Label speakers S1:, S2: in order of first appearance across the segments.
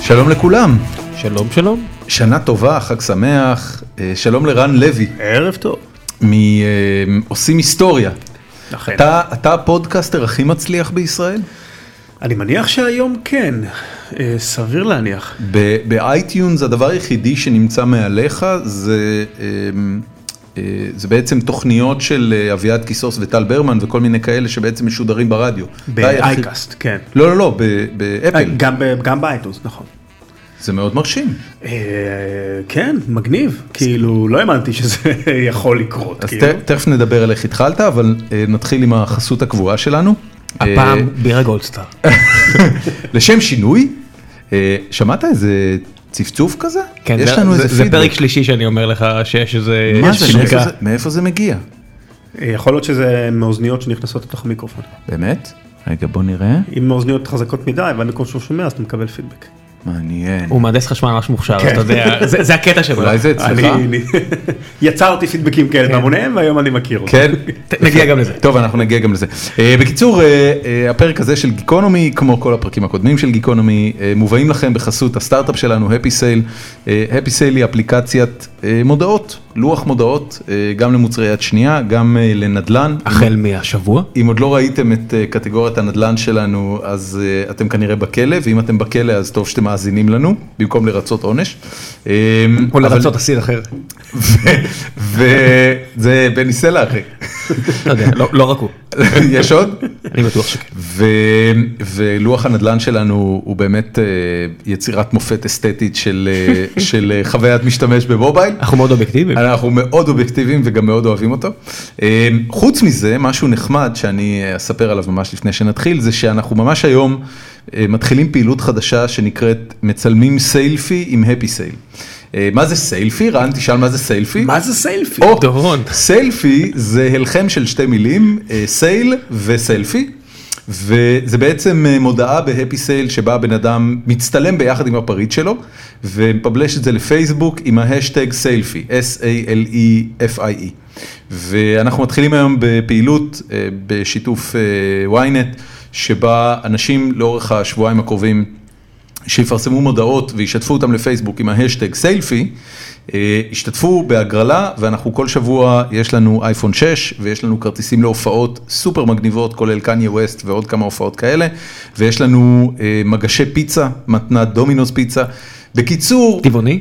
S1: שלום לכולם,
S2: שלום שלום.
S1: שנה טובה, חג שמח, אה, שלום לרן לוי
S3: ערב טוב.
S1: מעושים היסטוריה.
S3: אכן.
S1: אתה, אתה הפודקאסטר הכי מצליח בישראל?
S3: אני מניח שהיום כן, אה, סביר להניח.
S1: ב- באייטיונס הדבר היחידי שנמצא מעליך זה, אה, אה, זה בעצם תוכניות של אה, אביעד קיסוס וטל ברמן וכל מיני כאלה שבעצם משודרים ברדיו. אתה היחיד-
S3: באייקאסט, כן.
S1: לא, לא, לא, ב- באפל.
S3: גם ב- גם באייטונס, נכון.
S1: זה מאוד מרשים.
S3: אה, כן, מגניב. כאילו, לא האמנתי שזה יכול לקרות.
S1: אז
S3: כאילו.
S1: ת- תכף נדבר על איך התחלת, אבל אה, נתחיל עם החסות הקבועה שלנו. אה,
S2: הפעם בירה גולדסטאר.
S1: לשם שינוי, אה, שמעת איזה צפצוף כזה?
S2: כן,
S1: יש
S2: זה-
S1: לנו
S2: זה-
S1: איזה
S2: זה
S1: פידבק.
S2: פרק שלישי שאני אומר לך שיש איזה...
S1: מה
S2: יש
S1: זה,
S2: שריקה.
S1: מאיפה זה, מאיפה זה מגיע?
S3: אה, יכול להיות שזה מאוזניות שנכנסות לתוך המיקרופון.
S1: באמת? רגע, בוא נראה.
S3: אם מאוזניות חזקות מדי והמיקרופון שלו שומע, אז אתה מקבל פידבק.
S1: מעניין.
S2: הוא מהנדס חשמל ממש מוכשר,
S3: כן.
S2: אתה יודע, זה זה הקטע שלו.
S1: אולי זה אצלך?
S3: אני- אני- יצרתי פידבקים כאלה בהמוניהם, והיום אני מכיר אותם.
S1: כן.
S2: ת- נגיע גם לזה.
S1: טוב, אנחנו נגיע גם לזה. אה, בקיצור, אה, אה, הפרק הזה של גיקונומי, כמו כל הפרקים הקודמים של גיקונומי, אה, מובאים לכם בחסות הסטארט-אפ שלנו, הפי סייל. הפי סייל היא אפליקציית אה, מודעות, לוח מודעות, אה, גם למוצרי יד שנייה, גם אה, לנדל"ן.
S2: החל מהשבוע.
S1: אם עוד לא ראיתם את אה, קטגוריית הנדל"ן שלנו, אז אה, אתם כנראה בכלא, ואם אתם בכלא אז טוב שאתם מאזינים לנו, במקום לרצות עונש. אה,
S2: או
S1: אבל-
S2: לרצות אסיר אחר.
S1: וזה בני סלע אחי,
S2: לא יודע, לא- לא רק הוא.
S1: יש עוד?
S2: אני בטוח שכן.
S1: ו, ולוח הנדל"ן שלנו הוא באמת אה, יצירת מופת אסתטית של, אה, של אה, חוויית משתמש במובייל.
S2: אנחנו מאוד אובייקטיביים.
S1: אנחנו מאוד אובייקטיביים וגם מאוד אוהבים אותו. אה, חוץ מזה, משהו נחמד שאני אה, אספר עליו ממש לפני שנתחיל, זה שאנחנו ממש היום אה, מתחילים פעילות חדשה שנקראת מצלמים סלפי עם הפי סייל. אה, מה זה סלפי? רן, תשאל מה זה סלפי.
S3: מה זה סלפי?
S1: או,
S2: דורון.
S1: סלפי זה הלחם של שתי מילים, אה, סייל וסלפי. וזה בעצם אה, מודעה בהפי סייל שבה הבן אדם מצטלם ביחד עם הפריט שלו ומפבלש את זה לפייסבוק עם ההשטג סלפי, E S-A-L-E-F-I-E. ואנחנו מתחילים היום בפעילות אה, בשיתוף אה, ynet שבה אנשים לאורך השבועיים הקרובים שיפרסמו מודעות וישתפו אותם לפייסבוק עם ההשטג סלפי, אה, ישתתפו בהגרלה ואנחנו כל שבוע יש לנו אייפון 6 ויש לנו כרטיסים להופעות סופר מגניבות כולל קניה ווסט ועוד כמה הופעות כאלה ויש לנו אה, מגשי פיצה, מתנת דומינוס פיצה. בקיצור,
S2: טבעוני?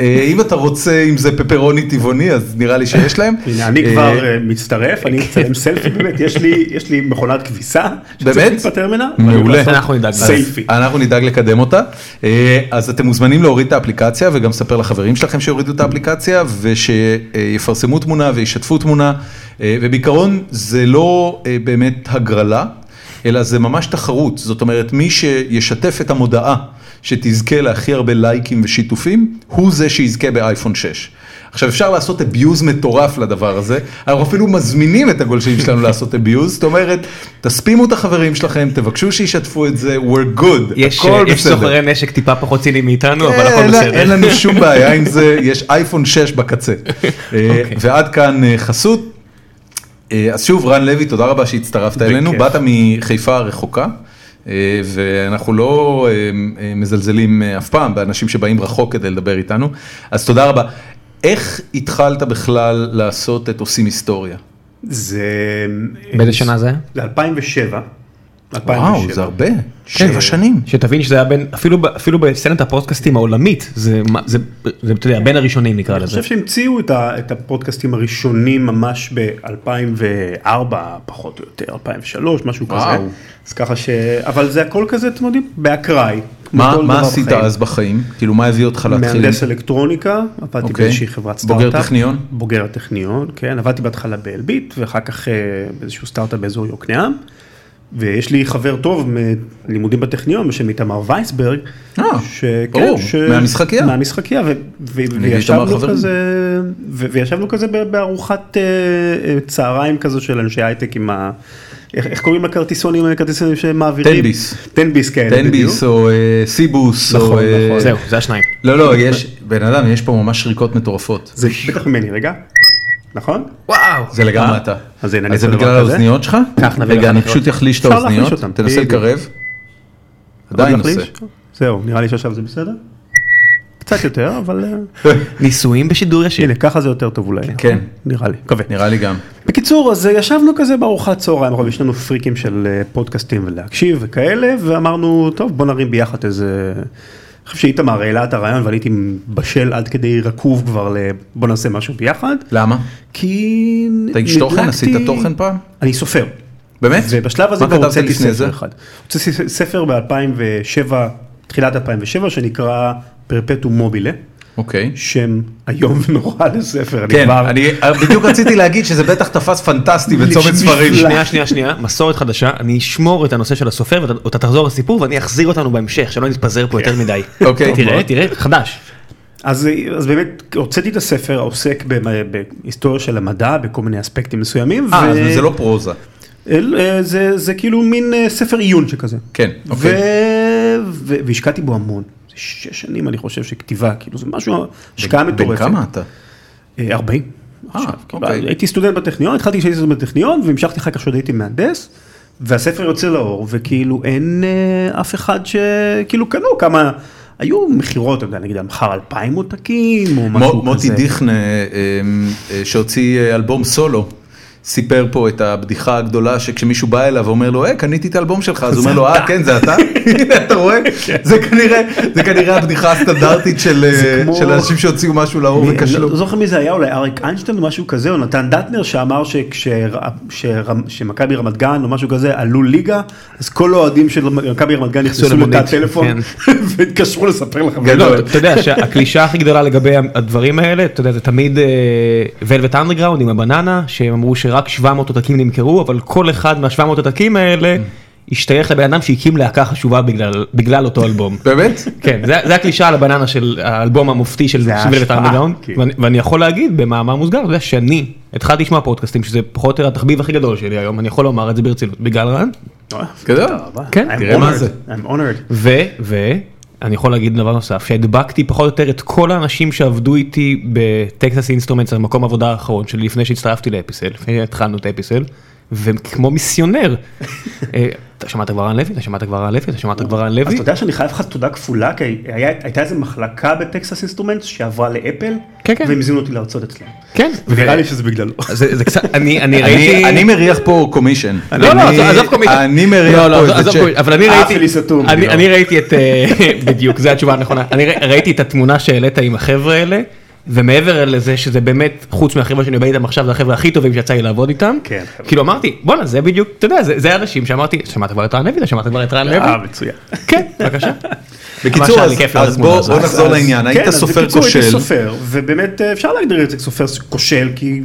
S1: אה, אם אתה רוצה אם זה פפרוני טבעוני אז נראה לי שיש להם.
S3: הנה, אני
S1: אה,
S3: כבר אה, מצטרף, אני מצלם סלפי, באמת, יש לי- יש לי מכונת כביסה,
S1: באמת?
S3: שצריך להיפטר ממנה,
S1: מעולה.
S3: ואני הולך
S2: אנחנו נדאג
S3: לעשות
S2: לזה.
S3: סלפי.
S1: אנחנו נדאג לקדם אותה. אה, אז אתם מוזמנים להוריד את האפליקציה וגם לספר לחברים שלכם שיורידו את האפליקציה ושיפרסמו תמונה וישתפו תמונה. אה, ובעיקרון זה לא אה, באמת הגרלה, אלא זה ממש תחרות. זאת אומרת, מי שישתף את המודעה שתזכה להכי הרבה לייקים ושיתופים, הוא זה שיזכה באייפון 6. עכשיו אפשר לעשות abuse מטורף לדבר הזה, אנחנו אפילו מזמינים את הגולשים שלנו לעשות abuse, זאת אומרת, תספימו את החברים שלכם, תבקשו שישתפו את זה, we're good,
S2: יש אה,
S1: הכל
S2: יש
S1: בסדר. אה,
S2: סוחרי נשק טיפה פחות ציניים מאיתנו, אבל
S1: אין,
S2: הכל
S1: אין, אין
S2: בסדר.
S1: לנו שום בעיה עם זה, יש אייפון 6 בקצה. אה,
S2: אוקיי.
S1: ועד כאן אה, חסות. אה, אז שוב, רן לוי, תודה רבה שהצטרפת אלינו,
S3: בכיף.
S1: באת מחיפה הרחוקה. אה, ואנחנו לא אה, אה, מזלזלים אה, אף פעם באנשים שבאים רחוק כדי לדבר איתנו, אז תודה רבה. איך התחלת בכלל לעשות את עושים היסטוריה?
S3: זה... אה,
S2: באיזה שנה זה היה?
S3: זה 2007. 2007.
S1: וואו, זה הרבה,
S3: כן.
S1: שבע שנים.
S2: שתבין שזה היה בין, אפילו ב- אפילו בסצנת הפודקאסטים העולמית, זה, מה- זה, זה, אתה יודע, בין הראשונים נקרא
S3: אני
S2: לזה.
S3: חושב שהמציאו את ה- את הפודקאסטים הראשונים ממש ב-2004 פחות או יותר, 2003, משהו
S1: וואו.
S3: כזה. אז ככה ש... אבל זה הכל כזה, אתם יודעים, באקראי. כמו
S1: מה,
S3: כל
S1: מה
S3: דבר
S1: עשית
S3: בחיים.
S1: אז בחיים? כאילו, מה הביא אותך להתחיל?
S3: מהנדס אלקטרוניקה, עבדתי
S1: אוקיי.
S3: באיזושהי חברת
S1: בוגר
S3: סטארט-אפ.
S1: טכניון?
S3: בוגר הטכניון, כן, עבדתי בהתחלה באלביט, ואחר כך אה, באיזשהו סטארט-אפ באזור יוקנעם. ויש לי חבר טוב מלימודים בטכניון בשם איתמר וייסברג,
S1: אה,
S3: שכן,
S1: ברור, מהמשחקייה.
S3: מהמשחקייה, ו- ו-
S1: איתמר
S3: וישבנו
S1: חברים.
S3: כזה, ו- וישבנו כזה ב- בארוחת אה, אה, צהריים כזו של אנשי הייטק עם ה... איך איך קוראים לכרטיסונים, הכרטיסונים שמעבירים?
S1: תן ביס.
S3: תן ביס כאלה, בדיוק.
S1: טנביס או אה, סיבוס או...
S3: נכון,
S1: אה,
S3: נכון.
S2: זהו, זה השניים.
S1: לא, לא, יש, בן אדם, יש פה ממש שריקות מטורפות.
S3: זה בטח ממני, רגע, נכון?
S2: וואו.
S1: זה לגמרי אתה.
S3: אה? אז הנה, אני
S1: אז זה
S3: אעשה
S1: בגלל
S3: דבר כזה.
S1: האוזניות שלך?
S3: קח, נביא לך
S1: רגע, אני
S3: לקרות.
S1: פשוט אחליש את
S3: אפשר להחליש
S1: האוזניות.
S3: אותם,
S1: תנסה
S3: בדיוק.
S1: לקרב. עדיין
S3: עוד
S1: עושה.
S3: להחליש? זהו, נראה לי שעכשיו זה בסדר. קצת יותר, אבל אה,
S2: ניסויים בשידור ישיר.
S3: הנה, ככה זה יותר טוב אולי.
S1: כן.
S3: נראה לי, מקווה.
S1: נראה לי גם.
S3: בקיצור, אז אה, ישבנו כזה בארוחת צהריים, אבל יש לנו פריקים של אה, פודקאסטים ולהקשיב וכאלה, ואמרנו, טוב, בוא נרים ביחד איזה... אני חושב שאיתמר העלה את הרעיון ואני הייתי בשל עד כדי רקוב כבר ל... בוא נעשה משהו ביחד,
S1: למה?
S3: כי...
S1: אתה איש תוכן?
S3: נדלקתי-
S1: עשית תוכן פעם?
S3: אני סופר.
S1: באמת?
S3: ובשלב הזה
S1: מה
S3: כבר
S1: כתבת
S3: הוצאתי
S1: לפני זה?
S3: ספר אחד. הוצאתי ס- ספר ב-2007, תחילת 2007, שנקרא פרפטום מובילה,
S1: אוקיי.
S3: שם איום ונורא לספר,
S1: כן, אני בדיוק רציתי להגיד שזה בטח תפס פנטסטי בצומת
S3: נפלא.
S1: ספרים.
S2: שנייה, שנייה, שנייה, מסורת חדשה, אני אשמור את הנושא של הסופר ואתה ואתה תחזור לסיפור ואני אחזיר אותנו בהמשך, שלא נתפזר פה יותר מדי.
S1: אוקיי.
S2: תראה, תראה, חדש.
S3: אז, אז באמת הוצאתי את הספר העוסק במ- בהיסטוריה של המדע בכל מיני אספקטים מסוימים.
S1: אה, אז זה לא פרוזה.
S3: אל- אה, זה, זה כאילו מין אה, ספר עיון שכזה.
S1: כן, אוקיי.
S3: ו... ו... והשקעתי בו המון. זה שש שנים אני חושב שכתיבה, כאילו זה משהו, השקעה מטורפת.
S1: בן כמה אתה?
S3: אה, 40. עכשיו, כאילו,
S1: אוקיי.
S3: הייתי סטודנט בטכניון, התחלתי כשהייתי סטודנט בטכניון והמשכתי אחר כך כשעוד הייתי מהנדס. והספר יוצא לאור וכאילו אין אה, אף אחד שכאילו קנו כמה, היו מכירות, אתה יודע, נגיד המחר 2,000 עותקים או משהו
S1: מו- מוטי
S3: כזה.
S1: דיכנה אה, אה, שהוציא אה, אלבום סולו. סיפר פה את הבדיחה הגדולה שכשמישהו בא אליו ואומר לו, אה, קניתי את האלבום שלך, אז הוא אומר לו, אה, כן, זה אתה? הנה, אתה רואה? זה כנראה, זה כנראה הבדיחה הסטנדרטית של
S3: זה
S1: אה,
S3: כמו-
S1: של אנשים שהוציאו משהו לאור
S3: אני לא-
S1: וכשלו.
S3: לא זוכר מי זה היה, אולי אריק איינשטיין או משהו כזה, או נתן דטנר שאמר שכשר- שרם- שמכבי רמת גן או משהו כזה עלו ליגה, אז כל האוהדים של מכבי רמת גן נכנסו לתא
S2: למונית,
S3: הטלפון והתקשרו לספר לחברים.
S1: כן. גדול.
S2: לא, אתה יודע שהקלישה הכי גדולה לגבי הדברים האלה, אתה יודע, זה תמיד ולווט אנדרגראונד עם הבננה, שהם אמרו שרק 700 עותקים נמכרו, אבל כל אחד מה-700 עותקים האלה
S1: Mm.
S2: השתייך לבן אדם שהקים להקה חשובה בגלל- בגלל אותו אלבום.
S1: באמת?
S2: כן, זה, זה הקלישה על הבננה של האלבום המופתי של
S3: זה
S2: סיבלת
S3: ההשפעה,
S2: אנדרגאונד,
S3: כאילו.
S2: ואני, ואני יכול להגיד במאמר מוסגר, אתה יודע שאני התחלתי לשמוע פודקאסטים, שזה פחות או יותר התחביב הכי גדול שלי היום, אני יכול לומר את זה ברצינות, בגלל רן,
S1: גדול.
S3: אה,
S2: כן,
S3: לא, I'm
S1: תראה מה
S3: honored.
S1: זה.
S3: I'm honored.
S2: ו, ו, אני יכול להגיד דבר נוסף, שהדבקתי פחות או יותר את כל האנשים שעבדו איתי בטקסס אינסטרומנטס, המקום העבודה האחרון שלי, לפני שהצטרפתי לאפיסל, לפני שהתחלנו את האפיסל, וכמו מיסיונר, אה, אתה שמעת כבר רן לוי? אתה שמעת כבר רן לוי? אתה שמעת כבר רן
S3: אז
S2: לוי?
S3: אתה יודע שאני חייב לך תודה כפולה, כי היה- הייתה איזו מחלקה בטקסס אינסטרומנטס שעברה לאפל,
S2: כן, כן.
S3: והם הזמינו אותי להרצות אצלם.
S2: כן,
S3: ונראה לי שזה בגללו.
S2: זה זה קצת, אני
S1: אני
S2: אני ראיתי...
S1: אני מריח פה קומישן.
S2: לא, לא,
S1: אני-
S2: עזוב קומישן.
S1: אני מריח
S2: לא, לא,
S1: פה איזה
S2: עזוב
S1: צ'ק.
S2: קומישן, אבל אני
S3: אה,
S2: ראיתי,
S3: שלי סתום,
S2: אני-
S3: לא.
S2: אני ראיתי את, אה, בדיוק, זו התשובה הנכונה, אני ר- ראיתי את התמונה שהעלית עם החבר'ה האלה, ומעבר לזה שזה באמת, חוץ מהחבר'ה שאני עובד איתם עכשיו, זה החבר'ה הכי טובים שיצא לי לעבוד איתם,
S3: כן.
S2: כאילו אמרתי, בואנה זה בדיוק, אתה יודע, זה- זה אנשים שאמרתי, שמעת כבר את רן לוי, אתה שמעת כבר את רן לוי,
S3: אה, מצוין.
S2: כן, בבקשה. ממש
S1: בקיצור,
S2: היה לי
S1: אז-
S2: כיף לראות
S1: אז
S2: תמונה
S1: בוא
S2: הזאת.
S1: בוא נחזור
S3: אז-
S1: לעניין. היית
S3: כן, אז
S1: סופר
S3: בקיצור, הייתי
S1: כושל.
S3: סופר, ובאמת אה, אפשר להגדיר את זה כסופר כושל, כי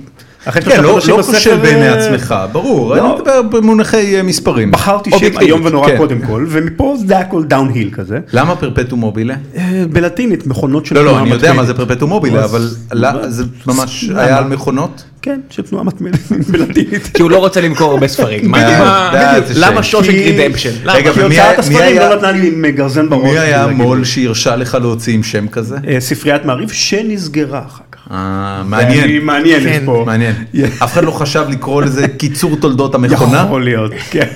S3: אחרי שלושה
S1: כן, לא
S3: חודשים
S1: לא
S3: הספר,
S1: כושל בעיני
S3: אה,
S1: עצמך, ברור.
S3: לא.
S1: אני מדבר במונחי אה, מספרים.
S3: בחרתי שם
S1: אובייקטיבית,
S3: איום ונורא
S1: כן.
S3: קודם כל, ומפה זה היה הכל דאון-היל כזה.
S1: למה פרפטום מובילה?
S3: אה, בלטינית, מכונות של
S1: לא, לא,
S3: תנועה
S1: אני יודע מה זה
S3: מתמדת.
S1: פרפטום מובילה,
S3: אז-
S1: אבל לא, זה ממש
S3: למה?
S1: היה על מכונות?
S3: כן, של תנועה מתמדת בלטינית.
S2: כי הוא לא רוצה למכור הרבה ספרים, מה-
S1: בדיוק,
S2: מה-
S1: זה- זה
S2: למה
S1: ש-
S2: שושק
S3: כי-
S2: רידמפשן?
S1: רגע,
S3: כי
S1: ומי
S3: הוצאת
S1: היה- מי
S3: הספרים
S1: היה-
S3: לא נתנה לי עם גרזן בראש.
S1: מי היה
S3: להגיד.
S1: המו"ל שהרשה לך להוציא עם שם כזה?
S3: אה, ספריית מעריב שנסגרה אחר כך.
S1: אה,
S3: אני-
S1: מעניין,
S3: מעניין, יש
S2: כן.
S3: פה.
S1: מעניין. אף אחד לא חשב לקרוא לזה קיצור תולדות המכונה?
S3: יכול להיות, כן.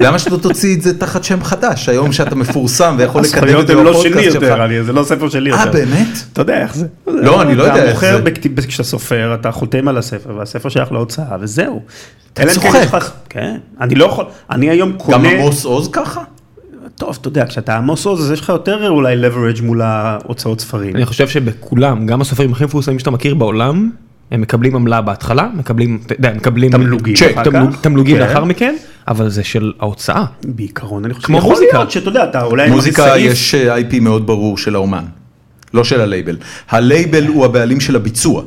S1: למה שלא תוציא את זה תחת שם חדש, היום שאתה מפורסם ויכול לקדם את
S3: הספריות
S1: זה
S3: הן לא שלי
S1: בפודקאסט
S3: יותר,
S1: שלך?
S3: אני- זה לא ספר שלי יותר.
S1: אה, באמת?
S3: אתה יודע איך זה.
S1: לא, אני לא יודע
S3: אתה
S1: איך
S3: מוכר,
S1: זה.
S3: בכתיב- כשאתה סופר, אתה חותם על הספר, והספר שייך להוצאה, וזהו. אלא אם כן
S1: צוחק.
S3: יש לך- כן, אני לא יכול, אני היום קונה...
S1: גם עמוס עוז ככה?
S3: טוב, אתה יודע, כשאתה עמוס עוז, אז יש לך יותר אולי leverage מול ההוצאות ספרים.
S2: אני חושב שבכולם, גם הסופרים הכי מפורסמים שאתה מכיר בעולם, הם מקבלים עמלה בהתחלה, מקבלים, אתה יודע, הם מקבלים
S3: תמלוגים
S2: צ'ק,
S3: אחר
S2: תמלוג-
S3: כך.
S2: תמלוגים
S3: כן.
S2: לאחר מכן, אבל זה של ההוצאה.
S3: בעיקרון, אני חושב
S2: כמו
S3: יכול
S2: מוזיקה.
S3: להיות שאתה יודע, אתה אולי...
S1: מוזיקה
S3: סעיף-
S1: יש אה, IP מאוד ברור של האומן, לא של הלייבל. הלייבל הוא הבעלים של הביצוע.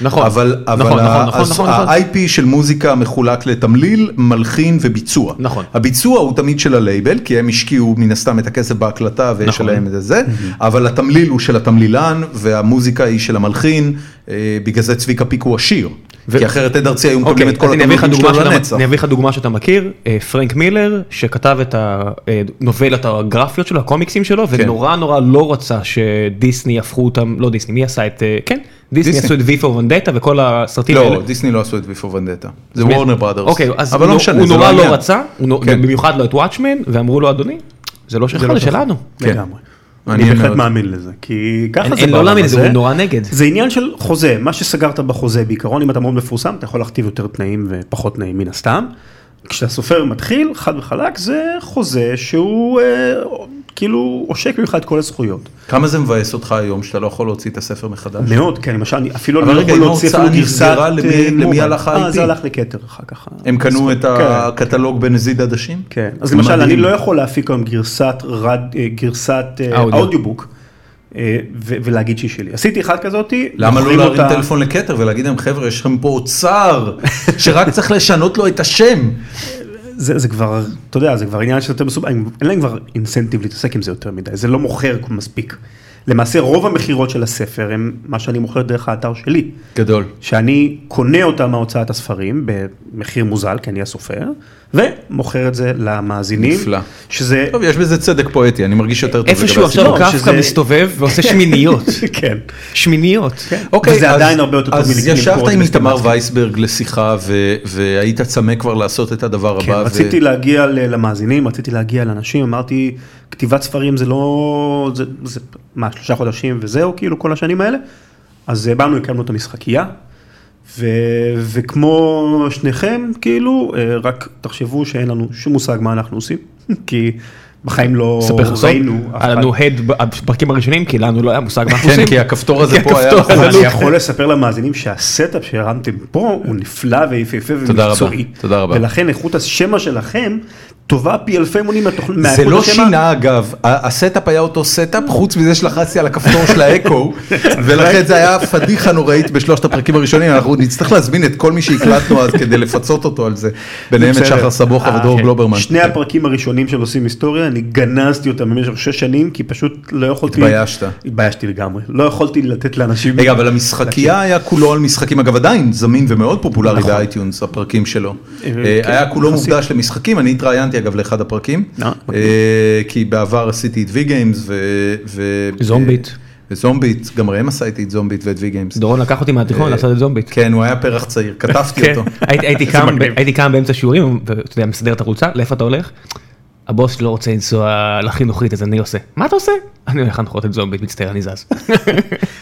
S2: נכון.
S1: אבל, אבל
S2: נכון,
S1: ה-
S2: נכון,
S1: אז
S2: נכון, נכון.
S1: ה-IP של מוזיקה מחולק לתמליל, מלחין וביצוע.
S2: נכון.
S1: הביצוע הוא תמיד של הלייבל, כי הם השקיעו מן הסתם את הכסף בהקלטה ויש
S2: נכון.
S1: עליהם את זה, אבל התמליל הוא של התמלילן והמוזיקה היא של המלחין, אה, בגלל זה צביקה פיק הוא עשיר.
S2: ו-
S1: כי אחרת עד ארצי היו
S2: אוקיי,
S1: מקבלים את
S2: אז
S1: כל
S2: אני אביא לך
S1: התמלילים
S2: דוגמה
S1: שלו
S2: שאתה-
S1: לנצח.
S2: אני אביא לך דוגמה שאתה מכיר, אה, פרנק מילר, שכתב את הנובלות הגרפיות שלו, הקומיקסים שלו,
S1: כן.
S2: ונורא נורא לא רצה שדיסני יהפכו אותם, לא דיסני, מי עשה את, אה, כן, דיסני
S1: דיסני.
S2: עשו את V for Vendetta וכל הסרטים האלה.
S1: לא, דיסני לא עשו את ויפו ונדטה, זה
S2: מי-
S1: וורנר בראדרס.
S2: אוקיי, אז
S1: אבל לא
S2: הוא
S1: משנה,
S2: הוא
S1: זה
S2: נורא לא
S1: העניין.
S2: רצה, הוא נו-
S1: כן.
S2: במיוחד לא את וואטשמן, ואמרו לו, אדוני, זה לא שלך, זה שלנו.
S1: כן.
S3: לגמרי. אני
S1: מעניין
S3: בהחלט
S1: מאוד.
S3: מאמין לזה, כי ככה
S2: אין-
S3: זה
S2: אין לא
S3: בעולם
S2: להאמין
S3: הזה.
S2: לזה, הוא נורא נגד.
S3: זה עניין של חוזה, מה שסגרת בחוזה בעיקרון, אם אתה מאוד מפורסם, אתה יכול להכתיב יותר תנאים ופחות תנאים מן הסתם. כשאתה סופר מתחיל, חד וחלק, זה חוזה שהוא אה, כאילו עושק ממך את כל הזכויות.
S1: כמה זה מבאס אותך היום שאתה לא יכול להוציא את הספר מחדש?
S3: מאוד, כן, למשל, אני אפילו
S1: אבל
S3: לא
S1: רגע,
S3: יכול
S1: אם
S3: להוציא
S1: ההוצאה
S3: אפילו גרסת
S1: נסגרה, למי-
S3: אה,
S1: למי
S3: מובייל.
S1: הלך
S3: אה,
S1: ה-IP?
S3: זה הלך לכתר אחר כך.
S1: הם קנו את
S3: כן.
S1: הקטלוג בנזיד עדשים?
S3: כן, אז למשל
S1: מדהים.
S3: אני לא יכול להפיק היום גרסת רד- אה, גרסת אה,
S2: אודיו.
S3: אודיובוק אה, ו- ולהגיד שהיא שלי. עשיתי אחת כזאתי.
S1: למה לא
S3: מוכרים
S1: להרים
S3: אותה-
S1: טלפון לכתר ולהגיד להם חבר'ה יש לכם פה אוצר שרק צריך לשנות לו את השם.
S3: זה זה כבר, אתה יודע, זה כבר עניין שיותר מסובך, אין להם כבר אינסנטיב להתעסק עם זה יותר מדי, זה לא מוכר מספיק. למעשה רוב המכירות של הספר הם מה שאני מוכר דרך האתר שלי.
S1: גדול.
S3: שאני קונה אותה מהוצאת הספרים במחיר מוזל, כי אני הסופר, ומוכר את זה למאזינים.
S1: נפלא.
S3: שזה...
S1: טוב יש בזה צדק פואטי אני מרגיש יותר טוב.
S2: איפשהו
S1: לגבי
S2: עכשיו
S1: הסיפור.
S3: לא,
S2: קפקא
S3: שזה-
S2: מסתובב ועושה שמיניות.
S3: כן.
S2: שמיניות.
S1: אוקיי,
S3: וזה
S1: אז-
S3: עדיין הרבה יותר טוב
S1: אז
S3: מלקנות
S1: ישבת
S3: את
S1: עם
S3: זה
S1: איתמר
S3: בסטימציה.
S1: וייסברג לשיחה ו- והיית צמא כבר לעשות את הדבר
S3: כן,
S1: הבא. ו-
S3: רציתי להגיע ל- למאזינים, רציתי להגיע לאנשים, אמרתי, כתיבת ספרים זה לא, זה, זה מה, שלושה חודשים וזהו, כאילו, כל השנים האלה. אז אה, באנו, הקמנו את המשחקייה, ו, וכמו שניכם, כאילו, אה, רק תחשבו שאין לנו שום מושג מה אנחנו עושים, כי בחיים לא
S2: ספר לך סוד,
S3: ראינו. אף
S2: היה
S3: אחד.
S2: לנו הד בפרקים הראשונים, כי לנו לא היה מושג מה אנחנו
S1: כן
S2: עושים.
S1: כי הכפתור הזה
S2: כי
S1: פה היה
S2: הכפתור
S1: נכון.
S3: אבל
S2: הזה
S3: אני
S2: לא-
S3: יכול לספר למאזינים שהסטאפ שהרמתם פה הוא נפלא ויפהפה
S1: תודה רבה,
S3: ומקצועי.
S1: תודה רבה.
S3: ולכן איכות השמע שלכם טובה פי אלפי מונים מהתוכ- מהאיכות
S1: זה
S3: השמע.
S1: לא שינה אגב, ה- הסטאפ היה אותו סטאפ, חוץ מזה שלחצתי על הכפתור של האקו, ולכן זה היה פדיחה נוראית בשלושת הפרקים הראשונים, אנחנו נצטרך להזמין את כל מי שהקלטנו אז כדי לפצות אותו על זה, ביניהם את
S3: בסדר. אוקיי.
S1: שחר סבוכה
S2: אה,
S1: ודרור
S2: כן.
S1: גלוברמן.
S3: שני הפרקים הראשונים של עושים היסטוריה, אני גנזתי אותם במשך שש שנים, כי פשוט לא יכולתי...
S1: התביישת.
S3: התביישתי לגמרי. לא יכולתי לתת לאנשים...
S1: רגע, אבל המשחקייה היה כולו על משחקים, אגב עדיין זמין ומאוד פופולרי
S3: נכון.
S1: באייטיונס, הפרקים שלו.
S3: אה,
S1: אה,
S3: כן,
S1: היה כולו
S3: יחסית.
S1: מוקדש למשחקים, אני התראיינתי אגב לאחד הפרקים,
S3: אה, מגניב.
S1: אה, כי בעבר עשיתי את וי גיימס ו...
S2: זומבית.
S1: זומבית, גם ראם עשה איתי את זומבית ואת וי גיימס.
S2: דורון לקח אותי מהתיכון לעשות את זומבית.
S1: כן, הוא היה פרח צעיר, כתבתי
S2: כן.
S1: אותו.
S2: הייתי- הייתי
S3: איזה
S2: קם ב-
S3: מגניב.
S2: הייתי קם באמצע שיעורים, ואתה יודע, מסדר את החולצה, לאיפה אתה הולך? הבוס שלי לא רוצה לנסוע לחינוכית, אז אני עושה. מה אתה עושה? אני הולך להנחות את זומבית, מצטער, אני זז.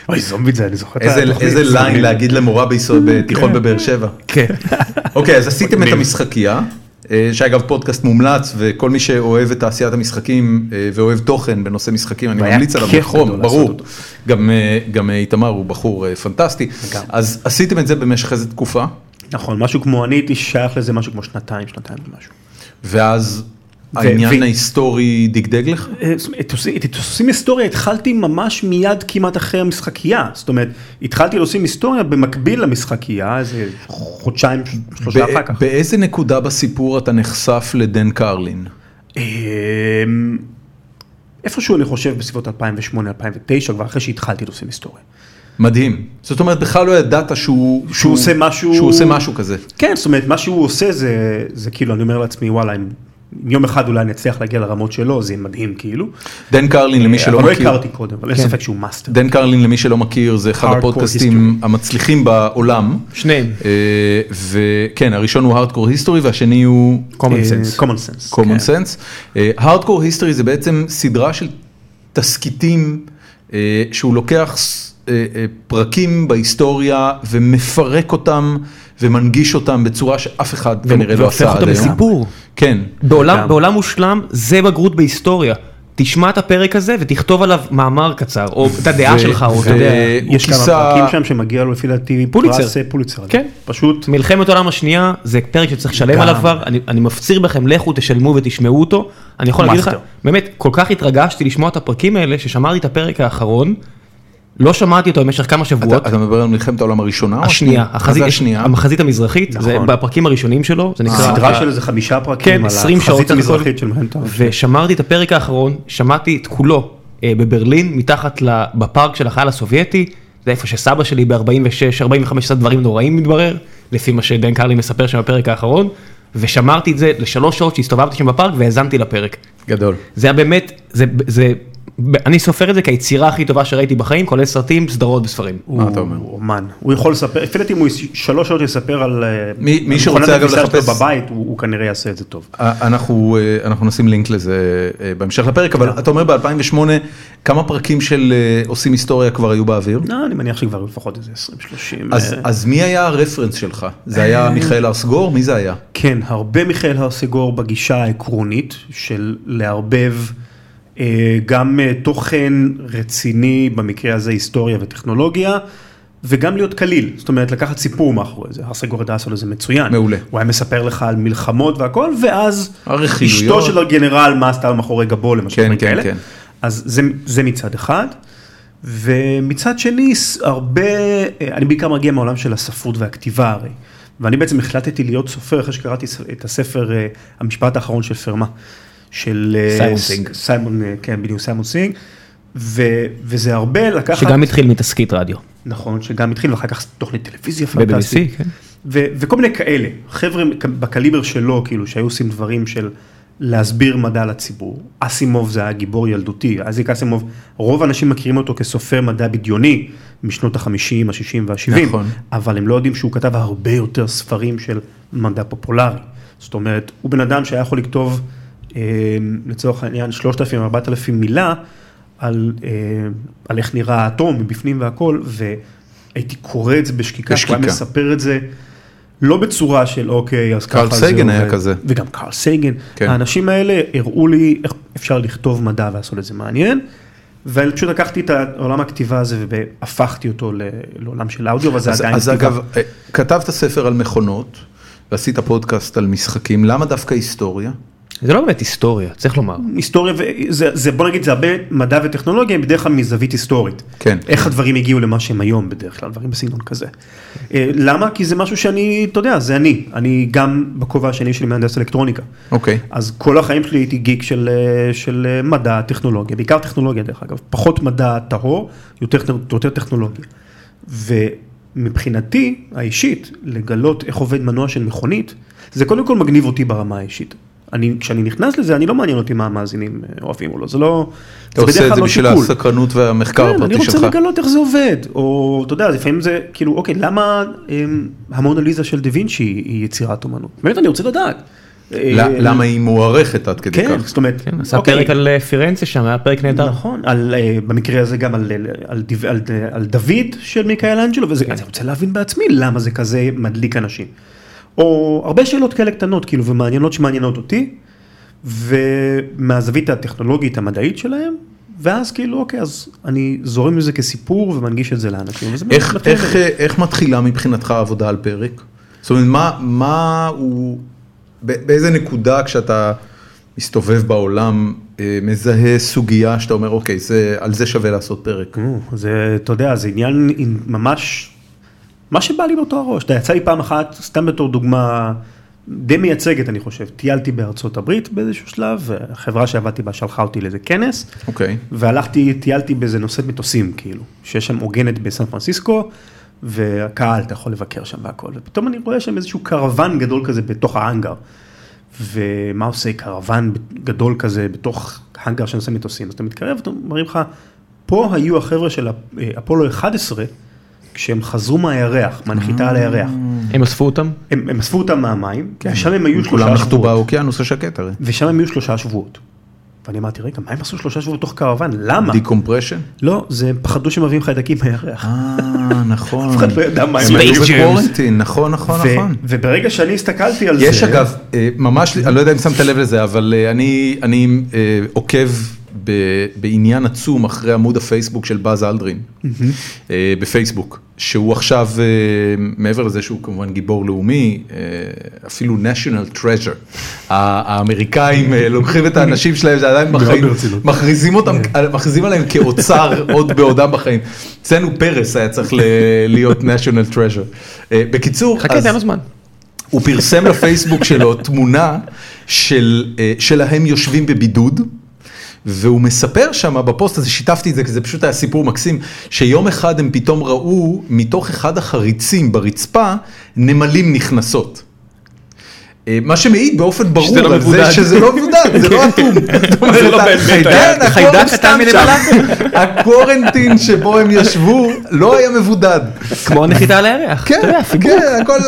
S3: אוי, זומבית זה, אני זוכר את
S1: איזה-
S3: התוכנית.
S1: איזה ליין להגיד למורה בישראל- בתיכון בבאר שבע.
S2: כן.
S1: אוקיי, אז עשיתם את
S3: מגניב.
S1: המשחקייה, אה, שאגב פודקאסט מומלץ, וכל מי שאוהב את תעשיית המשחקים אה, ואוהב תוכן בנושא משחקים, אני
S3: והיה
S1: ממליץ עליו
S3: כיף
S1: בחום,
S3: גדול לעשות
S1: ברור.
S3: אותו.
S1: גם, אה, גם אה, איתמר הוא בחור אה, פנטסטי.
S3: לגמרי.
S1: אז עשיתם את זה במשך איזה תקופה,
S3: נכון, משהו כמו, אני הייתי שייך לזה משהו כמו שנתיים, שנתיים ומשהו.
S1: ואז העניין
S3: ו-
S1: ההיסטורי דגדג לך?
S3: אה, זאת אומרת, את עושים- את עושים היסטוריה התחלתי ממש מיד כמעט אחרי המשחקייה, זאת אומרת, התחלתי לעושים היסטוריה במקביל למשחקייה, איזה חודשיים, שלושה
S1: בא-
S3: אחר כך.
S1: באיזה נקודה בסיפור אתה נחשף לדן קרלין?
S3: אמ, איפשהו אני חושב בסביבות 2008-2009, כבר אחרי שהתחלתי לעושים היסטוריה.
S1: מדהים. זאת אומרת, בכלל לא ידעת שהוא...
S3: שהוא עושה משהו-
S1: שהוא עושה משהו כזה.
S3: כן, זאת אומרת, מה שהוא עושה זה, זה כאילו, אני אומר לעצמי, וואלה, אם אם יום אחד אולי אני אצליח להגיע לרמות שלו, זה יהיה מדהים כאילו.
S1: דן קרלין, למי שלא
S3: אבל לא
S1: מכיר,
S3: הכרתי קודם, אבל אין ספק שהוא מאסטר.
S1: דן קרלין, למי שלא מכיר, זה אחד
S3: Hardcore
S1: הפודקאסטים המצליחים בעולם.
S2: שניהם.
S1: אה, וכן, הראשון הוא הארדקור היסטורי והשני הוא
S2: Common
S3: אה,
S2: sense.
S3: common sense. כן.
S1: common sense. הארדקור היסטורי זה בעצם סדרה של תסכיתים אה, שהוא לוקח ס- אה, אה, פרקים בהיסטוריה ומפרק אותם ומנגיש אותם בצורה שאף אחד כנראה לא
S2: והופך
S1: עשה עד
S2: אותו
S1: היום.
S2: לסיפור.
S1: כן.
S2: בעולם,
S3: לגמרי.
S2: בעולם מושלם זה בגרות בהיסטוריה. תשמע את הפרק הזה ותכתוב עליו מאמר קצר, או את הדעה שלך, או אתה יודע,
S1: והוא
S3: יש כמה
S1: כיסה,
S3: פרקים שם שמגיע לו לפי דעתי
S2: פוליצר.
S3: פרס אה, פוליצר.
S2: כן.
S3: פשוט
S2: מלחמת העולם השנייה זה פרק שצריך לשלם
S3: גם.
S2: עליו כבר, אני, אני מפציר בכם, לכו תשלמו ותשמעו אותו. אני יכול להגיד לך,
S3: מאסטר.
S2: באמת, כל כך התרגשתי לשמוע את הפרקים האלה, ששמעתי את הפרק האחרון, לא שמעתי אותו במשך כמה שבועות.
S1: אתה אתה מדבר על מלחמת העולם הראשונה? או
S2: השנייה,
S1: מה
S2: החזית,
S1: זה השנייה?
S2: המחזית המזרחית, זה
S3: נכון.
S2: בפרקים הראשונים שלו,
S1: אה.
S2: זה נקרא,
S3: סדרה של איזה חמישה
S2: כן,
S3: פרקים על
S2: 20 שעות
S3: החזית
S2: סך הכל.
S3: המזרחית של מלחמת העולם.
S2: ושמרתי את הפרק האחרון, שמעתי את כולו אה, בברלין, מתחת ל- בפארק של החייל הסובייטי, זה איפה שסבא שלי ב-46, 45 עשה דברים נוראים מתברר, לפי מה שדן קרלי מספר שם בפרק האחרון, ושמרתי את זה לשלוש שעות שהסתובבתי שם בפארק והאזנתי לפרק.
S1: גדול.
S2: זה היה באמת, זה, זה, אני סופר את זה כיצירה הכי טובה שראיתי בחיים, כולל סרטים, סדרות וספרים.
S1: מה אתה אומר?
S3: הוא אומן, הוא יכול לספר, לפי דעתי אם הוא יש- שלוש שעות יספר על אה,
S1: מי- מי
S3: על
S1: שרוצה,
S3: מכונת
S1: אגב,
S3: הכביסה שלו
S1: לחפש-
S3: בבית, הוא הוא כנראה יעשה את זה טוב.
S1: אנחנו, אה, אנחנו נשים לינק לזה אה, בהמשך לפרק,
S3: כן.
S1: אבל אתה אומר ב-2008 כמה פרקים של אה, עושים היסטוריה כבר היו באוויר?
S3: לא, אני מניח שכבר היו לפחות איזה 20-30.
S1: אז,
S3: אה,
S1: אז מי היה הרפרנס שלך? זה היה מיכאל הרסגור? מי זה היה?
S3: כן, הרבה מיכאל הרסגור בגישה העקרונית של לערבב אה, גם אה, תוכן רציני, במקרה הזה היסטוריה וטכנולוגיה, וגם להיות קליל, זאת אומרת לקחת סיפור מאחורי זה, הרסגור ידע לעשות את זה מצוין.
S1: מעולה.
S3: הוא היה מספר לך על מלחמות והכל, ואז
S1: הרכילויות.
S3: אשתו של הגנרל, מה עשתה מאחורי גבו למשל,
S1: כן,
S3: דברים
S1: כן,
S3: כאלה.
S1: כן.
S3: אז זה, זה מצד אחד. ומצד שני, ס- הרבה, אה, אני בעיקר מגיע מהעולם של הספרות והכתיבה הרי. ואני בעצם החלטתי להיות סופר אחרי שקראתי ס- את הספר, אה, המשפט האחרון של פרמה. של... אה,
S2: סיימון
S3: ס-
S2: סינג.
S3: סיימון, אה, כן, בדיוק, סיימון סינג. ו, וזה הרבה לקחת...
S2: שגם התחיל מתסכית רדיו.
S3: נכון, שגם התחיל, ואחר כך תוכנית טלוויזיה פנטסטית.
S2: ב-BBC, כן.
S3: ו- וכל מיני כאלה, חבר'ה בקליבר שלו, כאילו, שהיו עושים דברים של להסביר מדע לציבור. אסימוב זה היה גיבור ילדותי, אזיק אסימוב, רוב האנשים מכירים אותו כסופר מדע בדיוני משנות ה-50, ה-60 וה-70,
S1: נכון.
S3: אבל הם לא יודעים שהוא כתב הרבה יותר ספרים של מדע פופולרי. זאת אומרת, הוא בן אדם שהיה יכול לכתוב, אה, לצורך העניין, 3,000-4,000 מילה על, אה, על איך נראה האטום מבפנים והכל, והייתי קורא את זה בשקיקה, הוא היה
S1: בשקיקה.
S3: מספר את זה. לא בצורה של אוקיי, אז
S1: קרל
S3: ככה זה
S1: סייגן היה
S3: עובד."
S1: כזה.
S3: וגם קרל סייגן.
S1: כן.
S3: האנשים האלה הראו לי איך אפשר לכתוב מדע ולעשות את זה מעניין. ואני פשוט לקחתי את העולם הכתיבה הזה והפכתי אותו ל- לעולם של אודיו, אבל זה
S1: אז,
S3: עדיין
S1: אז
S3: כתיבה.
S1: אגב, אה, כתבת ספר על מכונות ועשית פודקאסט על משחקים, למה דווקא היסטוריה?
S2: זה לא באמת היסטוריה, צריך לומר.
S3: היסטוריה, ו- זה, זה בוא נגיד זה הרבה מדע וטכנולוגיה, הם בדרך כלל מזווית היסטורית.
S1: כן.
S3: איך הדברים הגיעו למה שהם היום בדרך כלל, דברים בסגנון כזה. אה, למה? כי זה משהו שאני, אתה יודע, זה אני. אני גם בכובע השני שלי מהנדס אלקטרוניקה.
S1: אוקיי.
S3: אז כל החיים שלי הייתי גיק של, אה, של אה, מדע, טכנולוגיה, בעיקר טכנולוגיה דרך אגב, פחות מדע טהור, יותר, יותר טכנולוגיה. ומבחינתי האישית, לגלות איך עובד מנוע של מכונית, זה קודם כל מגניב אותי ברמה האישית. אני, כשאני נכנס לזה, אני לא מעניין אותי מה המאזינים אה, אוהבים או לא, זה לא...
S1: אתה עושה
S3: בדרך
S1: את
S3: כלל
S1: זה
S3: לא
S1: בשביל
S3: שיקול.
S1: הסקרנות והמחקר
S3: כן, אני
S1: הפרטי
S3: רוצה
S1: שלך.
S3: לגלות איך זה עובד, או אתה יודע, לפעמים זה כאילו, אוקיי, למה אמ, המונליזה של דה וינצ'י היא יצירת אומנות? באמת, אני רוצה לדעת. אה,
S1: ל- למה היא מוערכת עד כדי
S3: כן,
S1: כך?
S3: זאת אומרת,
S2: כן, עשה
S3: אוקיי,
S2: פרק על אה, פירנצה שם, היה פרק נהדר.
S3: נכון, על, אה, במקרה הזה גם על, על, על, דיו- על, אה, על דוד של מיקאל אנג'לו,
S2: כן.
S3: וזה, אני רוצה להבין בעצמי למה זה כזה מדליק אנשים. או הרבה שאלות כאלה קטנות, כאילו, ומעניינות שמעניינות אותי, ומהזווית הטכנולוגית המדעית שלהם, ואז כאילו, אוקיי, אז אני זורם לזה כסיפור ומנגיש את זה לאנשים. וזה
S1: איך,
S3: מתאים
S1: איך,
S3: לי.
S1: אה, איך מתחילה מבחינתך העבודה על פרק? זאת אומרת, מה, מה הוא, ב- באיזה נקודה כשאתה מסתובב בעולם, אה, מזהה סוגיה שאתה אומר, אוקיי, זה, על זה שווה לעשות פרק.
S3: נו, זה, אתה יודע, זה עניין עם ממש, מה שבא לי באותו הראש. אתה יודע, יצא לי פעם אחת, סתם בתור דוגמה די מייצגת, אני חושב, טיילתי בארצות הברית באיזשהו שלב, החברה שעבדתי בה שלחה אותי לאיזה כנס,
S1: אוקיי.
S3: והלכתי, טיילתי באיזה נושאת מטוסים, כאילו, שיש שם עוגנת בסן פרנסיסקו, והקהל, אתה יכול לבקר שם והכל, ופתאום אני רואה שם איזשהו קרוון גדול כזה בתוך ההאנגר. ומה עושה קרוון גדול כזה בתוך האנגר שנושא מטוסים? אז אתה מתקרב, אתה אומרים לך, פה היו החבר'ה של אפ- אה, אפולו 11, כשהם חזרו מהירח, מהנחיתה על הירח.
S2: הם אספו אותם?
S3: הם הם אספו אותם מהמים, ושם הם היו
S1: כן.
S3: שלושה
S1: כולם
S3: שבועות.
S1: נחתו באוקיינוס השקט הרי.
S3: ושם הם היו שלושה שבועות. ואני אמרתי, רגע, מה הם עשו שלושה שבועות בתוך קרוון? למה?
S1: דיקומפרשן?
S3: לא, זה הם פחדו שמביאים חיידקים מהירח.
S1: אה, נכון.
S3: אף אחד לא ידע מה הם
S1: הם
S2: Space
S1: היו
S2: germs.
S1: בקוורנטין, נכון, נכון,
S3: ו-
S1: נכון.
S3: וברגע שאני הסתכלתי על זה,
S1: יש אגב, אה, ממש, אני לא יודע אם שמת לב לזה, אבל אה, אני, אני אה, עוקב ב, בעניין עצום אחרי עמוד הפייסבוק של באז אלדרין, אה, בפייסבוק, שהוא עכשיו, אה, מעבר לזה שהוא כמובן גיבור לאומי, אה, אפילו national treasure, ה- האמריקאים אה, לוקחים את האנשים שלהם, זה עדיין בחיים,
S3: ברצינות. כן.
S1: מכריזים אותם, אה, מכריזים עליהם כאוצר עוד בעודם בחיים. אצלנו פרס היה צריך ל- להיות national treasure. אה, בקיצור,
S2: חכה,
S1: אז-
S2: תן לו זמן.
S1: הוא פרסם לפייסבוק שלו תמונה של, אה, שלהם יושבים בבידוד. והוא מספר שם בפוסט הזה, שיתפתי את זה כי זה פשוט היה סיפור מקסים, שיום אחד הם פתאום ראו מתוך אחד החריצים ברצפה נמלים נכנסות. אה, מה שמעיד באופן ברור
S2: שזה לא
S1: על זה
S2: מבודד.
S1: שזה לא מבודד, זה לא אטום. זאת אומרת,
S2: זה לא באמת
S1: החיידק,
S2: היה.
S1: הקורן
S4: חיידק
S1: סתם
S4: קטן
S1: שם.
S4: מלמעלה.
S1: הקוורנטין שבו הם ישבו לא היה מבודד.
S4: כמו הנחיתה על הירח. אתה
S1: כן,
S4: יודע, פיגור.
S1: כן, הכל...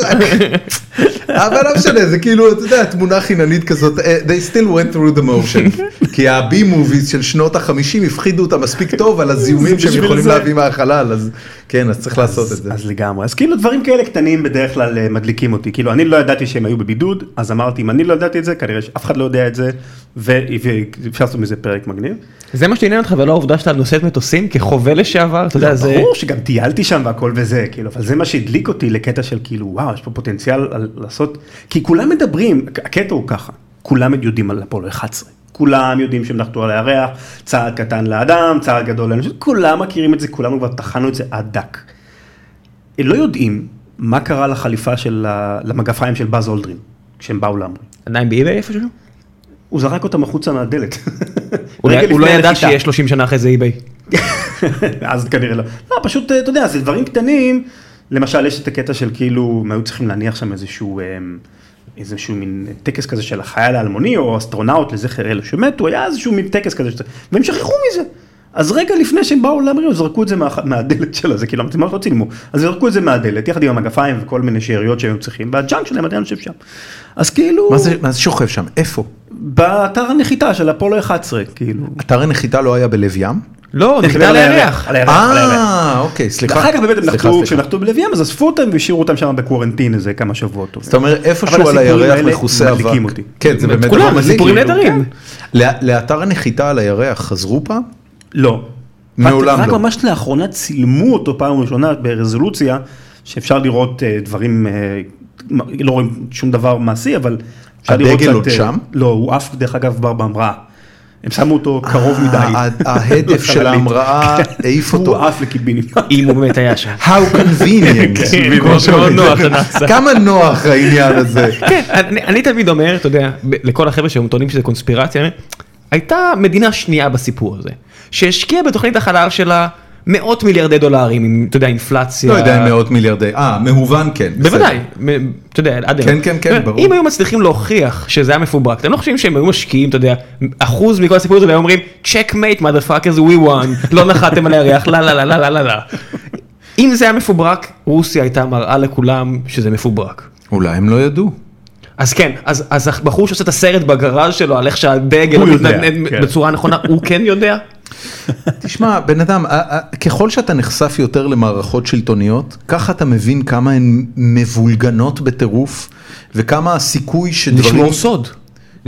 S1: אבל לא משנה, זה כאילו, אתה יודע, תמונה חיננית כזאת, אה, they still went through the motion. כי הבי מוביז של שנות החמישים הפחידו אותה מספיק טוב על הזיהומים שהם
S3: בשביל
S1: יכולים
S3: זה.
S1: להביא מהחלל, אז כן, אז צריך לעשות את זה.
S3: אז לגמרי, אז כאילו דברים כאלה קטנים בדרך כלל אה, מדליקים אותי, כאילו אני לא ידעתי שהם היו בבידוד, אז אמרתי אם אני לא ידעתי את זה, כנראה שאף אחד לא יודע את זה, ואפשר לעשות מזה פרק מגניב.
S2: זה מה שעניין אותך ולא העובדה שאתה נושאת מטוסים כחווה לשעבר, אתה יודע, לא, זה...
S3: ברור שגם טיילתי שם והכל וזה, כאילו, אבל זה מה שהדליק אותי לקטע של כאילו, וואו, יש פה פוטנציאל על- לעשות, כי כולם מדברים, הקטע הוא ככה, כולם יודעים על אפולו 11. כולם יודעים שהם נחתו על הירח, צעד קטן לאדם, צעד גדול לאנושות, כולם מכירים את זה, כולנו כבר טחנו את זה עד דק. לא יודעים מה קרה לחליפה של, ה- למגפיים של באז אולדרין, כשהם באו להמריא.
S2: עדיין באיבאי איפשהו?
S3: הוא זרק אותם החוצה מהדלת. רגע
S2: אולי- הוא לא
S3: לפני
S2: ידע
S3: הנחיתה.
S2: שיש 30 שנה אחרי זה אי-ביי.
S3: אז כנראה לא. לא, פשוט, אה, אתה יודע, זה דברים קטנים. למשל, יש את הקטע של כאילו, הם היו צריכים להניח שם איזשהו, אה, איזשהו מין טקס כזה של החייל האלמוני, או אסטרונאוט לזכר אלו שמתו, היה איזשהו מין טקס כזה, שאתה- והם שכחו מזה. אז רגע לפני שהם באו להמריא, זרקו את זה מה, מהדלת שלה, זה כאילו, אמרתי, מה לא צילמו? אז זרקו את זה מהדלת, יחד עם המגפיים וכל מיני שאריות שהם היו צריכים, והג'אנק שלהם עדיין יושב שם. אז כאילו,
S1: מה זה- מה זה שוכב שם? איפה?
S3: באתר הנחיתה של אפולו 11, כאילו.
S1: אתר הנחיתה לא היה בלב ים?
S2: לא, נחיתה על הירח.
S3: על הירח, על הירח.
S1: אה, אוקיי, סליחה.
S3: אחר כך באמת הם
S1: סליחה,
S3: נחתו,
S1: סליחה.
S3: כשנחתו בלב ים אז אספו אותם והשאירו אותם שם בקוורנטין איזה כמה שבועות.
S1: זאת אומרת, איפשהו על הירח מכוסה אבק.
S3: מדליקים אותי.
S1: כן, זה באמת דבר
S2: כולם,
S1: מדליק.
S2: סיפורים
S1: כאילו.
S2: נהדרים.
S1: לא- לאתר הנחיתה על הירח חזרו פעם?
S3: לא.
S1: מעולם
S3: רק-
S1: לא.
S3: רק ממש לאחרונה צילמו אותו פעם ראשונה ברזולוציה, שאפשר לראות אה, דברים, אה, מ- לא רואים שום דבר מעשי, אבל אפשר לראות
S1: הדגל
S3: קצת,
S1: עוד
S3: אה,
S1: שם?
S3: לא, הוא עף דרך אגב בר בהמראה. הם שמו אותו קרוב מדי.
S1: אה,
S3: כן.
S1: ה- ההדף של ההמראה העיף אותו.
S3: הוא עף לקיבינימט.
S2: אם הוא באמת היה שם.
S1: How convenient.
S2: כן,
S1: כמו
S2: מאוד
S1: שאומרים.
S2: נוח הנאצה.
S1: כמה נוח העניין הזה.
S2: כן, אני, אני תמיד אומר, אתה יודע, ב- לכל החבר'ה שהם טוענים שזה קונספירציה, אני אומר, הייתה מדינה שנייה בסיפור הזה, שהשקיעה בתוכנית החלב שלה מאות מיליארדי דולרים, עם, אתה יודע, אינפלציה.
S1: לא יודע אם מאות מיליארדי, אה, מהוון כן. בסדר.
S2: בוודאי, מ- אתה יודע, עד היום.
S1: כן, כן, כן,
S2: אני אומר,
S1: ברור.
S2: אם היו מצליחים להוכיח שזה היה מפוברק, אתם לא חושבים שהם היו משקיעים, אתה יודע, אחוז מכל הסיפור הזה, והיו אומרים, צ'ק מייט, מה פאקרס, ווי וואן, לא נחתם על הירח, לה לה לה לה לה לה לה. אם זה היה מפוברק, רוסיה הייתה מראה לכולם שזה מפוברק.
S1: אולי הם לא ידעו.
S2: אז כן, אז, אז הבחור שעושה את הסרט בגראז' שלו על איך שהדגל
S3: הוא יודע,
S2: מתנדנד
S3: כן.
S2: בצורה הנכונה, הוא כן יודע?
S1: תשמע, בן אדם, ה- ה- ככל שאתה נחשף יותר למערכות שלטוניות, ככה אתה מבין כמה הן מבולגנות בטירוף, וכמה הסיכוי שדברים...
S2: לשמור סוד.
S1: כן.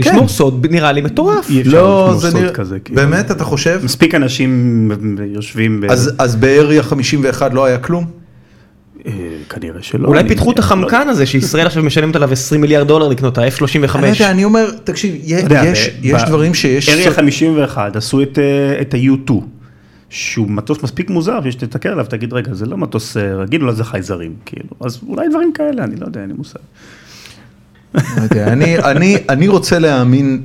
S2: לשמור סוד נראה לי מטורף.
S3: אי אפשר
S1: לא,
S3: לשמור
S1: זה
S3: סוד
S1: נראה...
S3: כזה, כאילו.
S1: באמת, אתה חושב?
S3: מספיק אנשים יושבים, ב-
S1: אז- אז באריה 51 לא היה כלום?
S3: אה, כנראה שלא. אה,
S2: אולי
S1: לא,
S3: אני-
S2: פיתחו את החמקן הזה שישראל עכשיו משלמת עליו 20 מיליארד דולר לקנות ה-F35.
S1: אני לא יודע, אני אומר, תקשיב, יה-
S3: אתה יודע,
S1: יש-
S3: ב-
S1: יש
S3: ב-
S1: דברים שיש...
S3: אריה 51 עשו את, אה, את ה-U2, שהוא מטוס מספיק מוזר, שיש שתתקר עליו, תגיד, רגע, זה לא מטוס אה, רגיל, אולי זה חייזרים, כאילו. אז אולי דברים כאלה, אני לא יודע, אין לי מושג.
S1: לא יודע, אני, אני, אני רוצה להאמין,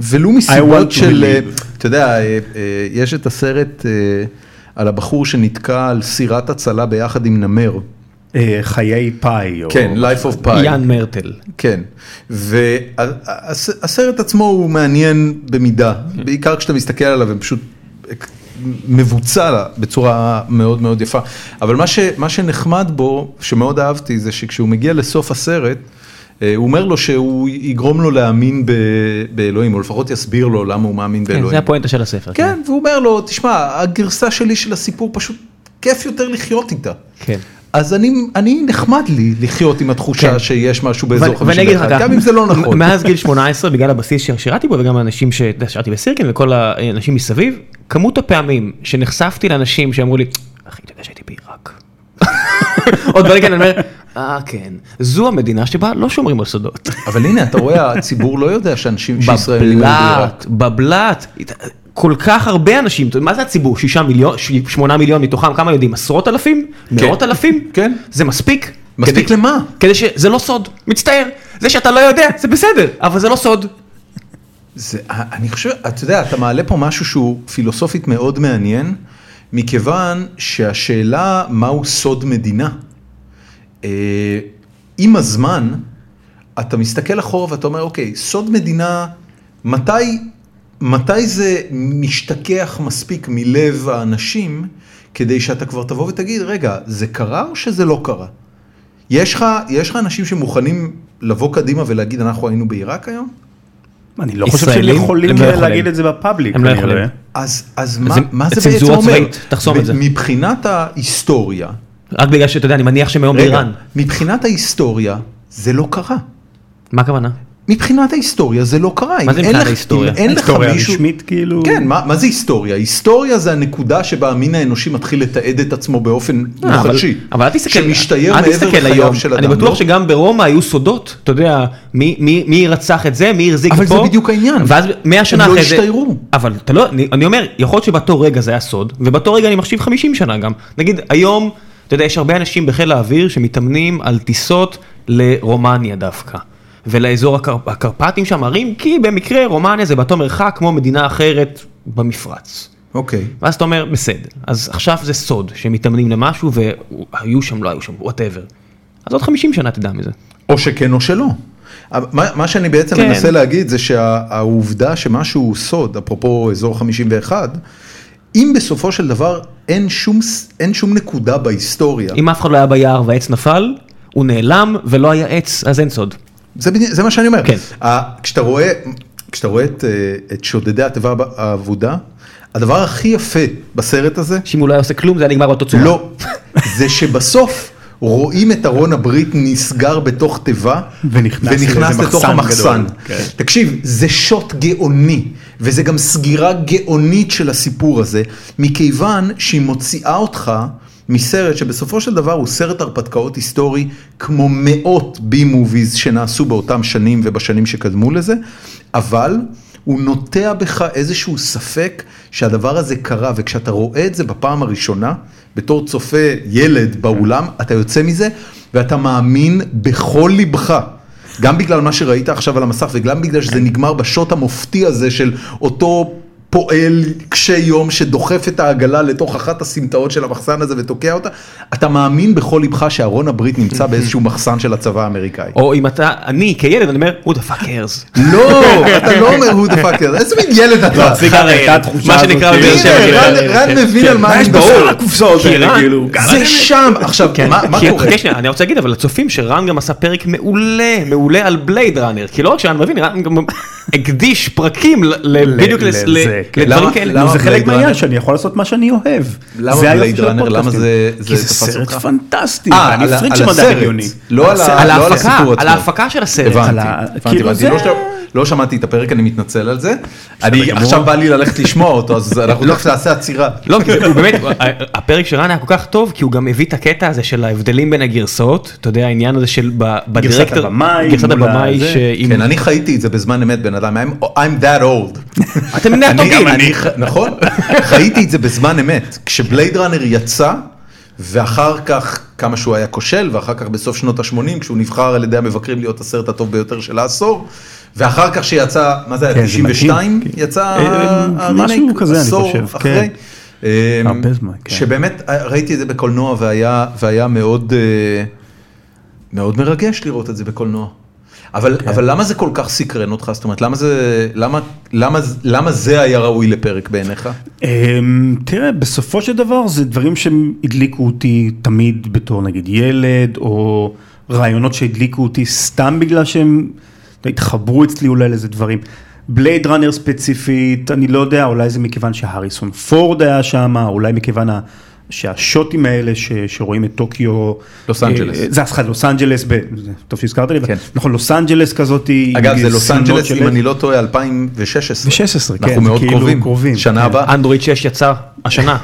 S1: ולו
S3: want
S1: מסיבות
S3: to
S1: של,
S3: believe.
S1: אתה יודע, אה, אה, יש את הסרט אה, על הבחור שנתקע על סירת הצלה ביחד עם נמר.
S3: אה, חיי פאי, או...
S1: כן,
S2: לא-
S1: Life of Pi.
S2: יאן מרטל.
S1: כן, והסרט עצמו הוא מעניין במידה, בעיקר כשאתה מסתכל עליו, הם פשוט מבוצע לה בצורה מאוד מאוד יפה. אבל מה, ש, מה שנחמד בו, שמאוד אהבתי, זה שכשהוא מגיע לסוף הסרט, אה, הוא אומר לו שהוא יגרום לו להאמין ב, באלוהים, או לפחות יסביר לו למה הוא מאמין באלוהים.
S2: כן, זה הפואנטה של הספר.
S1: לא כן, והוא אומר לו, תשמע, הגרסה שלי של הסיפור פשוט כיף יותר לחיות איתה.
S2: כן.
S1: אז אני, אני נחמד לי לחיות עם התחושה
S2: כן.
S1: שיש משהו
S2: ואני
S1: באזור
S2: ואני אגיד לך
S1: 51,
S2: ככה,
S1: גם אם זה לא נכון.
S2: מאז גיל 18 בגלל הבסיס ששירתי בו וגם האנשים ששירתי בסירקין וכל האנשים מסביב, כמות הפעמים שנחשפתי לאנשים שאמרו לי, אחי אתה יודע שהייתי בעיראק. עוד דברים כאלה, אני אומר, אה כן, זו המדינה שבה לא שומרים על סודות.
S1: אבל הנה, אתה רואה, הציבור לא יודע שאנשים שישראלים
S2: בבלת, בבלת, כל כך הרבה אנשים, מה זה הציבור? שישה מיליון, ש- שמונה מיליון מתוכם, כמה יודעים? עשרות אלפים? מאות אלפים?
S1: כן.
S2: זה מספיק?
S1: מספיק
S2: כדי-
S1: למה?
S2: כדי ש... זה לא סוד, מצטער. זה שאתה לא יודע, זה בסדר, אבל זה לא סוד.
S1: זה, אני חושב, אתה יודע, אתה מעלה פה משהו שהוא פילוסופית מאוד מעניין, מכיוון שהשאלה מהו סוד מדינה, אה, עם הזמן, אתה מסתכל אחורה ואתה אומר, אוקיי, סוד מדינה, מתי, מתי זה משתכח מספיק מלב האנשים, כדי שאתה כבר תבוא ותגיד, רגע, זה קרה או שזה לא קרה? יש לך, יש לך אנשים שמוכנים לבוא קדימה ולהגיד, אנחנו היינו בעיראק היום?
S3: אני לא חושב שהם
S2: ישראלים?
S3: יכולים
S2: הם לא יכולים.
S3: להגיד את זה בפאבליק.
S2: הם לא
S3: כנראה.
S2: יכולים.
S1: אז, אז מה,
S2: זה-
S1: מה
S2: זה
S1: זה בעצם
S2: צנזורה
S1: אומר?
S2: צבאית, תחסום את זה.
S1: מבחינת ההיסטוריה,
S2: רק בגלל שאתה יודע, אני מניח שהם היום
S1: רגע,
S2: באיראן.
S1: מבחינת ההיסטוריה, זה לא קרה.
S2: מה הכוונה?
S1: מבחינת ההיסטוריה זה לא קרה.
S2: מה זה
S1: אם אין
S2: מבחינת
S1: לך-
S2: ההיסטוריה?
S1: אם אין לך
S3: היסטוריה
S1: מישהו-
S3: רשמית כאילו.
S1: כן, מה, מה זה היסטוריה? היסטוריה זה הנקודה שבה המין האנושי מתחיל לתעד את עצמו באופן
S2: אה, אבל-
S1: מוחשי.
S2: אבל אל תסתכל,
S1: שמשתייר
S2: אל
S1: מעבר
S2: תסתכל היום.
S1: לחייו של אדם.
S2: אני
S1: לא?
S2: בטוח שגם ברומא היו סודות, אתה יודע, מי- מי מי רצח את זה, מי החזיק פה.
S1: אבל זה בדיוק העניין.
S2: ואז מאה שנה
S1: הם לא
S2: אחרי זה.
S1: השתיירו.
S2: אבל אתה לא, אני אני אומר, יכול להיות שבאותו רגע זה היה סוד, ובאותו רגע אני מחשיב 50 שנה גם. נגיד, היום, אתה יודע, יש הרבה אנשים בחיל האוויר שמתאמנים על טיסות לרומניה דווקא. ולאזור הקר... הקרפטים שם, ערים, כי במקרה רומניה זה באותו מרחק כמו מדינה אחרת במפרץ.
S1: אוקיי.
S2: ואז אתה אומר, בסדר, אז עכשיו זה סוד, שהם מתאמנים למשהו והיו שם, לא היו שם, וואטאבר. אז עוד 50 שנה תדע מזה.
S1: או שכן או שלא. מה, מה שאני בעצם
S2: כן.
S1: כן. מנסה להגיד זה שהעובדה שמשהו הוא סוד, אפרופו אזור 51, אם בסופו של דבר אין שום, ס- אין שום נקודה בהיסטוריה,
S2: אם אף אחד לא היה ביער והעץ נפל, הוא נעלם ולא היה עץ, אז אין סוד.
S1: זה, בדי- זה מה שאני אומר.
S2: כן.
S1: ה- כשאתה רואה, כשאתה רואה את, אה, את שודדי התיבה האבודה, הדבר הכי יפה בסרט הזה,
S2: שאם הוא לא היה עושה כלום זה היה נגמר באותו צורה.
S1: לא, זה שבסוף רואים את ארון הברית נסגר בתוך תיבה
S3: ונכנס לאיזה
S1: לתוך
S3: מחסן
S1: המחסן.
S3: גדול, כן.
S1: תקשיב, זה שוט גאוני, וזה גם סגירה גאונית של הסיפור הזה, מכיוון שהיא מוציאה אותך מסרט שבסופו של דבר הוא סרט הרפתקאות היסטורי, כמו מאות בי מוביז שנעשו באותם שנים ובשנים שקדמו לזה, אבל... הוא נוטע בך איזשהו ספק שהדבר הזה קרה, וכשאתה רואה את זה בפעם הראשונה, בתור צופה ילד באולם, אתה יוצא מזה ואתה מאמין בכל ליבך גם בגלל מה שראית עכשיו על המסך וגם בגלל שזה נגמר בשוט המופתי הזה של אותו פועל קשה יום שדוחף את העגלה לתוך אחת הסמטאות של המחסן הזה ותוקע אותה, אתה מאמין בכל ליבך שארון הברית נמצא באיזשהו מחסן של הצבא האמריקאי.
S2: או אם אתה, אני כילד, אני אומר, who the fuck cares.
S1: לא, אתה לא אומר who the fuck is, איזה מין ילד אתה.
S3: לא, זה גם הייתה התחושה
S2: אה, מה שנקרא
S3: הזאת.
S2: בבאר
S1: הנה,
S2: שבע. אה, כן.
S1: רן- רן מבין על מה
S3: מה יש
S1: אני
S3: בכל
S1: מדבר.
S3: הקופסאות האלה
S2: איראן-
S3: כאילו.
S1: זה שם, עכשיו
S3: כן.
S1: מה מה
S2: כי-
S1: קורה?
S2: חכה שנייה, אני רוצה להגיד אבל לצופים שרן גם עשה פרק מעולה, מעולה על בלייד ראנר, כי לא רק שרן מבין, רן גם הקדיש פרקים ל- ל- בדיוק לס-
S3: לזה,
S2: ל-
S3: כן.
S2: לדברים
S1: למה-
S2: כאלה.
S1: למה-
S3: נו, זה חלק
S1: בלייד
S3: מהעניין
S1: ראנר?
S3: שאני יכול לעשות מה שאני אוהב.
S1: למה
S3: זה היופי
S1: בלייד
S3: של
S1: ראנר? למה
S3: הפודקאסטים.
S1: זה- זה
S3: כי זה
S1: תפס
S3: סרט
S1: אותך?
S3: פנטסטי.
S1: אה,
S3: אני
S1: על ה-
S3: פריט
S1: על
S3: שמדע
S1: הסרט.
S3: בדיוני.
S1: לא על ה-
S2: על
S1: לא על
S2: ההפקה,
S1: הסיפור עצמו.
S2: על ההפקה של הסרט.
S1: הבנתי,
S3: על ה-
S1: הבנתי,
S3: כאילו
S1: הבנתי. לא
S3: זה-
S1: ש- לא שמעתי את הפרק, אני מתנצל על זה. אני
S3: גמור.
S1: עכשיו בא לי ללכת לשמוע אותו, אז אנחנו תכף נעשה עצירה.
S2: לא, כי זה- הוא באמת, הפרק של רן היה כל כך טוב, כי הוא גם הביא את הקטע הזה של ההבדלים בין הגרסאות, אתה יודע, העניין הזה של ב- בדירקטור,
S3: הבמאי
S2: גרסת
S3: מול
S2: הבמאי,
S3: הזה.
S2: שעם-
S1: כן, אני חייתי את זה בזמן אמת, בן אדם, I'm- I'm that old.
S2: אתם בני
S1: אני-
S2: הטובים,
S1: אני- נכון, חייתי את זה בזמן אמת. כשבלייד ראנר יצא, ואחר כך כמה שהוא היה כושל, ואחר כך בסוף שנות ה-80, כשהוא נבחר על ידי המבקרים להיות הסרט הטוב ביותר של העשור, ואחר כך שיצא, מה זה
S3: כן,
S1: היה,
S3: זה
S1: 92?
S3: מדהים, כן.
S1: יצא
S3: אה,
S1: הרימייק,
S3: משהו כזה, אני
S1: עשור
S3: חושב,
S1: אחרי.
S3: כן.
S1: אה,
S3: הרבה זמן, כן.
S1: שבאמת אה, ראיתי את זה בקולנוע והיה והיה מאוד אה, מאוד מרגש לראות את זה בקולנוע. אבל, כן. אבל למה זה כל כך סקרן אותך? זאת אומרת, למה זה, למה, למה, למה זה היה ראוי לפרק בעיניך?
S3: אמ, תראה, בסופו של דבר זה דברים שהדליקו אותי תמיד בתור נגיד ילד, או רעיונות שהדליקו אותי סתם בגלל שהם התחברו אצלי אולי לאיזה דברים. בלייד ראנר ספציפית, אני לא יודע, אולי זה מכיוון שהאריסון פורד היה שם, אולי מכיוון ה- שהשוטים האלה ש, שרואים את טוקיו.
S1: לוס אנג'לס.
S3: אה, זה סליחה, לוס אנג'לס, ב, זה- טוב שהזכרת לי,
S1: כן.
S3: נכון, לוס אנג'לס כזאת. עם
S1: אגב, זה לוס
S3: סצנות
S1: אנג'לס,
S3: של-
S1: אם אני לא טועה, 2016.
S3: 16, כן,
S1: אנחנו
S3: זה
S1: מאוד
S3: כאילו
S1: קרובים,
S3: קרובים,
S1: שנה
S3: כן.
S1: הבאה,
S2: אנדרואיד 6 יצא השנה.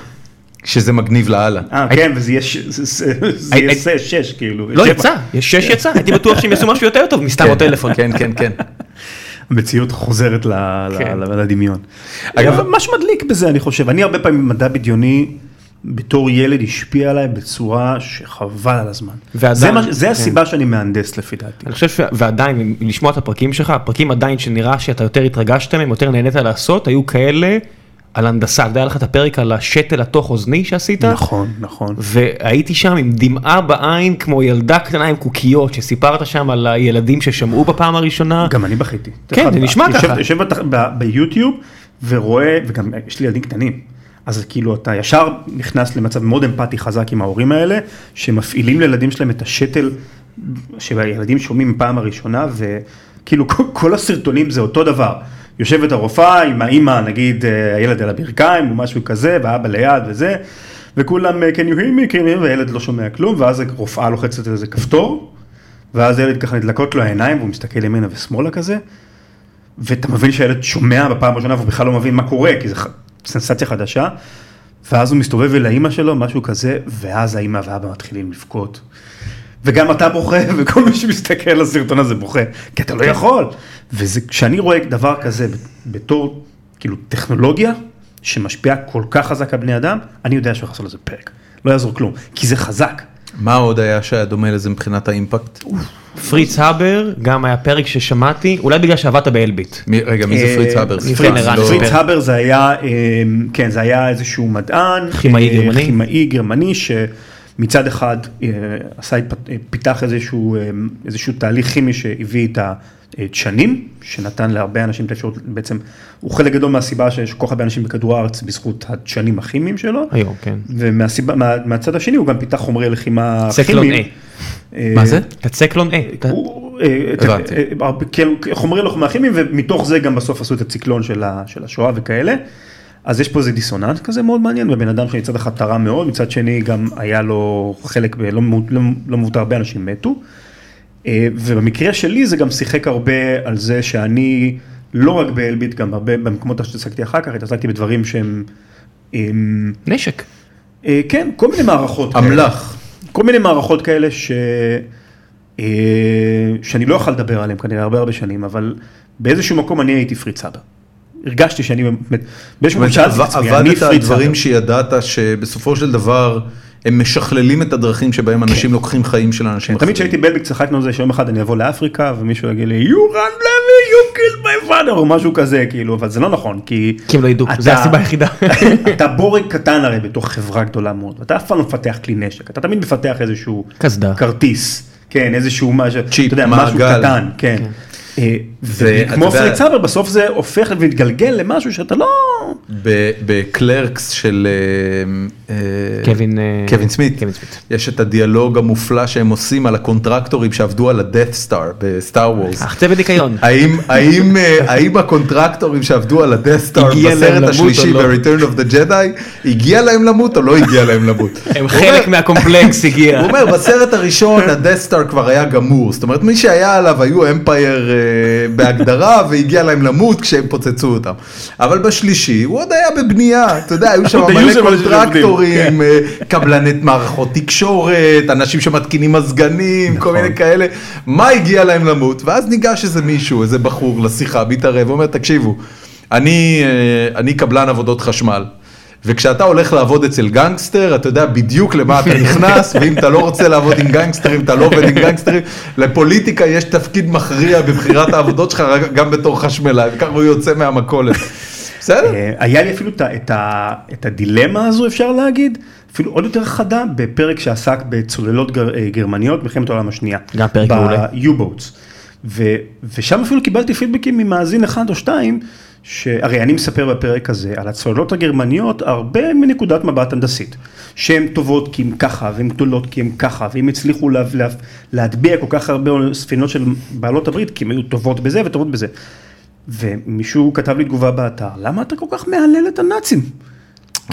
S1: שזה מגניב לאללה.
S3: אה, כן, וזה יהיה ש- זה- זה-
S1: אה,
S3: זה יהיה
S2: הי-
S3: ש- שש, כאילו.
S2: לא
S3: שבע.
S2: יצא, יש שש יצא, הייתי בטוח שהם יעשו משהו יותר טוב מסתם הטלפון.
S1: כן, כן, כן.
S3: המציאות חוזרת ל- ל-
S2: כן.
S3: ל- לדמיון.
S1: אגב-
S3: אגב, מה שמדליק בזה, אני חושב, אני הרבה פעמים מדע בדיוני, בתור ילד, השפיע עליי בצורה שחבל על הזמן.
S2: ועדיין,
S3: זה מה- זה הסיבה שאני מהנדס לפי דעתי.
S2: אני חושב כן. ש... ועדיין, אם לשמוע את הפרקים שלך, הפרקים עדיין שנראה שאתה יותר התרגשת מהם, יותר נהנית לעשות, היו כאלה על הנדסה, אתה יודע, היה לך את הפרק על השתל התוך אוזני שעשית?
S3: נכון, נכון.
S2: והייתי שם עם דמעה בעין כמו ילדה קטנה עם קוקיות שסיפרת שם על הילדים ששמעו בפעם הראשונה.
S3: גם אני בכיתי.
S2: כן, זה נשמע
S3: יושב-
S2: ככה.
S3: יושב בת- ב- ביוטיוב ורואה, וגם יש לי ילדים קטנים, אז כאילו אתה ישר נכנס למצב מאוד אמפתי חזק עם ההורים האלה, שמפעילים לילדים שלהם את השתל שהילדים שומעים פעם הראשונה, וכאילו כל- כל הסרטונים זה אותו דבר. יושבת הרופאה עם האימא, נגיד אה, הילד על הברכיים או משהו כזה, והאבא ליד וזה, וכולם אה, can you hear me, can you hear me, והילד לא שומע כלום, ואז הרופאה לוחצת על איזה כפתור, ואז הילד ככה נדלקות לו העיניים והוא מסתכל ימינה ושמאלה כזה, ואתה מבין שהילד שומע בפעם הראשונה והוא בכלל לא מבין מה קורה, כי זו ח- סנסציה חדשה, ואז הוא מסתובב אל האימא שלו, משהו כזה, ואז האימא והאבא מתחילים לבכות. וגם אתה בוכה, וכל מי שמסתכל על הסרטון הזה בוכה, כי אתה לא יכול. וכשאני רואה דבר כזה בתור, כאילו, טכנולוגיה שמשפיעה כל כך חזק על בני אדם, אני יודע שהוא יכול לעשות לזה פרק. לא יעזור כלום, כי זה חזק.
S1: מה עוד היה שהיה דומה לזה מבחינת האימפקט?
S2: פריץ הבר, גם היה פרק ששמעתי, אולי בגלל שעבדת באלביט.
S1: מי- רגע, מי זה פריץ
S3: אה,
S1: הבר?
S2: פריץ
S1: סליחה,
S2: הבר.
S1: לא-
S2: פריץ
S3: פריץ הבר זה היה, אה, כן, זה היה איזשהו מדען,
S2: כימאי
S3: אה,
S2: גרמני.
S3: כימאי גרמני, שמצד אחד אה, עשה, התפ- אה, פיתח איזשהו, אה, איזשהו תהליך כימי שהביא את הדשנים, שנתן להרבה אנשים את האפשרות, בעצם, הוא חלק גדול מהסיבה שיש כל כך הרבה אנשים בכדור הארץ בזכות הדשנים הכימיים שלו,
S2: היום, כן.
S3: ומהסיבה, מה, מהצד השני הוא גם פיתח חומרי לחימה
S2: סקלון
S3: כימיים. אה,
S1: מה זה?
S2: אתה צקלון A. אתה-
S3: הוא, אה, אתה-
S1: הבנתי.
S3: אה, כן, חומרי לוחמה כימיים ומתוך זה גם בסוף עשו את הציקלון של ה- של השואה וכאלה. אז יש פה איזה דיסוננס כזה מאוד מעניין בבן אדם שמצד אחד תרם מאוד מצד שני גם היה לו חלק ב- לא מ- לא מ- לא מבוטר הרבה אנשים מתו. אה, ובמקרה שלי זה גם שיחק הרבה על זה שאני לא רק באלביט גם הרבה במקומות שהתעסקתי אחר כך התעסקתי בדברים שהם. הם,
S2: נשק.
S3: אה, כן, כל מיני מערכות.
S1: אמל"ח.
S3: כאלה. כל מיני מערכות כאלה ש... אה, שאני לא יכול לדבר עליהן כנראה הרבה הרבה שנים, אבל באיזשהו מקום אני הייתי פריץ סבא. הרגשתי שאני באמת, באיזשהו מקום
S1: זאת
S3: שאלתי
S1: אומרת,
S3: את עצמי, אני
S1: עבדת על
S3: פריץ סבא.
S1: דברים שידעת שבסופו של דבר הם משכללים את הדרכים שבהם
S2: כן.
S1: אנשים לוקחים חיים של אנשים
S3: תמיד כשהייתי בלביק צחקנו על זה שיום אחד אני אבוא לאפריקה ומישהו יגיד לי you run blame you kill my father או משהו כזה כאילו אבל זה לא נכון כי
S2: כי הם לא ידעו,
S3: אתה-
S2: זה הסיבה היחידה.
S3: אתה בורג קטן הרי בתוך חברה גדולה מאוד ואתה אף פעם לא מפתח כלי נשק אתה תמיד מפתח איזשהו
S2: קסדה.
S3: כרטיס כן איזשהו משהו
S1: צ'יפ,
S3: אתה יודע, משהו
S1: מעגל.
S3: קטן כן. אה,
S1: ואתה
S3: וכמו
S1: יודע-
S3: פריץ סאבר בסוף זה הופך ומתגלגל למשהו שאתה לא
S1: ב- בקלרקס של אה, אה,
S2: קווין, אה,
S1: קווין סמית.
S2: קווין סמית.
S1: יש את הדיאלוג המופלא שהם עושים על הקונטרקטורים שעבדו על ה-Death Star בסטאר וורס.
S2: החצבת ניקיון.
S1: האם, האם, אה, האם הקונטרקטורים שעבדו על ה-Death Star
S2: הגיע להם
S1: בסרט
S2: למות
S1: השלישי
S2: או לא?
S1: ב-Return of the Jedi, הגיע להם למות או לא הגיע להם למות?
S2: הם
S1: הוא
S2: חלק
S1: אומר-
S2: מהקומפלקס הגיע.
S1: הוא אומר בסרט הראשון ה-Death Star כבר היה גמור, זאת אומרת מי שהיה עליו היו אמפייר אה, בהגדרה והגיע להם למות כשהם פוצצו אותם. אבל בשלישי הוא עוד היה בבנייה, אתה יודע, היו שם
S3: עוד היו
S1: מלא
S3: שם אנשים
S1: קונטרקטורים, אה, קבלני מערכות תקשורת, אנשים שמתקינים מזגנים, כל מיני כאלה, מה הגיע להם למות? ואז ניגש איזה מישהו, איזה בחור לשיחה, מתערב, אומר תקשיבו, אני, אה, אני קבלן עבודות חשמל. וכשאתה הולך לעבוד אצל גנגסטר, אתה יודע בדיוק למה אתה נכנס, ואם אתה לא רוצה לעבוד עם גנגסטרים, אתה לא עובד עם גנגסטרים. לפוליטיקה יש תפקיד מכריע בבחירת העבודות שלך, רק- גם בתור חשמלאי, וככה הוא יוצא מהמכולת. בסדר?
S3: אה, היה לי אפילו את ה- את ה- את הדילמה הזו אפשר להגיד אפילו עוד יותר חדה בפרק שעסק בצוללות גר- אה, גרמניות מלחמת העולם השנייה.
S2: גם פרק מעולה.
S3: ב-U-Boats. ו- ושם אפילו קיבלתי פידבקים ממאזין אחד או שתיים, שהרי אני מספר בפרק הזה על הצוללות הגרמניות הרבה מנקודת מבט הנדסית, שהן טובות כי הן ככה, והן גדולות כי הן ככה, והן הצליחו לה, לה, להטביע כל כך הרבה ספינות של בעלות הברית, כי הן היו טובות בזה וטובות בזה. ומישהו כתב לי תגובה באתר, למה אתה כל כך מהלל את הנאצים?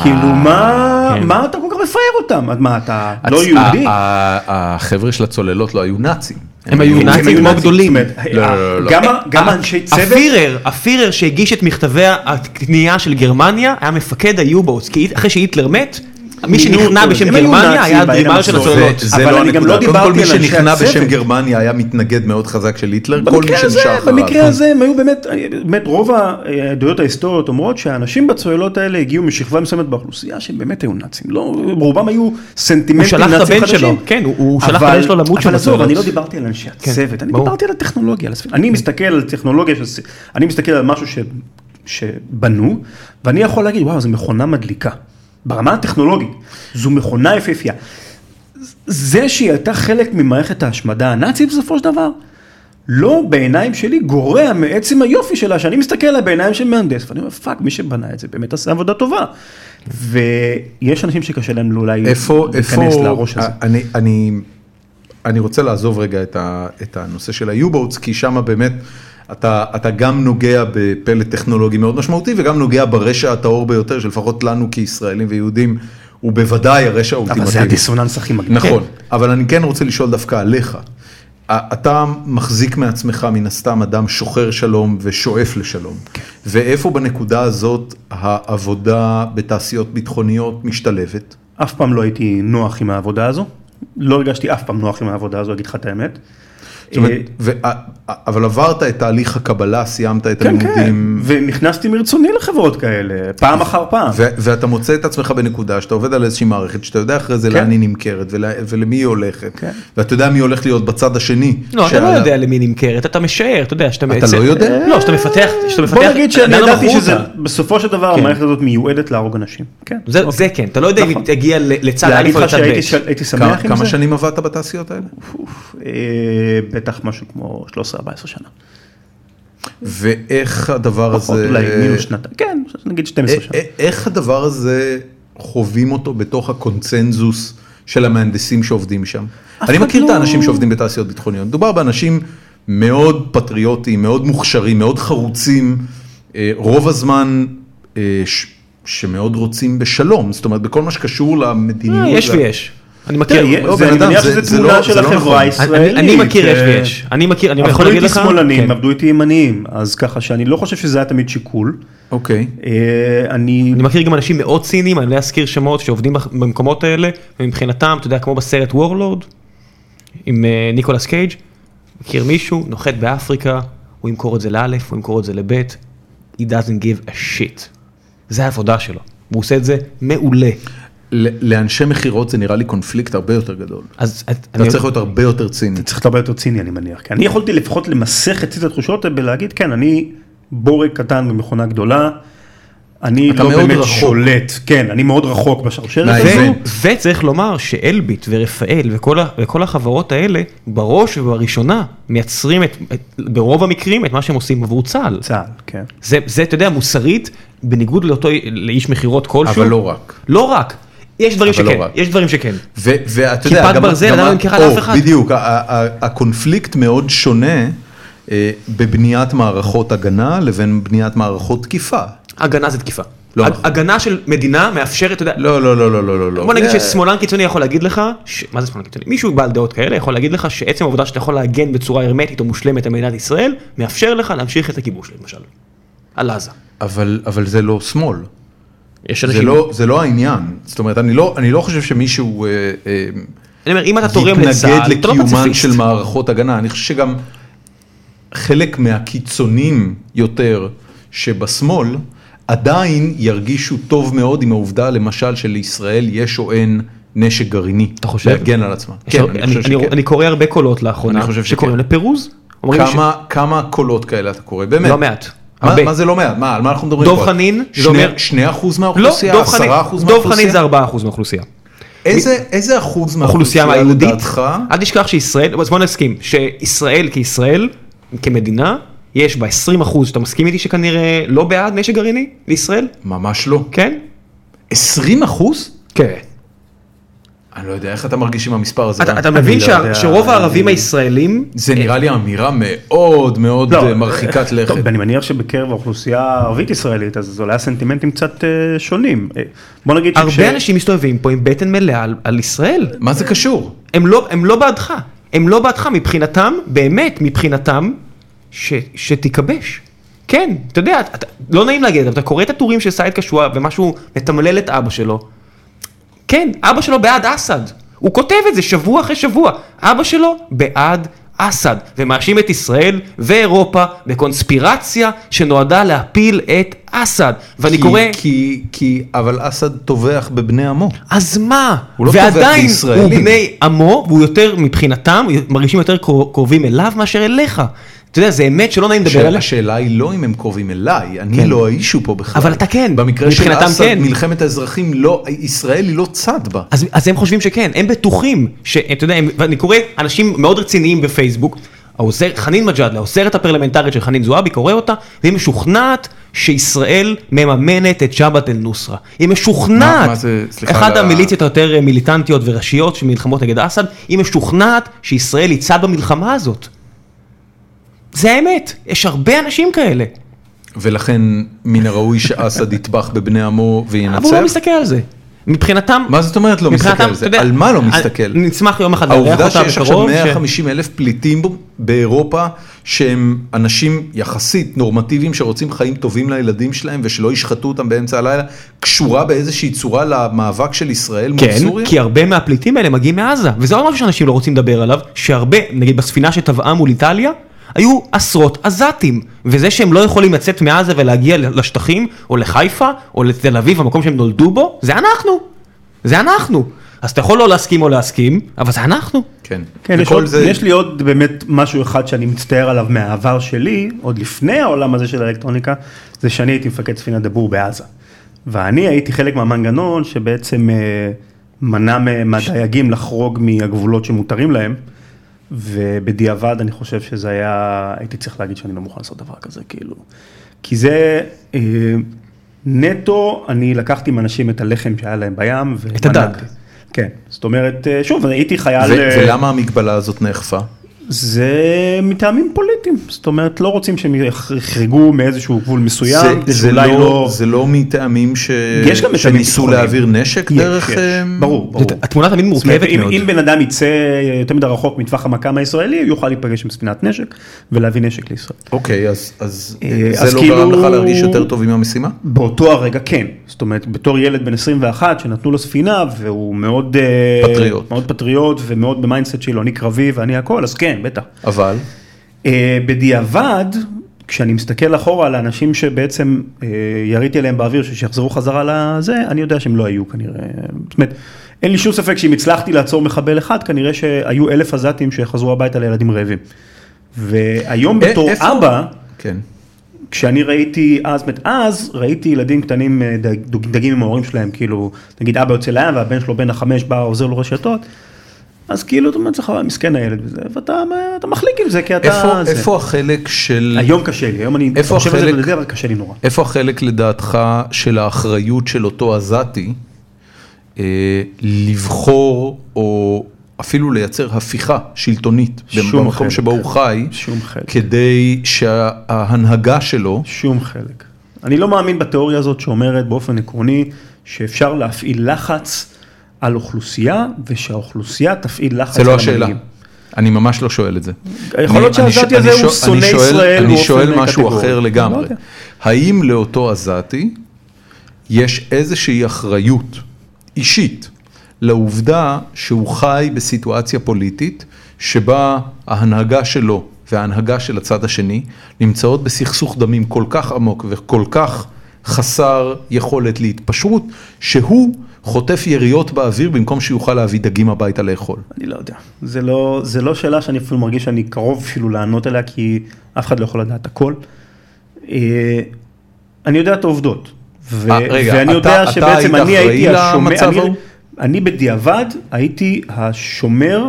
S3: כאילו,
S1: אה,
S3: מה,
S2: כן.
S3: מה אתה כל כך מפאר אותם? אז מה, אתה לא יהודי?
S1: אה, החבר'ה של הצוללות לא היו נאצים.
S2: הם היו
S3: הם
S2: נאצים כמו
S3: נאצים,
S2: גדולים.
S3: זאת אומרת,
S1: לא, לא, לא, לא.
S3: גם ה- גם
S2: ה-
S3: אנשי צוות,
S2: אה, הפירר, הפירר שהגיש את מכתבי הקנייה של גרמניה היה מפקד היובוס, כי אחרי שהיטלר מת, מי
S3: מינו
S2: שנכנע
S3: אותו.
S2: בשם
S3: הם היו
S2: גרמניה
S3: נאצים
S2: היה
S3: בעין
S2: הדרימר של
S3: המסורת.
S2: הצוללות.
S1: זה
S3: אבל
S1: לא
S3: אני גם
S1: הנקודה.
S3: לא
S1: קודם כל
S3: דיברתי
S1: מי
S3: על אנשי
S1: שנכנע בשם
S3: הצוות.
S1: גרמניה היה מתנגד מאוד חזק של היטלר, כל מי
S3: במקרה הזה,
S1: שנשאר אחריו.
S3: במקרה הזה הם היו באמת, באמת רוב העדויות ההיסטוריות אומרות שהאנשים בצוללות האלה הגיעו משכבה מסוימת באוכלוסייה שהם באמת היו נאצים, לא, רובם היו
S2: הוא
S3: סנטימנטים
S2: שלח את
S3: נאצים
S2: הבן
S3: חדשים.
S2: שלו, כן, הוא- הוא שלח את
S3: אבל-
S2: הבן שלו למות שם
S3: אבל עזוב,
S2: בצוללות.
S3: אני לא דיברתי על אנשי
S2: כן,
S3: הצוות, אני
S2: ברור.
S3: דיברתי על הטכנולוגיה, על הספינה. אני מסתכל על טכנולוגיה, של ס- אני מסתכל על משהו ש... שבנו, ואני יכול להגיד, וואו, זו מכונה מדליקה. ברמה הטכנולוגית, זו מכונה יפהפייה. זה שהיא הייתה חלק ממערכת ההשמדה הנאצית בסופו של דבר, לא בעיניים שלי גורע מעצם היופי שלה, שאני מסתכל עליה בעיניים של מהנדס, ואני אומר, פאק, מי שבנה את זה באמת עשה עבודה טובה. ויש אנשים שקשה להם אולי
S1: איפה, אה,
S3: להיכנס
S1: איפה,
S3: לראש הזה.
S1: אני, אני, אני רוצה לעזוב רגע את, ה, את הנושא של ה-U-Boats, כי שם באמת אתה, אתה גם נוגע בפלט טכנולוגי מאוד משמעותי, וגם נוגע ברשע הטהור ביותר, שלפחות לנו כישראלים ויהודים, הוא בוודאי הרשע האולטימטיבי.
S3: אבל זה הדיסוננס הכי מגניב.
S1: נכון, אבל אני כן רוצה לשאול דווקא עליך. א- אתה מחזיק מעצמך מן הסתם אדם שוחר שלום ושואף לשלום.
S3: כן.
S1: ואיפה בנקודה הזאת העבודה בתעשיות ביטחוניות משתלבת?
S3: אף פעם לא הייתי נוח עם העבודה הזו. לא הרגשתי אף פעם נוח עם העבודה הזו, אגיד לך את האמת.
S1: זאת אומרת,
S3: אה,
S1: ו- א- אבל עברת את תהליך הקבלה, סיימת את
S3: כן, כן,
S1: הלימודים,
S3: ונכנסתי מרצוני לחברות כאלה, פעם אחר פעם.
S1: ו- ואתה מוצא את עצמך בנקודה שאתה עובד על איזושהי מערכת שאתה יודע אחרי זה
S3: כן.
S1: לאן היא נמכרת ול- ולמי היא הולכת,
S3: כן.
S1: ואתה יודע מי הולך להיות בצד השני.
S2: לא, אתה לא
S1: שעליו-
S2: יודע למי נמכרת, אתה משער, אתה יודע, שאתה...
S1: אתה לא יודע?
S2: לא, שאתה מפתח, שאתה מפתח...
S3: בוא נגיד שאני
S2: עדיין לא
S3: ידעתי
S2: מכרו
S3: שזה,
S2: אותה.
S3: בסופו של דבר
S2: כן.
S3: המערכת הזאת מיועדת להרוג אנשים. כן.
S2: זה- זה כן, אתה לא יודע אם
S3: נכון.
S2: היא תגיע ל- לצד א'
S3: להגיד
S2: או
S3: לך
S2: לצד
S3: שהייתי
S2: ב'.
S3: של- הייתי
S1: כמה-
S3: שמח עם
S1: כמה
S3: זה?
S1: שנים עבדת בתעשיות האלה?
S3: אה, בטח משהו כמו 13-14 שנה.
S1: ואיך הדבר
S2: נכון,
S3: פחות,
S2: אה,
S1: הזה,
S3: אולי מינוס שנתיים. כן, נגיד 12 שנה.
S1: א- א- איך הדבר הזה חווים אותו בתוך הקונצנזוס של המהנדסים שעובדים שם? אני
S3: אחד
S1: מכיר את
S3: לא-
S1: האנשים שעובדים בתעשיות ביטחוניות, מדובר באנשים מאוד פטריוטים, מאוד מוכשרים, מאוד חרוצים, אה, רוב הזמן אה, ש- שמאוד רוצים בשלום, זאת אומרת בכל מה שקשור
S2: אה,
S1: למדיניות.
S2: יש
S1: וה-
S2: ויש. אני
S3: תראה,
S2: מכיר.
S3: כן, יהיה-
S1: לא,
S3: זה-
S1: בן
S3: אני
S1: אדם,
S3: מניח
S1: זה-
S3: שזו
S1: זה
S3: תמונה
S1: לא-
S3: של
S1: זה לא
S3: החברה
S1: נכון.
S2: אני- אני-
S3: הישראלית. לא
S2: אני מכיר
S3: אה,
S2: יש ויש. אני מכיר, אני יכול
S3: עבדו
S2: להגיד
S3: איתי
S2: לך...
S3: שמאלנים,
S2: כן.
S3: עבדו איתי ימנים, אז ככה שאני לא חושב שזה היה תמיד שיקול.
S1: אוקיי.
S3: אה, אני
S2: אני מכיר גם אנשים מאוד ציניים, אני לא אזכיר שמות, שעובדים בח- במקומות האלה, ומבחינתם, אתה יודע, כמו בסרט וורלורד, עם אה, ניקולס קייג', מכיר מישהו, נוחת באפריקה, הוא ימכור את זה לאלף, הוא ימכור את זה לבית, he doesn't give a shit. זה העבודה שלו, והוא עושה את זה מעולה.
S1: ל- לאנשי מכירות זה נראה לי קונפליקט הרבה יותר גדול.
S2: אז את-
S1: אתה צריך להיות הרבה יותר ציני.
S3: צריך להיות הרבה יותר ציני אני מניח, כי אני יכולתי לפחות למסך את צית התחושות ולהגיד כן אני בורג קטן במכונה גדולה, אני
S1: אתה
S3: לא
S1: מאוד
S3: באמת
S1: רחוק.
S3: שולט, כן אני מאוד רחוק בשרשרת
S1: Nice.
S3: הזו,
S1: זה-
S2: ו- וצריך לומר שאלביט ורפאל וכל, ה- וכל החברות האלה בראש ובראשונה מייצרים את, את, ברוב המקרים את מה שהם עושים עבור צה"ל.
S3: צה"ל, כן.
S2: זה, זה, אתה יודע, מוסרית, בניגוד לאותו לאיש מכירות כלשהו.
S1: אבל לא רק.
S2: לא רק. יש דברים
S1: אבל
S2: שכן,
S1: לא רק.
S2: יש דברים שכן.
S1: ו- ואתה
S2: כיפת
S1: יודע, גם...
S2: ברזל,
S1: גם
S2: למה
S1: ה-
S2: לא נמכרה לאף
S1: או,
S2: אחד?
S1: בדיוק, ה- ה- ה- הקונפליקט מאוד שונה אה, בבניית מערכות הגנה לבין בניית מערכות תקיפה.
S2: הגנה זה תקיפה.
S1: לא
S2: הג-
S1: נכון.
S2: הגנה של מדינה מאפשרת, אתה יודע,
S1: לא, לא, לא, לא, לא, לא, לא.
S2: בוא נגיד
S1: זה-
S2: ששמאלן קיצוני יכול להגיד לך, ש... מה זה שמאלן קיצוני? מישהו בעל דעות כאלה יכול להגיד לך שעצם העובדה שאתה יכול להגן בצורה הרמטית או מושלמת על מדינת ישראל, מאפשר לך להמשיך את הכיבוש למשל. על עזה.
S1: אבל, אבל זה לא שמאל.
S2: יש
S1: זה לא, זה לא העניין. זאת אומרת, אני לא, אני לא חושב שמישהו אה, אה,
S2: אני אומר, אם אתה תורם
S1: יתנגד
S2: לצה"ל, אתה לא
S1: לקיומן
S2: פציפיסט.
S1: של מערכות הגנה. אני חושב שגם חלק מהקיצונים יותר שבשמאל, עדיין ירגישו טוב מאוד עם העובדה, למשל, שלישראל יש או אין נשק גרעיני. אתה
S2: חושב?
S1: להגן על עצמה.
S2: יש
S1: כן,
S2: הרבה-
S1: אני חושב
S2: אני-
S1: שכן.
S2: אני קורא הרבה קולות לאחרונה,
S1: אני חושב שכן.
S2: שקוראים לפירוז. אומרים ש-
S1: כמה, כמה קולות כאלה אתה קורא? באמת.
S2: לא מעט,
S1: מה,
S2: הרבה.
S1: מה זה לא מעט? מה, על מה אנחנו מדברים
S2: דב
S1: פה?
S2: חנין, זה
S1: שני-
S2: אומר-
S1: 2%
S2: לא,
S1: מהאוכלוסייה? 10%
S2: דב חנין-
S1: מהאוכלוסייה?
S2: דב חנין זה 4% מהאוכלוסייה.
S1: איזה, איזה אחוז
S2: האוכלוסייה
S1: מהאוכלוסייה
S2: היהודית,
S1: אוקיי, לדעתך?
S2: אל תשכח שישראל, אז בוא נסכים, שישראל כישראל, כמדינה, יש בה 20 אחוז, שאתה מסכים איתי שכנראה לא בעד נשק גרעיני לישראל?
S1: ממש לא.
S2: כן?
S1: 20 אחוז?
S2: כן.
S1: אני לא יודע איך אתה מרגיש עם המספר הזה.
S2: אתה,
S1: רן?
S2: אתה מבין
S3: לא
S2: שה-
S3: יודע,
S2: שרוב
S3: אני-
S2: הערבים הישראלים,
S1: זה נראה לי אמירה מאוד מאוד
S3: לא,
S1: אה, מרחיקת לכת.
S3: טוב, אני מניח שבקרב האוכלוסייה הערבית ישראלית אז אולי הסנטימנטים קצת אה, שונים, אה, בוא נגיד שכש-
S2: הרבה אנשים מסתובבים פה עם בטן מלאה על, על ישראל.
S1: מה זה קשור?
S2: הם לא, הם לא בעדך, הם לא בעדך מבחינתם, באמת מבחינתם, ש, שתיכבש. כן, אתה יודע, אתה, לא נעים להגיד, אבל אתה קורא את הטורים של סעד קשוע ומשהו מתמלל את אבא שלו. כן, אבא שלו בעד אסד. הוא כותב את זה שבוע אחרי שבוע. אבא שלו בעד אסד, ומאשים את ישראל ואירופה בקונספירציה שנועדה להפיל את אסד. ואני
S1: כי-
S2: קורא,
S1: כי, כי, אבל אסד טובח בבני עמו.
S2: אז מה?
S1: הוא לא טובח
S2: ועדיין הוא
S1: בישראלים.
S2: בני עמו, והוא יותר מבחינתם, מרגישים יותר קרוב- קרובים אליו מאשר אליך. אתה יודע, זה אמת שלא נעים לדבר
S1: השאלה-
S2: עליה.
S1: השאלה היא לא אם הם קרובים אליי, אני
S2: כן.
S1: לא האישו פה בכלל.
S2: אבל אתה כן,
S1: במקרה של
S2: מבחינתם
S1: אסד,
S2: כן.
S1: מלחמת האזרחים, לא, ישראל היא לא צד בה.
S2: אז, אז הם חושבים שכן, הם בטוחים, שאתה יודע, הם- ואני קורא אנשים מאוד רציניים בפייסבוק, העוזר, חנין מג'אדלה, העוזרת הפרלמנטרית של חנין זועבי, קורא אותה, והיא משוכנעת שישראל מממנת את ג'בהת אל-נוסרה. היא משוכנעת,
S1: מה- מה זה- סליחה
S2: אחת
S1: על ה-
S2: המיליציות היותר אה, מיליטנטיות וראשיות שנלחמות נגד אסד, היא משוכנעת שישראל היא צד במלחמה הזאת. זה האמת, יש הרבה אנשים כאלה,
S1: ולכן מן הראוי שאסד יטבח בבני עמו
S2: אבל הוא לא
S1: וינצח.
S2: מסתכל על זה. מבחינתם,
S1: מה זאת אומרת לא
S2: מבחינתם,
S1: מסתכל על
S2: אתה
S1: זה?
S2: יודע,
S1: על מה לא
S2: אני-
S1: מסתכל?
S2: נשמח יום אחד לארח
S1: העובדה
S2: אותה
S1: שיש עכשיו
S2: בקרוב. ש-
S1: 150 אלף פליטים באירופה שהם אנשים יחסית נורמטיביים שרוצים חיים טובים לילדים שלהם ושלא ישחטו אותם באמצע הלילה, קשורה באיזושהי צורה למאבק של ישראל מול
S2: כן,
S1: סוריה?
S2: כי הרבה מהפליטים האלה מגיעים מעזה, וזה עוד משהו שאנשים לא רוצים לדבר עליו, שהרבה, נגיד בספינה שטבעה מול איטליה, היו עשרות עזתים, וזה שהם לא יכולים לצאת מעזה ולהגיע לשטחים, או לחיפה, או לתל אביב, המקום שהם נולדו בו, זה אנחנו, זה אנחנו. אז אתה יכול לא להסכים או להסכים, אבל זה אנחנו.
S1: כן.
S3: כן, יש,
S1: וכל
S3: עוד,
S1: זה-
S3: יש לי עוד באמת משהו אחד שאני מצטער עליו מהעבר שלי, עוד לפני העולם הזה של האלקטרוניקה, זה שאני הייתי מפקד ספינת דבור בעזה. ואני הייתי חלק מהמנגנון שבעצם אה, מנע מ- מהדייגים לחרוג מהגבולות שמותרים להם, ובדיעבד אני חושב שזה היה, הייתי צריך להגיד שאני לא מוכן לעשות דבר כזה, כאילו. כי זה אה, נטו, אני לקחתי מאנשים את הלחם שהיה להם בים.
S2: את הדג.
S3: ומנעתי. כן, זאת אומרת, אה, שוב, הייתי חייל...
S1: ו-
S3: אה,
S1: ולמה המגבלה הזאת נאכפה?
S3: זה מטעמים פוליטיים, זאת אומרת לא רוצים שהם יחרגו מאיזשהו גבול
S1: זה-
S3: מסוים, כדי
S1: זה
S3: שאולי
S1: לא-
S3: לא...
S1: זה לא מטעמים ש-
S3: יש גם מטעמים
S1: שניסו
S3: ביטחוניים.
S1: להעביר נשק
S3: יש,
S1: דרך...
S3: יש.
S1: אמ,
S3: ברור, ברור.
S2: התמונה תמיד
S3: זאת אומרת,
S2: מורכבת
S3: אם-
S2: מאוד.
S3: אם בן אדם יצא אה, יותר מדי רחוק מטווח המקם הישראלי, הוא יוכל להיפגש עם ספינת נשק ולהביא נשק לישראל.
S1: אוקיי, אז- אז
S3: אה,
S1: זה
S3: אז
S1: לא גרם
S3: כאילו-
S1: לך להרגיש יותר טוב עם המשימה?
S3: באותו הרגע כן, זאת אומרת בתור ילד בן 21 שנתנו לו ספינה והוא מאוד אה,
S1: פטריוט.
S3: מאוד פטריוט ומאוד במיינדסט שלו, אני קרבי ואני הכל, אז כן, בטח.
S1: אבל...
S3: אה, בדיעבד, כשאני מסתכל אחורה על האנשים שבעצם אה, יריתי עליהם באוויר, שיחזרו חזרה לזה, אני יודע שהם לא היו כנראה. זאת אומרת, אין לי שום ספק שאם הצלחתי לעצור מחבל אחד, כנראה שהיו אלף עזתים שחזרו הביתה לילדים רעבים. והיום
S1: אה,
S3: בתור
S1: איפה-
S3: אבא,
S1: כן.
S3: כשאני ראיתי אז, זאת אומרת, אז ראיתי ילדים קטנים, אה, דג- דגים עם ההורים שלהם, כאילו, נגיד אבא יוצא לים והבן שלו בן החמש בא עוזר לו רשתות, אז כאילו, אתה אומר לעצמך, "וואי, מסכן הילד וזה, ואתה אתה מחליק עם זה, כי אתה...
S1: איפה-
S3: זה.
S1: איפה החלק של...
S3: היום קשה לי, היום אני
S1: איפה
S3: חושב על זה
S1: החלק-
S3: ולדבר, אבל קשה לי נורא.
S1: איפה החלק לדעתך של האחריות של אותו עזתי אה, לבחור או אפילו לייצר הפיכה שלטונית
S3: שום
S1: במקום
S3: חלק.
S1: שבו הוא חי,
S3: שום חלק.
S1: כדי שההנהגה שלו,
S3: שום חלק. אני לא מאמין בתיאוריה הזאת שאומרת באופן עקרוני שאפשר להפעיל לחץ על אוכלוסייה ושהאוכלוסייה תפעיל לחץ
S1: זה לא
S3: על
S1: השאלה.
S3: המנהיגים.
S1: אני ממש לא שואל את זה.
S3: יכול להיות
S1: אני- אני
S3: שהעזתי
S1: שואל-
S3: הזה
S1: אני
S3: הוא
S1: שואל-
S3: שונא
S1: אני שואל-
S3: ישראל
S1: אני
S3: באופן
S1: שואל משהו
S3: קטגורי.
S1: אחר
S3: לא
S1: לגמרי.
S3: יודע.
S1: האם לאותו עזתי יש איזושהי אחריות אישית לעובדה שהוא חי בסיטואציה פוליטית שבה ההנהגה שלו וההנהגה של הצד השני נמצאות בסכסוך דמים כל כך עמוק וכל כך חסר יכולת להתפשרות, שהוא חוטף יריות באוויר במקום שיוכל להביא דגים הביתה לאכול.
S3: אני לא יודע. זה לא, זה לא שאלה שאני אפילו מרגיש שאני קרוב אפילו לענות עליה, כי אף אחד לא יכול לדעת הכל. אה, אני יודע את העובדות. ו-
S1: אה, רגע,
S3: ואני
S1: אתה-
S3: יודע
S1: אתה היית
S3: שבעצם אני הייתי
S1: אחראי
S3: השומר,
S1: למצב
S3: אני,
S1: ההוא?
S3: אני בדיעבד הייתי השומר,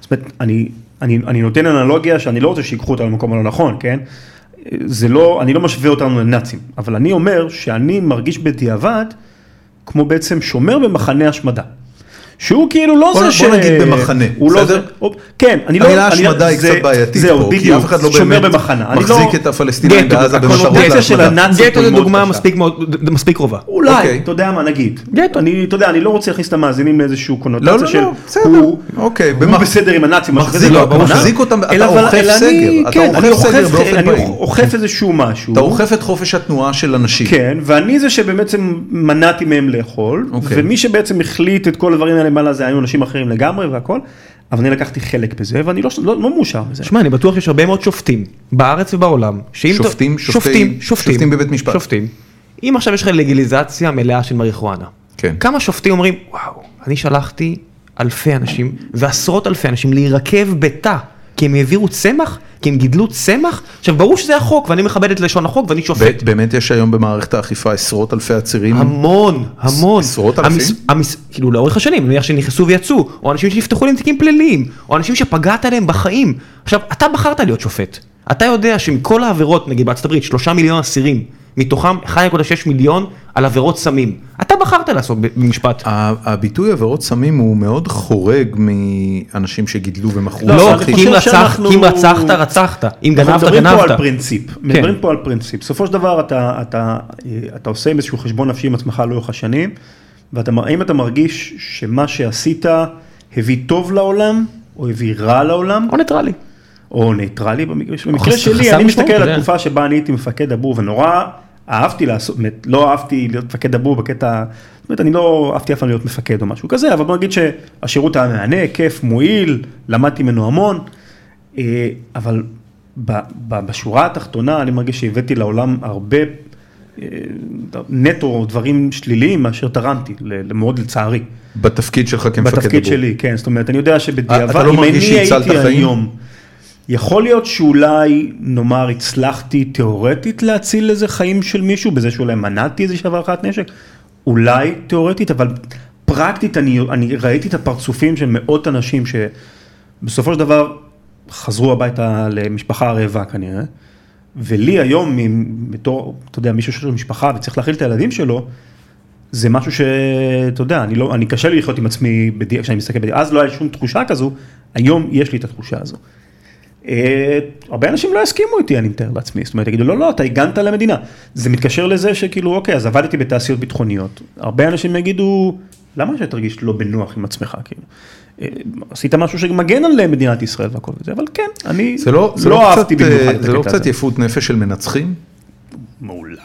S3: זאת אומרת, אני, אני, אני נותן אנלוגיה שאני לא רוצה שיקחו אותה למקום הלא נכון, כן? זה לא, אני לא משווה אותנו לנאצים, אבל אני אומר שאני מרגיש בדיעבד כמו בעצם שומר במחנה השמדה. שהוא כאילו לא
S1: בוא-
S3: זה
S1: בוא
S3: ש...
S1: נגיד במחנה,
S3: הוא לא
S1: בסדר?
S3: זה- הוא- כן, אני לא...
S1: המילה
S3: אני-
S1: השמדה היא
S3: זה-
S1: קצת בעייתית
S3: זהו,
S1: פה, כי
S3: בדיוק,
S1: אף אחד לא
S3: שומר
S1: באמת
S3: במחנה. אני
S1: מחזיק
S3: לא-
S1: את הפלסטינים
S2: גטו,
S1: בעזה במטרות
S3: הקונוטציה של
S1: להשמדה.
S3: הנאצים
S2: גטו
S3: פה
S2: זה
S3: היא מאוד
S2: דוגמה
S3: קשה.
S2: מספיק מאוד- מספיק קרובה.
S1: אוקיי.
S3: אולי, אתה יודע מה, נגיד. אני, אתה יודע, אני לא רוצה להכניס את המאזינים לאיזשהו
S1: לא,
S3: קונוטציה
S1: לא,
S3: של...
S1: לא, בסדר,
S3: הוא-
S1: אוקיי,
S3: הוא
S1: במח-
S3: בסדר עם הנאצים, משהו
S1: מחזיק-
S3: כזה,
S1: לא,
S3: לא הכוונה.
S1: מחזיק אותם, אתה
S3: אלא אבל-
S1: אוכף
S3: אלא אני-
S1: סגר, אתה
S3: כן, אני
S1: אוכף סגר
S3: אוכף-
S1: באופן
S3: אני
S1: פעיל.
S3: אוכף איזשהו משהו.
S1: אתה אוכף את חופש התנועה של אנשים.
S3: כן, ואני זה שבעצם מנעתי מהם לאכול, okay.
S1: אוקיי.
S3: ומי שבעצם החליט את כל הדברים האלה מעלה זה היו אנשים אחרים לגמרי והכל, אבל אני לקחתי חלק בזה ואני לא, לא, לא מאושר מזה.
S2: שמע, אני בטוח שיש הרבה מאוד שופטים, בארץ ובעולם, שאם... אתה-
S1: שופטים, שופטי-
S2: שופטים, שופטים,
S1: שופטים בבית משפט.
S2: שופטים. אם עכשיו יש לך לגליזציה מלאה של מריחואנה,
S1: כן.
S2: כמה שופטים אומרים, וואו, אני שלחתי אלפי אנשים ועשרות אלפי אנשים להירקב בתא כי הם העבירו צמח? כי הם גידלו צמח? עכשיו, ברור שזה החוק, ואני מכבד את לשון החוק, ואני שופט.
S1: ב- באמת יש היום במערכת האכיפה עשרות אלפי עצירים.
S2: המון, המון.
S1: עשרות אלפים?
S2: המס- המס- כאילו, לאורך השנים, נניח שנכנסו ויצאו, או אנשים שנפתחו להם תיקים פליליים, או אנשים שפגעת להם בחיים. עכשיו, אתה בחרת להיות שופט. אתה יודע שמכל העבירות, נגיד בארצות הברית, שלושה מיליון אסירים, מתוכם 1.6 מיליון על עבירות סמים. אתה בחרת לעסוק במשפט.
S3: אה,
S1: ה- הביטוי עבירות סמים הוא מאוד חורג מאנשים שגידלו ומכרו.
S3: לא,
S2: לא,
S3: אני
S2: כי
S3: חושב
S2: אם רצח-
S3: שאנחנו-
S2: כי אם רצחת, רצחת, אם גנבת,
S3: אנחנו מדברים פה
S2: גנבת. כן.
S3: על פרינציפ, מדברים פה על פרינציפ. בסופו של דבר אתה, אתה, אה, אתה עושה עם איזשהו חשבון נפשי עם עצמך לאורך השנים, והאם אתה מרגיש שמה שעשית הביא טוב לעולם, או הביא רע לעולם,
S2: או ניטרלי.
S3: או ניטרלי במקרה שלי. במקרה
S2: חס-
S3: שלי,
S2: חסר
S3: אני
S2: משמעות,
S3: מסתכל על
S2: אתה יודע.
S3: התקופה שבה אני הייתי מפקד דבור, ונורא אהבתי לעשות, זאת אומרת, לא אהבתי להיות מפקד דבור בקטע, זאת אומרת, אני לא אהבתי אף פעם להיות מפקד או משהו כזה, אבל בוא נגיד שהשירות היה מהנה, כיף, מועיל, למדתי ממנו המון, אה, אבל ב- ב- בשורה התחתונה אני מרגיש שהבאתי לעולם הרבה אה, נטו דברים שליליים מאשר תרמתי, ל- מאוד לצערי.
S1: בתפקיד שלך כמפקד
S3: בתפקיד
S1: דבור.
S3: שלי, כן, זאת אומרת, אני יודע
S1: אתה
S3: שבדיעבד,
S1: לא
S3: אם אני
S1: מרגיש שהצלת
S3: הייתי
S1: חיים?
S3: היום, יכול להיות שאולי, נאמר, הצלחתי תיאורטית להציל איזה חיים של מישהו, בזה שאולי מנעתי איזה הברחת נשק, אולי תיאורטית, אבל פרקטית, אני, אני ראיתי את הפרצופים של מאות אנשים שבסופו של דבר חזרו הביתה למשפחה רעבה כנראה, ולי היום, מ- בתור, אתה יודע, מישהו שיש לו משפחה וצריך להאכיל את הילדים שלו, זה משהו שאתה יודע, אני לא, אני קשה לי לחיות עם עצמי בדיוק, כשאני מסתכל בדיוק, אז לא היה לי שום תחושה כזו, היום יש לי את התחושה הזו. אה, הרבה אנשים לא יסכימו איתי, אני מתאר לעצמי, זאת אומרת, יגידו, לא, לא, אתה הגנת על המדינה. זה מתקשר לזה שכאילו, אוקיי, אז עבדתי בתעשיות ביטחוניות, הרבה אנשים יגידו, למה שתרגיש לא בנוח עם עצמך, כאילו? אה, עשית משהו שמגן על מדינת ישראל והכל וזה, אבל כן, אני
S1: זה לא, זה לא,
S3: אהבתי
S1: קצת,
S3: במיוחד
S1: אה,
S3: את
S1: זה לא
S3: הקטע
S1: קצת
S3: הזה.
S1: יפות נפש של מנצחים?
S3: אולי.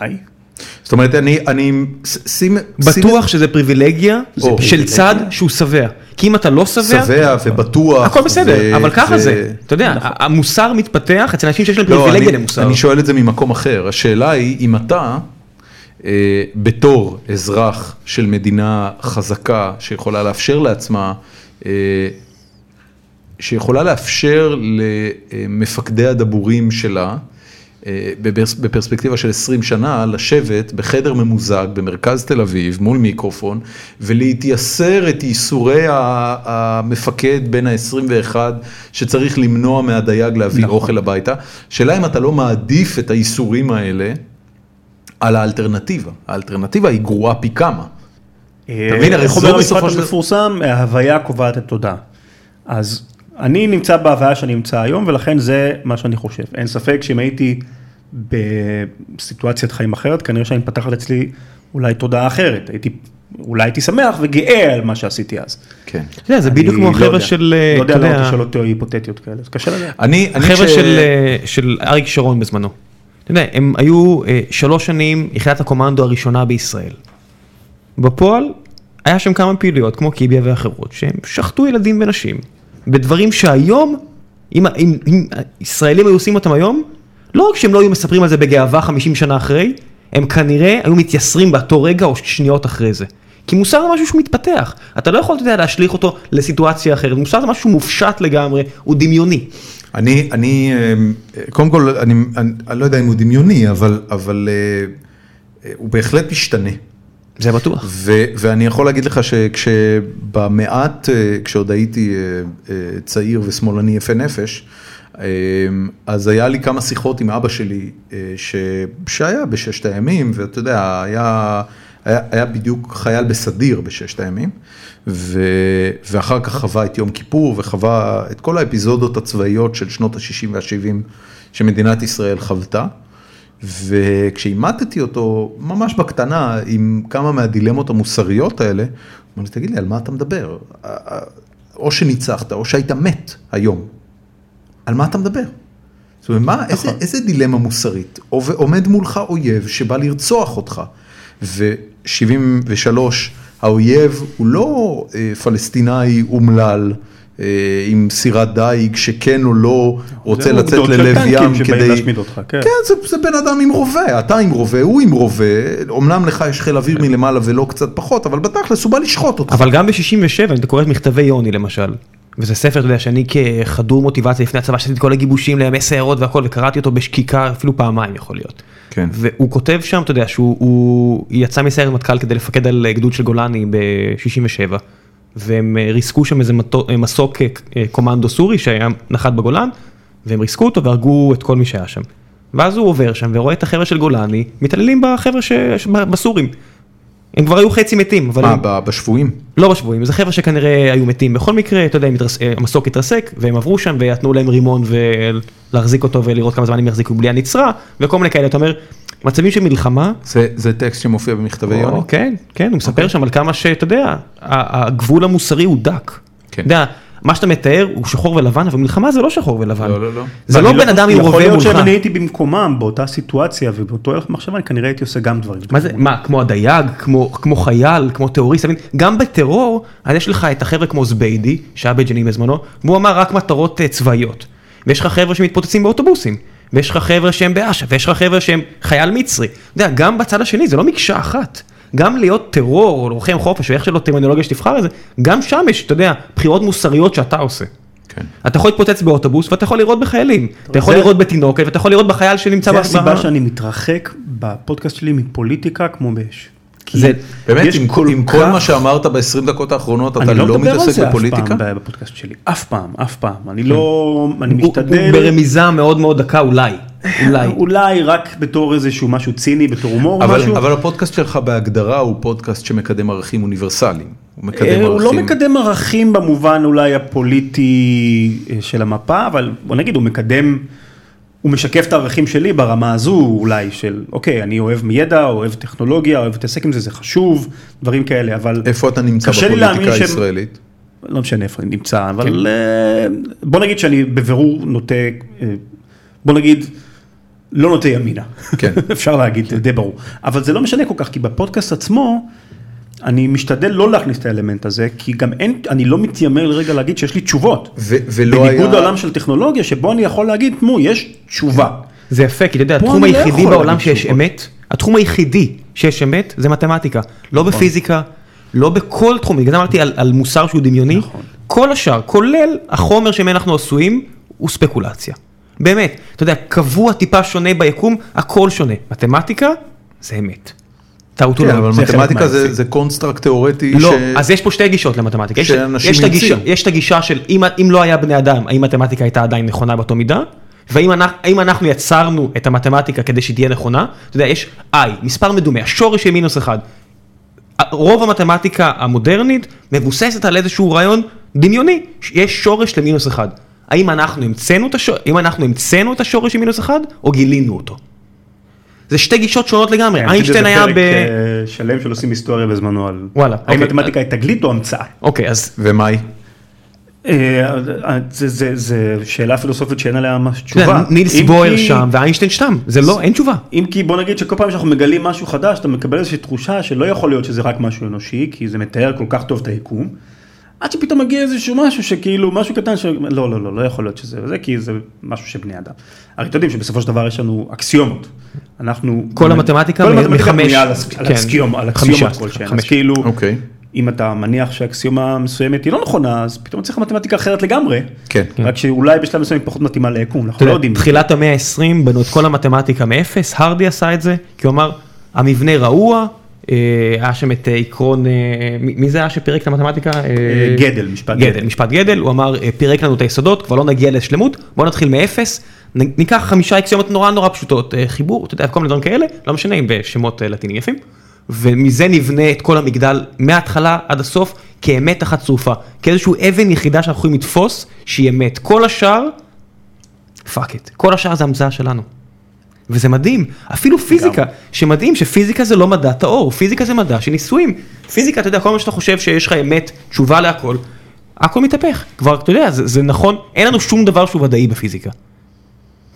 S1: זאת אומרת, אני, אני, ש- שים,
S2: בטוח שזה פריבילגיה
S1: זה
S2: של
S1: פריבילגיה.
S2: צד שהוא שבע. כי אם אתה לא שבע,
S1: שבע ובטוח.
S2: הכל בסדר,
S1: ו-
S2: אבל ככה
S1: ו-
S2: זה. אתה יודע, המוסר מתפתח אצל אנשים שיש להם
S1: לא,
S2: פריבילגיה
S1: אני-
S2: למוסר.
S1: אני שואל את זה ממקום אחר. השאלה היא, אם אתה, אה, בתור אזרח של מדינה חזקה, שיכולה לאפשר לעצמה, אה, שיכולה לאפשר למפקדי הדבורים שלה, אה, בפרס- בפרספקטיבה של 20 שנה, לשבת בחדר ממוזג במרכז תל אביב מול מיקרופון ולהתייסר את ייסורי ה- המפקד בין ה-21 שצריך למנוע מהדייג להביא
S3: נכון.
S1: אוכל הביתה. שאלה אם אתה לא מעדיף את הייסורים האלה על האלטרנטיבה. האלטרנטיבה היא גרועה פי כמה. אתה מבין? הרי
S3: איך
S1: זו
S3: אומר
S1: בסופו
S3: המשפט
S1: של דבר-
S3: אה, המפורסם, ההוויה קובעת את תודה. אז אני נמצא בהוויה שאני נמצא היום, ולכן זה מה שאני חושב. אין ספק שאם הייתי בסיטואציית חיים אחרת, כנראה שאני מתפתחת אצלי אולי תודעה אחרת. הייתי, אולי הייתי שמח וגאה על מה שעשיתי אז.
S1: כן.
S2: אתה יודע, זה בדיוק
S3: אני
S2: כמו
S3: לא
S2: החבר'ה
S3: יודע.
S2: של... אה,
S3: לא יודע
S2: אתה
S3: לענות לשאלות היפותטיות כאלה, זה קשה לדעת.
S1: אני, אני
S2: החבר'ה
S1: ש-
S2: של, אה, של אריק שרון בזמנו. אתה יודע, הם היו אה, שלוש שנים יחידת הקומנדו הראשונה בישראל. בפועל, היה שם כמה פעילויות, כמו קיביה ואחרות, שהם שחטו ילדים ונשים, בדברים שהיום, אם, אם, אם ישראלים היו עושים אותם היום, לא רק שהם לא היו מספרים על זה בגאווה 50 שנה אחרי, הם כנראה היו מתייסרים באותו רגע או שניות אחרי זה. כי מוסר זה משהו שהוא מתפתח, אתה לא יכול, אתה יודע, להשליך אותו לסיטואציה אחרת, מוסר זה משהו שהוא מופשט לגמרי, הוא דמיוני.
S1: אני, אני, אה, קודם כל, אני, אני, אני לא יודע אם הוא דמיוני, אבל, אבל אה, אה, הוא בהחלט משתנה.
S2: זה בטוח.
S1: ו, ואני יכול להגיד לך שכשבמעט, אה, כשעוד הייתי אה, אה, צעיר ושמאלני יפה נפש, אה, אז היה לי כמה שיחות עם אבא שלי, אה, ש, שהיה בששת הימים, ואתה יודע, היה, היה, היה בדיוק חייל בסדיר בששת הימים, ו, ואחר כך חווה את יום כיפור, וחווה את כל האפיזודות הצבאיות של שנות ה-60 וה-70 שמדינת ישראל חוותה. וכשעימתתי אותו ממש בקטנה עם כמה מהדילמות המוסריות האלה, אמרתי, תגיד לי, על מה אתה מדבר? או שניצחת או שהיית מת היום. על מה אתה מדבר? זאת אומרת, מה, איזה,
S3: נכון.
S1: איזה דילמה מוסרית? עוב- עומד מולך אויב שבא לרצוח אותך. ו-73, האויב הוא לא אה, פלסטינאי אומלל. אה, עם סירת דייג שכן או לא רוצה
S3: זה
S1: לצאת
S3: עובדות של
S1: ללב
S3: טנקים
S1: ים
S3: שבאים
S1: כדי...
S3: להשמיד אותך, כן.
S1: כן, זה, זה בן אדם עם רובה, אתה עם רובה, הוא עם רובה, אמנם לך יש חיל אוויר מלמעלה ולא קצת פחות, כן. אבל בתכלס הוא בא לשחוט אותך.
S2: אבל גם ב-67, אם אתה קורא את מכתבי יוני למשל, וזה ספר, אתה יודע, שאני כחדור מוטיבציה לפני הצבא, שעשיתי את כל הגיבושים לימי סיירות והכל, וקראתי אותו בשקיקה אפילו פעמיים יכול להיות.
S1: כן.
S2: והוא כותב שם, אתה יודע, שהוא הוא יצא מסיירת מטכ"ל כדי לפקד על גדוד של גולני ב-67, והם אה, ריסקו שם איזה מטו- אה, מסוק אה, אה, קומנדו סורי שהיה נחת בגולן, והם ריסקו אותו והרגו את כל מי שהיה שם. ואז הוא עובר שם ורואה את החבר'ה של גולני, מתעללים בחבר'ה ש... ש- בסורים. הם כבר היו חצי מתים, אבל...
S1: מה,
S2: הם...
S1: ב- בשבויים?
S2: לא בשבויים, זה חבר'ה שכנראה היו מתים בכל מקרה, אתה יודע, הם התרס- אה, המסוק התרסק, והם עברו שם ונתנו להם רימון ולהחזיק אותו ולראות כמה זמן הם יחזיקו בלי הנצרה, וכל מיני כאלה, אתה אומר, מצבים של מלחמה,
S1: זה, זה טקסט שמופיע במכתבי יוני?
S2: או, כן, כן, הוא מספר שם על כמה שאתה יודע, ה- הגבול המוסרי הוא דק.
S1: כן.
S2: אתה יודע, מה שאתה מתאר הוא שחור ולבן, אבל מלחמה זה לא שחור ולבן.
S1: לא, לא, לא.
S2: זה לא
S3: ואני
S2: בן אדם עם רובה
S3: יכול להיות
S2: מולך.
S3: שאם אני הייתי במקומם באותה סיטואציה ובאותו הלך מחשבה, אני כנראה הייתי עושה גם דברים.
S2: מה זה, מה, כמו הדייג, כמו, כמו חייל, כמו טרוריסט, אתה מבין? גם בטרור, אז יש לך את החבר'ה כמו זביידי, שהיה בג'נין בזמנו, והוא אמר רק מטרות אה, צבאיות. ויש לך חבר'ה שמתפוצצים באוטובוסים, ויש לך חבר'ה שהם באש"ף, ויש לך חבר'ה שהם חייל מצרי. אתה יודע, גם בצד השני, זה לא מקשה אחת. גם להיות טרור, או לוחם חופש, או איך שלא טרמינולוגיה שתבחר לזה, גם שם יש, אתה יודע, בחירות מוסריות שאתה עושה.
S1: כן.
S2: אתה יכול להתפוצץ באוטובוס ואתה יכול לירות בחיילים, אתה יכול
S3: זה-
S2: לירות בתינוקת ואתה יכול לירות בחייל שנמצא
S3: זה
S2: ב-
S3: הסיבה
S2: ב-
S3: שאני מתרחק בפודקאסט שלי מפוליטיקה כמו באש. כי
S2: זה-
S1: באמת,
S3: יש
S1: עם,
S3: כל
S1: עם כל
S3: כך-
S1: מה שאמרת ב-20 דקות האחרונות, אתה
S3: אני
S1: לא,
S3: לא מדבר על
S1: מתעסק
S3: זה אף
S1: בפוליטיקה?
S3: פעם ב- בפודקאסט שלי, אף פעם, אף פעם. אני לא, אני
S2: כן. הוא- הוא
S3: משתדל,
S2: ברמיזה מאוד מאוד דקה אולי, אולי.
S3: אולי רק בתור איזשהו משהו ציני, בתור הומור או משהו.
S1: אבל, אבל הפודקאסט שלך בהגדרה הוא פודקאסט שמקדם ערכים אוניברסליים. הוא מקדם
S3: אה,
S1: ערכים...
S3: הוא לא מקדם ערכים במובן אולי הפוליטי אה, של המפה, אבל בוא נגיד הוא מקדם, הוא משקף את הערכים שלי ברמה הזו אולי של אוקיי אני אוהב ידע, אוהב טכנולוגיה, אוהב להתעסק עם זה, זה חשוב, דברים כאלה, אבל
S1: איפה אתה נמצא
S3: קשה לי
S1: בפוליטיקה
S3: להאמין שהם-
S1: הישראלית?
S3: לא משנה איפה אני נמצא, אבל אה, בוא נגיד שאני בבירור נוטה, אה, בוא נגיד, לא נוטה ימינה.
S1: כן.
S3: אפשר להגיד, זה די ברור. אבל זה לא משנה כל כך, כי בפודקאסט עצמו, אני משתדל לא להכניס את האלמנט הזה, כי גם אין, אני לא מתיימר לרגע להגיד שיש לי תשובות.
S1: ו- ולא היה...
S3: בניגוד לעולם של טכנולוגיה, שבו אני יכול להגיד, תמו, יש תשובה.
S2: זה יפה, כי אתה יודע,
S3: פה
S2: התחום
S3: אני לא
S2: היחידי
S3: יכול
S2: בעולם
S3: להגיד
S2: שיש
S3: תשובות.
S2: אמת, התחום היחידי שיש אמת זה מתמטיקה. לא בפיזיקה, לא בכל תחום, בגלל זה אמרתי על על מוסר שהוא דמיוני. כל השאר, כולל החומר שממנו אנחנו עשויים, הוא ספקולציה. באמת, אתה יודע, קבוע טיפה שונה ביקום, הכל שונה. מתמטיקה זה אמת. טעות הוא
S1: כן,
S2: לא.
S1: אבל
S3: זה חלק
S1: מתמטיקה זה-
S3: מהיופי.
S1: זה קונסטרקט תיאורטי
S2: לא,
S1: ש...
S2: אז יש פה שתי גישות למתמטיקה. יש-
S1: שאנשים
S2: יש את הגישה-
S1: המציאו.
S2: יש את הגישה של אם, אם לא היה בני אדם, האם מתמטיקה הייתה עדיין נכונה באותו מידה? והאם אנחנו, האם אנחנו יצרנו את המתמטיקה כדי שהיא תהיה נכונה? אתה יודע, יש I, מספר מדומה, השורש של מינוס אחד. רוב המתמטיקה המודרנית מבוססת על איזשהו רעיון דמיוני, יש שורש למינוס אחד. האם אנחנו המצאנו את, השור... האם אנחנו המצאנו את השורש של מינוס אחד, או גילינו אותו? זה שתי גישות שונות לגמרי, איינשטיין היה ב...
S3: כן, פרק אה, שלם של עושים היסטוריה בזמנו על...
S2: וואלה,
S3: האם
S2: אוקיי.
S3: מתמטיקה היא תגלית או המצאה?
S2: אוקיי, אז
S1: ומה היא?
S3: אה, אה, זה- זה זה שאלה פילוסופית שאין עליה ממש תשובה.
S2: אתה יודע, נילס
S3: אם
S2: בויר
S3: כי-
S2: כן, שם ואיינשטיין שם, זה לא, אין תשובה.
S3: אם כי בוא נגיד שכל פעם שאנחנו מגלים משהו חדש אתה מקבל איזושהי תחושה שלא יכול להיות שזה רק משהו אנושי כי זה מתאר כל כך טוב את היקום. עד שפתאום מגיע איזשהו משהו שכאילו משהו קטן שלא לא לא לא לא יכול להיות שזה זה כי זה משהו שבני אדם. הרי אתם יודעים שבסופו של דבר יש לנו אקסיומות. אנחנו
S2: כל המתמטיקה
S3: כל
S2: מ-
S3: המתמטיקה
S2: מחמש-
S3: בנויה על אקס- על
S2: כן.
S3: אקסיומה על
S2: חמישה,
S3: אקסיומות
S2: סליחה,
S3: כלשהן. אז
S2: חמש.
S3: כאילו
S1: אוקיי.
S3: אם אתה מניח שאקסיומה מסוימת היא לא נכונה אז פתאום צריך מתמטיקה אחרת לגמרי.
S1: כן.
S3: רק שאולי בשלב מסוים היא פחות מתאימה ליקום
S2: אתה
S3: אנחנו לא
S2: יודע,
S3: יודעים.
S2: תחילת המאה ה-20 בנו את כל המתמטיקה מאפס, הרדי עשה את זה, כי הוא אמר, המבנה רעוע, אה, היה שם את אה, עקרון, אה, מ- מי זה היה שפירק את המתמטיקה? אה,
S3: גדל, משפט
S2: גדל,
S3: גדל.
S2: משפט גדל, הוא אמר, אה, פירק לנו את היסודות, כבר לא נגיע לשלמות, בוא נתחיל מאפס, נ- ניקח חמישה אקסיומות נורא נורא פשוטות, אה, חיבור, אתה יודע, כל מיני דברים כאלה, לא משנה אם בשמות אה, לטינים יפים, ומזה נבנה את כל המגדל מההתחלה עד הסוף, כאמת אחת צרופה, כאיזשהו אבן יחידה שאנחנו יכולים לתפוס, שהיא אמת. כל השאר, פאק את, כל השאר זה המצאה שלנו. וזה מדהים, אפילו פיזיקה, שמדהים שפיזיקה זה לא מדע טהור, פיזיקה זה מדע של ניסויים. פיזיקה, אתה יודע, כל מה שאתה חושב שיש לך אמת, תשובה להכל, הכל מתהפך. כבר, אתה יודע, זה, זה נכון, אין לנו שום דבר שהוא ודאי בפיזיקה.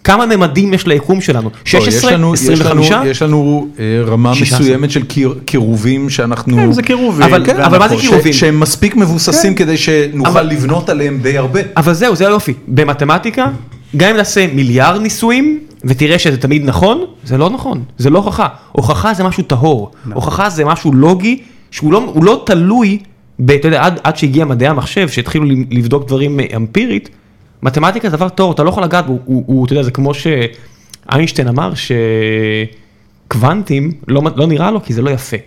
S2: כמה ממדים יש ליקום שלנו?
S1: לא, יש
S2: 16?
S1: לנו- יש לנו-
S2: 25?
S1: יש לנו אה, רמה
S2: 16.
S1: מסוימת של קיר- קירובים שאנחנו...
S3: כן, זה קירובים.
S2: אבל-
S1: כן,
S2: אבל מה זה
S1: ש-
S2: קירובים? כן.
S1: שהם מספיק מבוססים כדי שנוכל
S2: אבל-
S1: לבנות עליהם די הרבה.
S2: אבל זהו, זה היופי. במתמטיקה, גם אם נעשה מיליארד ניסויים, ותראה שזה תמיד נכון, זה לא נכון, זה
S3: נכון.
S2: לא הוכחה. הוכחה זה משהו טהור, הוכחה זה משהו לוגי, שהוא לא, הוא לא תלוי ב- אתה יודע, עד, עד שהגיע מדעי המחשב, שהתחילו ל- לבדוק דברים אה, אמפירית, מתמטיקה זה דבר טהור, אתה לא יכול לגעת בו, הוא- הוא, הוא, אתה יודע, זה כמו שאיינשטיין אמר שקוונטים לא, מ- לא נראה לו כי זה לא יפה.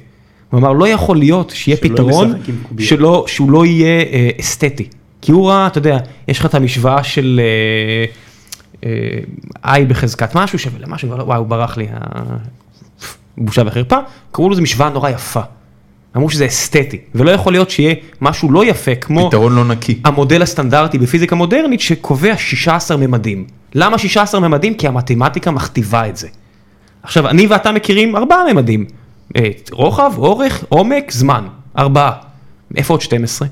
S2: הוא אמר, לא יכול להיות שיהיה
S3: שלא
S2: פתרון
S3: ישחק עם קוביות."
S2: שלא, שהוא לא יהיה אה, אסתטי. כי הוא ראה, אתה יודע, יש לך את המשוואה של אה, אה, I בחזקת משהו שווה למשהו, אבל וואי, הוא ברח לי, ה- בושה וחרפה, קראו לזה משוואה נורא יפה. אמרו שזה אסתטי, ולא יכול להיות שיהיה משהו לא יפה כמו
S1: פתרון לא נקי.
S2: המודל הסטנדרטי בפיזיקה מודרנית שקובע 16 ממדים. למה 16 ממדים? כי המתמטיקה מכתיבה את זה. עכשיו, אני ואתה מכירים ארבעה ממדים. אה, רוחב, אורך, עומק, זמן. ארבעה. איפה עוד 12?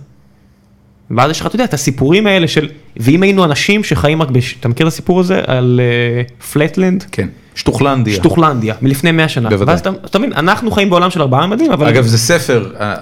S2: ואז יש לך, אתה יודע, את הסיפורים האלה של, ואם היינו אנשים שחיים רק בש... אתה מכיר את הסיפור הזה על אה, פלטלנד?
S1: כן. שטוחלנדיה.
S2: שטוחלנדיה, מלפני 100 שנה.
S1: בוודאי.
S2: ואז אתה, אתה מבין, אנחנו חיים בעולם של ארבעה ממדים, אבל...
S1: אגב זה ספר, אה,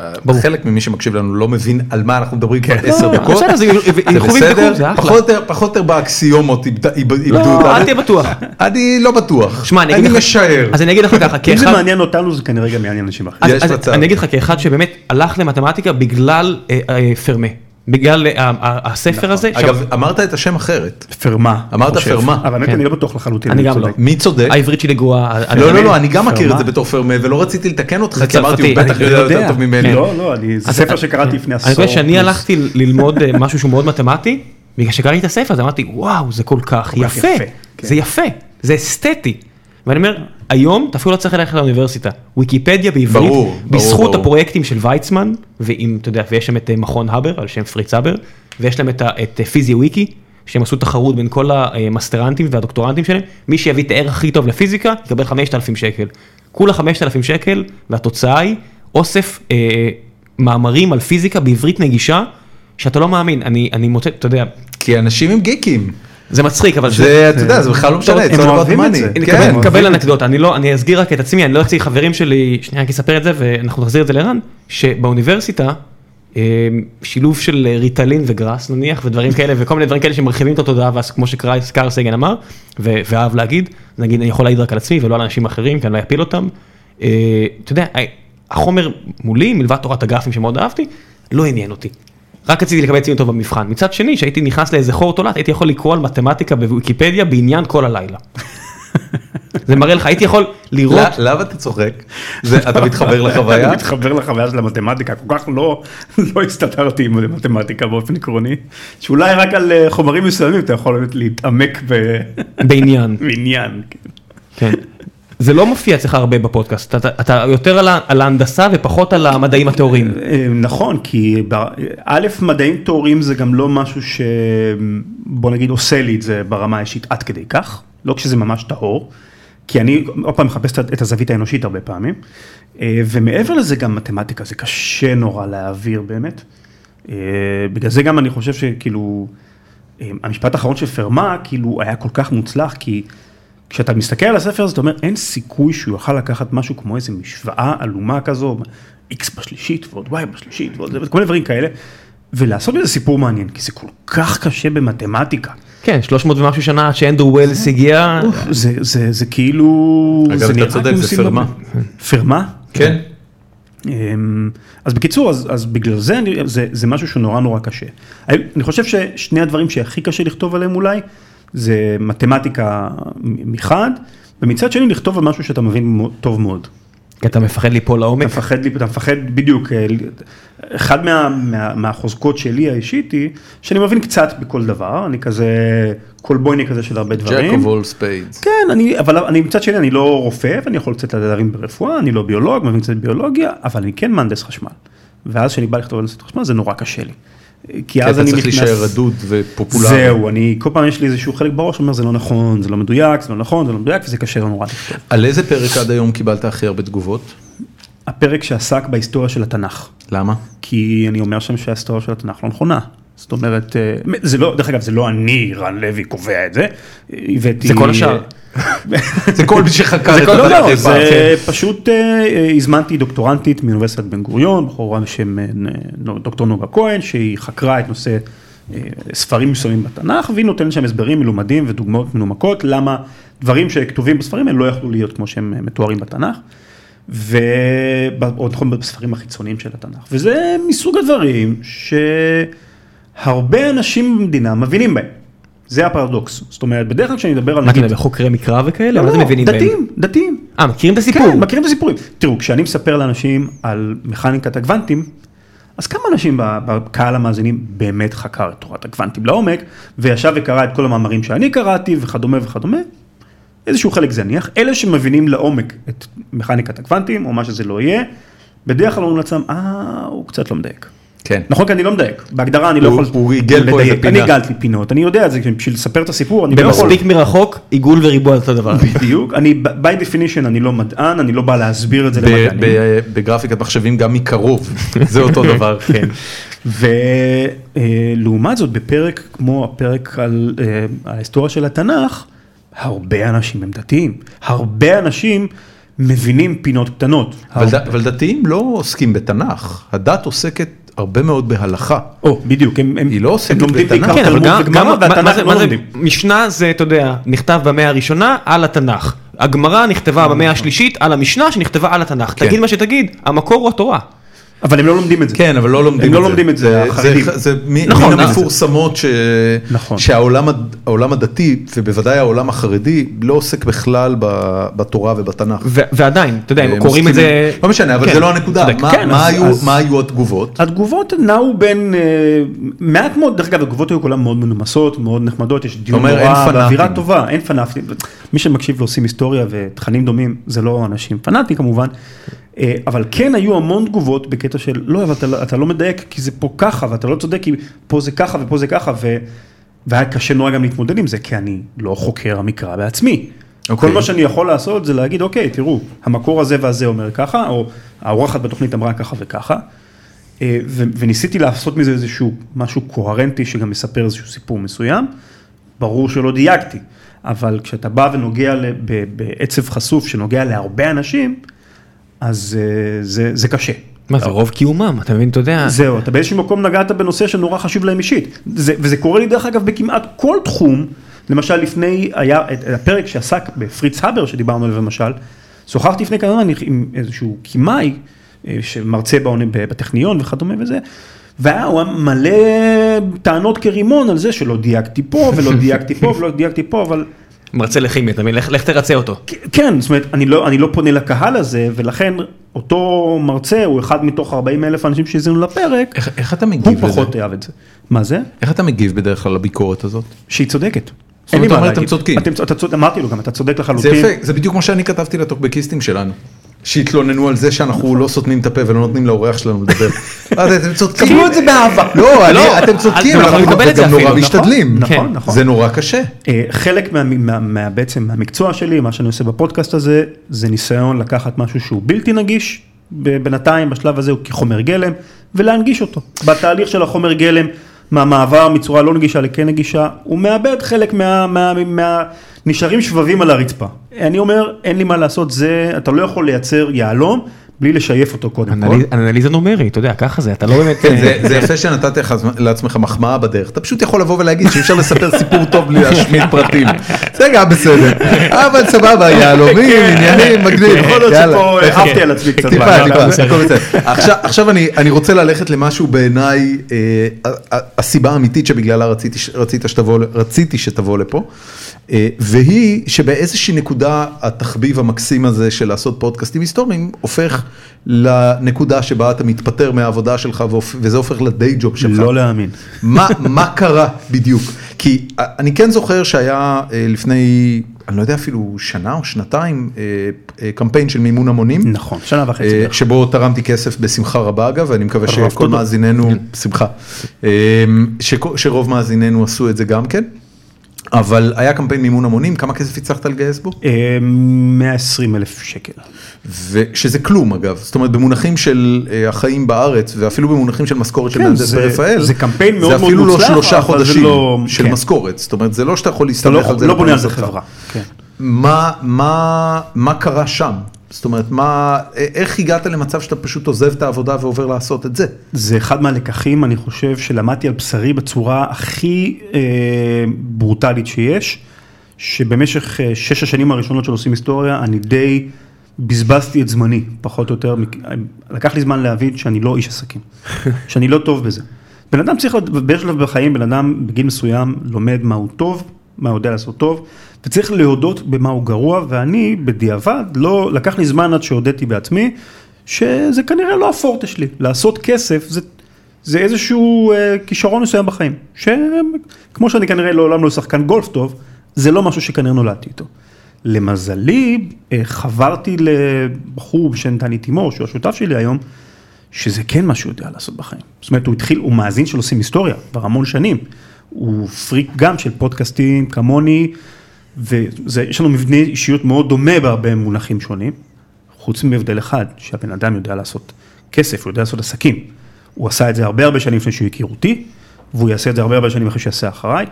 S1: חלק ממי שמקשיב לנו לא מבין על מה אנחנו מדברים כבר עשר
S2: לא,
S1: דקות,
S2: בסדר, זה-
S1: זה
S2: ילכו ויבדקו, זה
S1: בסדר,
S2: אחלה.
S1: פחות או יותר- פחות או יותר באקסיומות איבד- איבד- איבדו
S2: לא, אל
S1: אותנו,
S2: תהיה בטוח.
S1: אני לא בטוח,
S2: שמע, אני אגיד
S1: אני
S2: לך...
S1: משער,
S2: אז אני אגיד לך ככה,
S3: אם זה
S2: כאחד...
S3: מעניין אותנו זה כנראה גם יעניין אנשים אחרים.
S2: אז-
S1: יש
S2: אז
S1: מצב.
S2: אני אגיד לך כאחד שבאמת הלך למתמטיקה בגלל אה, אה, פרמה. בגלל אה, ה- הספר הזה. עכשיו,
S1: נכון. אגב אמרת את השם אחרת,
S3: פרמה.
S1: אמרת
S3: חושב.
S1: פרמה.
S3: אבל באמת
S2: כן.
S3: אני לא בטוח לחלוטין.
S2: אני גם
S3: צודק.
S2: לא.
S1: מי צודק?
S2: העברית שלי גרועה.
S1: אה?
S2: אה,
S1: לא לא
S2: אני-
S1: לא אני גם מכיר את
S3: פרמה.
S1: זה בתור פרמה ולא רציתי לתקן אותך
S2: זה
S1: כי אמרתי הוא
S2: צרפתי.
S1: בטח
S3: אני
S1: יודע יותר
S3: יודע.
S1: טוב ממני,
S3: לא, לא, אני- זה
S2: אז-
S3: ספר
S2: אז-
S3: שקראתי לפני עשור.
S2: אני חושב שאני
S3: פלוס.
S2: הלכתי ל- ללמוד אה, משהו שהוא מאוד מתמטי, בגלל שקראתי את הספר הזה אמרתי וואו זה כל כך
S3: כך
S2: יפה,
S3: יפה, כן.
S2: זה יפה, זה אסתטי. ואני אומר היום אתה אפילו לא צריך ללכת לאוניברסיטה, ויקיפדיה בעברית,
S1: ברור, ברור,
S2: בזכות
S1: ברור.
S2: הפרויקטים של ויצמן, ועם אתה יודע ויש שם את אה, מכון הבר על שם פריץ הבר, ויש להם את ה- את פיזי וויקי. שהם עשו תחרות בין כל המסטרנטים והדוקטורנטים שלהם, מי שיביא את הער הכי טוב לפיזיקה יקבל 5,000 שקל. כולה 5,000 שקל והתוצאה היא אוסף אה, מאמרים על פיזיקה בעברית נגישה, שאתה לא מאמין, אני, אני מוצא, אתה יודע,
S1: כי אנשים הם גיקים,
S2: זה מצחיק, אבל
S1: זה אתה יודע זה בכלל לא משנה,
S2: הם
S1: it's all about
S3: אוהבים את
S1: money.
S3: זה.
S2: אני
S1: כן.
S2: מקבל-
S3: אוהבים את
S2: מקבל
S3: זה.
S2: אנקדוטה, אני לא, אני אסגיר רק את עצמי, אני לא אצלי חברים שלי, שנייה רק אספר את זה ואנחנו נחזיר את זה לערן, שבאוניברסיטה, אה, שילוב של אה, ריטלין וגראס נניח ודברים כאלה וכל מיני דברים כאלה שמרחיבים את התודעה ואז כמו שקרל סגן אמר ו- ואהב להגיד, נגיד אני יכול להעיד רק על עצמי ולא על אנשים אחרים כי אני לא אפיל אותם, אה, אתה יודע, ה- החומר מולי מלבד תורת הגרפים שמאוד אהבתי, לא עניין אותי. רק רציתי לקבל ציון טוב במבחן. מצד שני, כשהייתי נכנס לאיזה חור תולעת, הייתי יכול לקרוא על מתמטיקה בוויקיפדיה בעניין כל הלילה. זה מראה לך, הייתי יכול לראות,
S1: לא- למה אתה צוחק? זה- אתה מתחבר לחוויה?
S3: אני מתחבר לחוויה של המתמטיקה, כל כך לא, לא הסתתרתי עם מתמטיקה באופן עקרוני, שאולי רק על אה, חומרים מסוימים אתה יכול באמת להתעמק ב-
S2: בעניין.
S3: בעניין. כן.
S2: כן. זה לא מופיע אצלך הרבה בפודקאסט, אתה, אתה יותר על, ה- על ההנדסה ופחות על המדעים הטהורים.
S3: אה, נכון, כי ב- א', מדעים טהורים זה גם לא משהו ש... בוא נגיד עושה לי את זה ברמה האישית עד כדי כך, לא כשזה ממש טהור, כי אני עוד פעם מחפש את ה- את הזווית האנושית הרבה פעמים, אה, ומעבר לזה גם מתמטיקה, זה קשה נורא להעביר באמת. אה, בגלל זה גם אני חושב שכאילו, אה, המשפט האחרון של פרמה כאילו היה כל כך מוצלח, כי כשאתה מסתכל על הספר הזה, אתה אומר, אין סיכוי שהוא יוכל לקחת משהו כמו איזה משוואה עלומה כזו, x בשלישית ועוד y בשלישית ועוד זה, כל מיני דברים כאלה, ולעשות מזה סיפור מעניין, כי זה כל כך קשה במתמטיקה.
S2: כן, 300 ומשהו שנה עד שאנדרו ווילס הגיע,
S3: זה, זה, זה כאילו...
S1: אגב,
S3: זה
S1: אתה
S3: נראה
S1: צודק,
S3: כאילו
S1: זה
S3: עושים לו-
S1: פרמה.
S3: פרמה?
S1: כן.
S3: אמ, אז בקיצור, אז, אז בגלל זה, אני, זה זה משהו שהוא נורא נורא קשה. אני אני חושב ששני הדברים שהכי קשה לכתוב עליהם אולי, זה מתמטיקה מ- מחד, ומצד שני לכתוב על משהו שאתה מבין מו- טוב מאוד.
S2: כי אתה מפחד ליפול לעומק.
S3: אתה מפחד, לי- אתה מפחד בדיוק, אה, ל- אחד מה, מה, מהחוזקות שלי האישית היא, שאני מבין קצת בכל דבר, אני כזה קולבויני כזה של הרבה דברים.
S1: Jack of all spades.
S3: כן, אני, אבל אני מצד שני, אני לא רופא ואני יכול קצת להבין ברפואה, אני לא ביולוג, מבין קצת ביולוגיה, אבל אני כן מהנדס חשמל. ואז כשאני בא לכתוב הנדסת חשמל זה נורא קשה לי. כי
S1: כי
S3: אז
S1: אתה
S3: אני
S1: צריך
S3: נכנס...
S1: להישאר רדוד ופופולרי.
S3: זהו, אני, כל פעם יש לי איזשהו חלק בראש שאומר זה לא נכון, זה לא מדויק, זה לא נכון, זה לא מדויק, וזה קשה נורא לכתוב.
S1: על איזה פרק עד היום קיבלת הכי הרבה תגובות?
S3: הפרק שעסק בהיסטוריה של התנ"ך.
S1: למה?
S3: כי אני אומר שם שההיסטוריה של התנ"ך לא נכונה. זאת אומרת, אה, זה לא, דרך אגב, זה לא אני, רן לוי, קובע את זה. אה, הבאתי...
S2: זה כל השאר.
S1: זה כל מי שחקר את
S3: לא, לא,
S1: התנ"ך אי פעם.
S3: זה
S4: כן.
S3: פשוט אה, אה, הזמנתי דוקטורנטית מאוניברסיטת בן גוריון, בחורה בשם אה, נו- דוקטור נוגה כהן, שהיא חקרה את נושא אה, ספרים מסוימים בתנ"ך, והיא נותנת שם הסברים מלומדים ודוגמאות מנומקות, למה דברים שכתובים בספרים האלה לא יכלו להיות כמו שהם אה, מתוארים בתנ"ך. ועוד נכון בספרים החיצוניים של התנ"ך. וזה מסוג הדברים שהרבה אנשים במדינה מבינים בהם. זה הפרדוקס. זאת אומרת, בדרך כלל כשאני מדבר על...
S4: מה אתה מדבר, חוקרי מקרא וכאלה? מה
S3: לא,
S4: אתם
S3: לא,
S4: מבינים בהם?
S3: דתיים, דתיים.
S4: אה, מכירים את הסיפור?
S3: כן, מכירים את הסיפורים. תראו, כשאני מספר לאנשים על מכניקת הקוונטים, אז כמה אנשים ב- בקהל המאזינים באמת חקר את תורת הקוונטים לעומק, וישב וקרא את כל המאמרים שאני קראתי וכדומה וכדומה? איזשהו חלק זניח. אלה שמבינים לעומק את מכניקת הקוונטים, או מה שזה לא יהיה, בדרך כלל אומרים לעצמם, אה, הוא קצת לא מדייק.
S1: כן.
S3: נכון, כי אני לא מדייק. בהגדרה אני לא
S1: הוא-
S3: יכול...
S1: הוא עיגל פה איזה
S3: לדייק. אני
S1: פינה.
S3: עיגלתי פינות, אני יודע את זה, בשביל לספר את הסיפור, אני לא יכול...
S4: במספיק מרחוק, עיגול וריבוע זה אותו דבר.
S3: בדיוק, אני by definition אני לא מדען, אני לא בא להסביר את זה
S1: ב-
S3: למדענים.
S1: ב- בגרפיקת מחשבים גם מקרוב, זה אותו דבר. כן.
S3: ולעומת אה, זאת בפרק כמו הפרק על אה, ההיסטוריה של התנ"ך, הרבה אנשים הם דתיים, הרבה אנשים מבינים פינות קטנות.
S1: אבל ד- אבל דתיים לא עוסקים בתנ"ך, הדת עוסקת הרבה מאוד בהלכה.
S3: או, בדיוק, הם הם-
S1: היא לא עוסקת
S3: הם לומדים
S1: בתנ"ך.
S3: בעיקר
S4: כן, אבל
S3: תלמוד
S4: גם, גם,
S3: וגמרא
S4: מה- מה
S3: והתנ"ך
S4: זה-
S3: לא
S4: מה זה,
S3: לומדים.
S4: משנה זה, אתה יודע, נכתב במאה הראשונה על התנ"ך. הגמרא
S2: אה,
S4: נכתבה
S2: נכון.
S4: במאה השלישית על המשנה שנכתבה על התנ"ך.
S2: כן.
S4: תגיד מה שתגיד, המקור הוא התורה.
S3: אבל הם לא לומדים את זה.
S1: כן, אבל לא לומדים את
S3: הם
S1: זה.
S3: לא לומדים את זה, החרדים.
S1: זה, זה מ-
S4: נכון,
S1: מן
S4: אה.
S1: המפורסמות ש...
S3: נכון.
S1: שהעולם הד- העולם הדתי, ובוודאי העולם החרדי, לא עוסק בכלל ב- בתורה ובתנ"ך.
S4: ו- ועדיין, אתה יודע, הם קוראים את זה...
S1: לא משנה, אבל
S4: כן,
S1: זה לא הנקודה.
S4: צודק.
S1: מה-
S3: כן,
S1: מה
S3: אז-
S1: היו-
S3: אז-
S1: מה היו התגובות?
S3: התגובות נעו בין אה, מעט מאוד, דרך אגב, התגובות היו כולן מאוד מנומסות, מאוד נחמדות, יש דיון
S1: אומר, אין
S3: נורא,
S1: פנאטים.
S3: באווירה טובה, אין פנאטים. מי שמקשיב ועושים היסטוריה ותכנים דומים, זה לא אנשים פנאטים כמובן, אה, אבל כן היו המון תגובות בקטע של, לא, אבל אתה, לא- אתה לא מדייק, כי זה פה ככה, ואתה לא צודק, כי פה זה ככה ופה זה ככה, ו... והיה קשה נורא גם להתמודד עם זה, כי אני לא חוקר המקרא בעצמי.
S1: אוקיי.
S3: כל מה שאני יכול לעשות זה להגיד, אוקיי, תראו, המקור הזה והזה אומר ככה, או האורחת בתוכנית אמרה ככה וככה, אה, ו- וניסיתי לעשות מזה איזשהו משהו קוהרנטי שגם מספר איזשהו סיפור מסוים. ברור שלא דייקתי, אבל כשאתה בא ונוגע ל- ב- בעצב חשוף שנוגע להרבה אנשים, אז אה, זה, זה קשה.
S4: מה זה רוב קיומם, אתה מבין, אתה יודע.
S3: זהו, אתה באיזשהו מקום נגעת בנושא שנורא חשוב להם אישית. זה, וזה קורה לי דרך אגב בכמעט כל תחום. למשל לפני, היה את הפרק שעסק בפריץ הבר שדיברנו עליו למשל, שוחחתי לפני כמה זמן עם איזשהו קימאי, אה, שמרצה באוני- בטכניון וכדומה וזה, והוא היה מלא טענות כרימון על זה שלא דייקתי פה ולא דייקתי פה ולא דייקתי פה, אבל
S4: מרצה לכימיה, אתה מבין, לך לך תרצה אותו.
S3: כן, זאת אומרת, אני לא, אני לא פונה לקהל הזה, ולכן אותו מרצה הוא אחד מתוך 40 אלף אנשים שהאזינו לפרק,
S1: איך- איך אתה
S3: הוא
S1: מגיב לזה?
S3: פחות אהב את זה. מה זה?
S1: איך אתה מגיב בדרך כלל לביקורת הזאת?
S3: שהיא צודקת.
S1: אומרת, אתה אומר, אתם צודקים.
S3: אתם, אתה צודק, אמרתי לו גם, אתה צודק
S1: זה
S3: לחלוטין.
S1: יפה, זה בדיוק מה שאני כתבתי לטוקבקיסטים שלנו. שהתלוננו על זה שאנחנו לא סותמים את הפה ולא נותנים לאורח שלנו לדבר. אז אתם צודקים.
S4: קבלו את זה באהבה.
S1: לא,
S4: לא,
S1: אני- אתם צודקים,
S4: אתם יכולים
S1: אנחנו
S4: לקבל את זה
S1: גם נורא
S4: אפילו, נכון?
S1: משתדלים.
S3: נכון,
S4: כן.
S3: נכון.
S1: זה נורא קשה.
S3: אה, חלק מה, מה, מה, בעצם מהמקצוע שלי, מה שאני עושה בפודקאסט הזה, זה ניסיון לקחת משהו שהוא בלתי נגיש, ב- בינתיים בשלב הזה הוא כחומר גלם, ולהנגיש אותו. בתהליך של החומר גלם, מהמעבר מצורה לא נגישה לכן נגישה, הוא מאבד חלק מה... מה, מה נשארים שבבים על הרצפה. אני אומר, אין לי מה לעשות, זה, אתה לא יכול לייצר יהלום בלי לשייף אותו קודם כל.
S4: אנליז- אנליזה נומרית, אתה יודע, ככה זה, אתה לא באמת...
S1: נכון. כן, זה- זה יפה שנתת לך- לעצמך מחמאה בדרך, אתה פשוט יכול לבוא ולהגיד שאי אפשר לספר סיפור טוב בלי להשמיד פרטים. זה גם בסדר, אבל סבבה, יהלומים, עניינים, מגניב,
S3: יכול להיות
S1: יאללה.
S3: שפה
S1: כן.
S3: עפתי על עצמי קצת. לא,
S1: טיפה,
S3: בהתחלה.
S1: טיפה, הכל בסדר. עכשיו- עכשיו אני אני רוצה ללכת למשהו בעיניי, אה, ה- ה- הסיבה האמיתית שבגללה רציתי ש- רצית שתבוא, ל- רציתי שתבוא לפה, אה, והיא שבאיזושהי נקודה התחביב המקסים הזה של לעשות פודקאסטים היסטוריים הופך לנקודה שבה אתה מתפטר מהעבודה שלך והופ- וזה הופך לדיי ג'וב שלך.
S3: לא להאמין.
S1: מה, מה קרה בדיוק? כי אה, אני כן זוכר שהיה אה, לפני, אני לא יודע אפילו שנה או שנתיים, אה, אה, קמפיין של מימון המונים.
S3: נכון, שנה וחצי.
S1: אה,
S3: בערך.
S1: שבו תרמתי כסף בשמחה רבה אגב, ואני מקווה
S3: רב
S1: שכל
S3: תודה. כן.
S1: מאזיננו, שמחה, אה, שכו- שרוב מאזיננו עשו את זה גם כן, אבל היה קמפיין מימון המונים, כמה כסף הצלחת לגייס בו?
S3: 120 אמ, אלף שקל.
S1: שזה כלום אגב, זאת אומרת במונחים של אה, החיים בארץ, ואפילו במונחים של משכורת של
S3: כן,
S1: מהנדס
S3: זה-
S1: ברפאל,
S3: זה קמפיין מאוד מאוד
S1: זה אפילו
S3: מוצלח,
S1: לא שלושה
S3: אבל זה
S1: חודשים
S3: לא-
S1: של
S3: כן.
S1: משכורת, זאת אומרת זה לא שאתה יכול
S3: אתה
S1: להסתמך
S3: לא,
S1: על זה.
S3: לא בונה על זה
S1: לפרנסתך.
S3: חברה. כן.
S1: מה, מה, מה קרה שם? זאת אומרת, מה, א- איך הגעת למצב שאתה פשוט עוזב את העבודה ועובר לעשות את זה?
S3: זה אחד מהלקחים, אני חושב, שלמדתי על בשרי בצורה הכי אה, ברוטלית שיש, שבמשך אה, שש השנים הראשונות של עושים היסטוריה, אני די בזבזתי את זמני, פחות או יותר, מכ- לקח לי זמן להבין שאני לא איש עסקים, שאני לא טוב בזה. בן אדם צריך, לד- באיזשהו שלב בחיים, בן אדם בגיל מסוים לומד מה הוא טוב, מה הוא יודע לעשות טוב, וצריך להודות במה הוא גרוע, ואני בדיעבד, לא, לקח לי זמן עד שהודיתי בעצמי, שזה כנראה לא הפורטה שלי, לעשות כסף זה, זה איזשהו אה, כישרון מסוים בחיים, שכמו שאני כנראה לעולם לא שחקן גולף טוב, זה לא משהו שכנראה נולדתי איתו. למזלי, אה, חברתי לבחור בשם דני תימור, שהוא השותף שלי היום, שזה כן מה שהוא יודע לעשות בחיים. זאת אומרת, הוא התחיל, הוא מאזין של עושים היסטוריה כבר המון שנים. הוא פריק גם של פודקאסטים כמוני, ויש לנו מבנה אישיות מאוד דומה בהרבה מונחים שונים, חוץ מהבדל אחד, שהבן אדם יודע לעשות כסף, הוא יודע לעשות עסקים. הוא עשה את זה הרבה הרבה שנים לפני שהוא הכיר אותי, והוא יעשה את זה הרבה הרבה שנים אחרי שיעשה אחריי.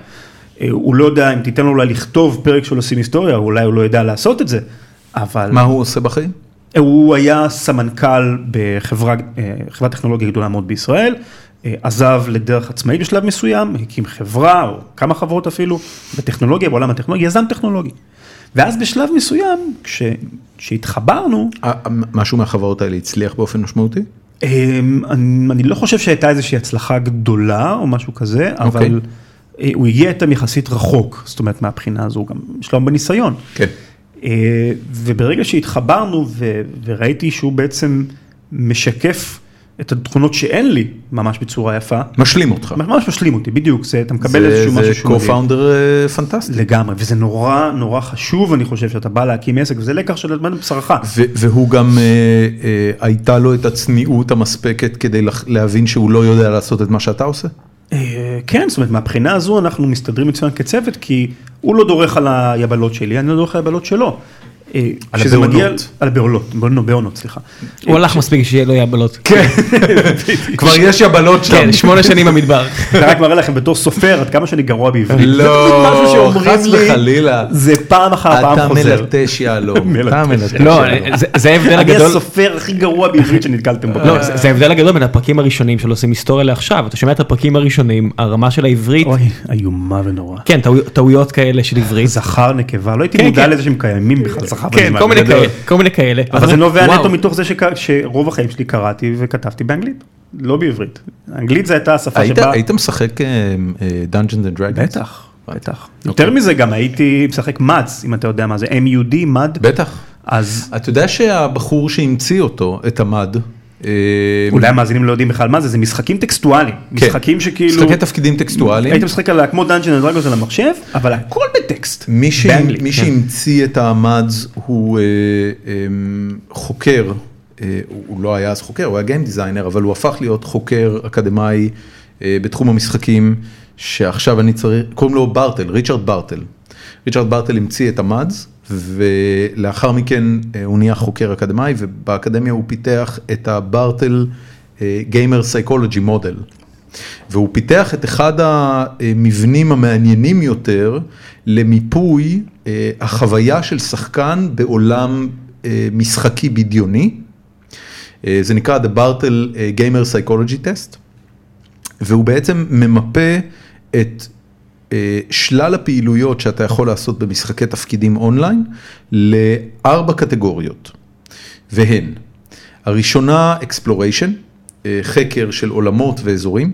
S3: אה, הוא לא יודע אם תיתן לו אולי לכתוב פרק של עושים היסטוריה, אולי הוא לא ידע לעשות את זה, אבל...
S1: מה הוא עושה בחיים?
S3: הוא היה סמנכ"ל בחברה אה, חברת טכנולוגיה גדולה מאוד בישראל, אה, עזב לדרך עצמאית בשלב מסוים, הקים חברה או כמה חברות אפילו, בטכנולוגיה, בעולם הטכנולוגיה, יזם טכנולוגי. ואז בשלב מסוים, כש- כשהתחברנו,
S1: אה, אה, משהו מהחברות האלה הצליח באופן משמעותי?
S3: אמ, אני, אני לא חושב שהייתה איזושהי הצלחה גדולה או משהו כזה, אבל אה, הוא הגיע איתם יחסית רחוק, זאת אומרת מהבחינה הזו, גם יש לו הרבה ניסיון.
S1: כן.
S3: אה, וברגע שהתחברנו ו- וראיתי שהוא בעצם משקף את התכונות שאין לי ממש בצורה יפה,
S1: משלים אותך.
S3: ממש משלים אותי, בדיוק, זה, אתה מקבל
S1: זה
S3: איזשהו
S1: זה
S3: משהו שהוא מדהים.
S1: co-founder אה, פנטסטי.
S3: לגמרי, וזה נורא נורא חשוב, אני חושב, שאתה בא להקים עסק, וזה לקח של אדמן בשרך.
S1: ו- והוא גם אה, אה, הייתה לו את הצניעות המספקת כדי לח- להבין שהוא לא יודע לעשות את מה שאתה עושה?
S3: אה, כן, זאת אומרת, מהבחינה הזו אנחנו מסתדרים מצוין כצוות, כי הוא לא דורך על היבלות שלי, אני לא דורך על היבלות שלו. אה,
S1: על אה,
S3: שזה מגיע-
S1: הבעונות.
S3: על הבעולות, בעונות, בעונות, סליחה.
S2: הוא הלך מספיק
S4: לא
S2: שיהיה לו יבלות. כן.
S1: כבר יש יבלות שם.
S2: כן, שמונה שנים במדבר.
S3: זה רק מראה לכם בתור סופר עד כמה שאני גרוע בעברית.
S1: לא,
S3: זה פשוט משהו שאומרים
S1: חס
S3: לי,
S1: וחלילה.
S3: זה פעם אחר
S1: אתה
S3: פעם חוזר.
S1: מלטש יהלום.
S3: מלטש אה,
S1: אתה מלטש אה,
S2: לא,
S1: יהלום.
S2: זה- זה ההבדל
S3: אני
S2: הגדול.
S3: הסופר הכי גרוע בעברית שנתקלתם בו. כן.
S2: לא, זה זה ההבדל הגדול בין הפרקים הראשונים של עושים היסטוריה לעכשיו. אתה שומע את הפרקים הראשונים, הרמה של העברית,
S3: אוי, איומה ונורא.
S2: כן, טעו- טעויות כאלה של עברית.
S3: זכר נקבה, לא הייתי
S2: כן,
S3: מודע
S2: כן.
S3: לזה שהם קיימים בכלל, זכר
S2: כן,
S3: ונקבה,
S2: כל מיני
S3: גדול.
S2: כאלה, כל מיני כאלה.
S3: אבל זה נובע
S2: וואו.
S3: נטו מתוך זה שק- שרוב החיים שלי קראתי וכתבתי באנגלית, לא בעברית. אנגלית זו הייתה השפה
S1: היית-
S3: אה, שבה...
S1: היית משחק אה, אה, Dungeons and Dragons?
S3: בטח, בטח. יותר
S1: אוקיי.
S3: מזה גם הייתי משחק מאץ, אם אתה יודע מה זה, MUD, מד,
S1: בטח.
S3: אז
S1: אתה יודע שהבחור שהמציא אותו, את המד, אה,
S3: אולי המאזינים לא יודעים בכלל מה זה, זה משחקים טקסטואליים,
S1: כן.
S3: משחקים שכאילו...
S1: משחקי תפקידים טקסטואליים.
S3: היית משחק על ה- כמו Dungeon and Dragons על המחשב, אבל הכל בטקסט.
S1: מי ש-
S3: באנגלית,
S1: מי
S3: כן.
S1: שהמציא את המאדס הוא אה, אמ, חוקר, אה, הוא הוא לא היה אז חוקר, הוא היה גיים דיזיינר, אבל הוא הפך להיות חוקר אקדמאי אה, בתחום המשחקים, שעכשיו אני צריך, קוראים לו ברטל, ריצ'רד ברטל. ריצ'רד ברטל המציא את המאדס, ולאחר מכן אה, הוא נהיה חוקר אקדמאי, ובאקדמיה הוא פיתח את אה, הברטל גיימר סייקולוגי מודל. והוא פיתח את אחד המבנים המעניינים יותר למיפוי אה, החוויה של שחקן בעולם אה, משחקי בדיוני. אה, זה נקרא The Bartel אה, Gamer Psychology Test, והוא בעצם ממפה את אה, שלל הפעילויות שאתה יכול לעשות במשחקי תפקידים אונליין לארבע קטגוריות, והן הראשונה exploration, אה, חקר של עולמות ואזורים,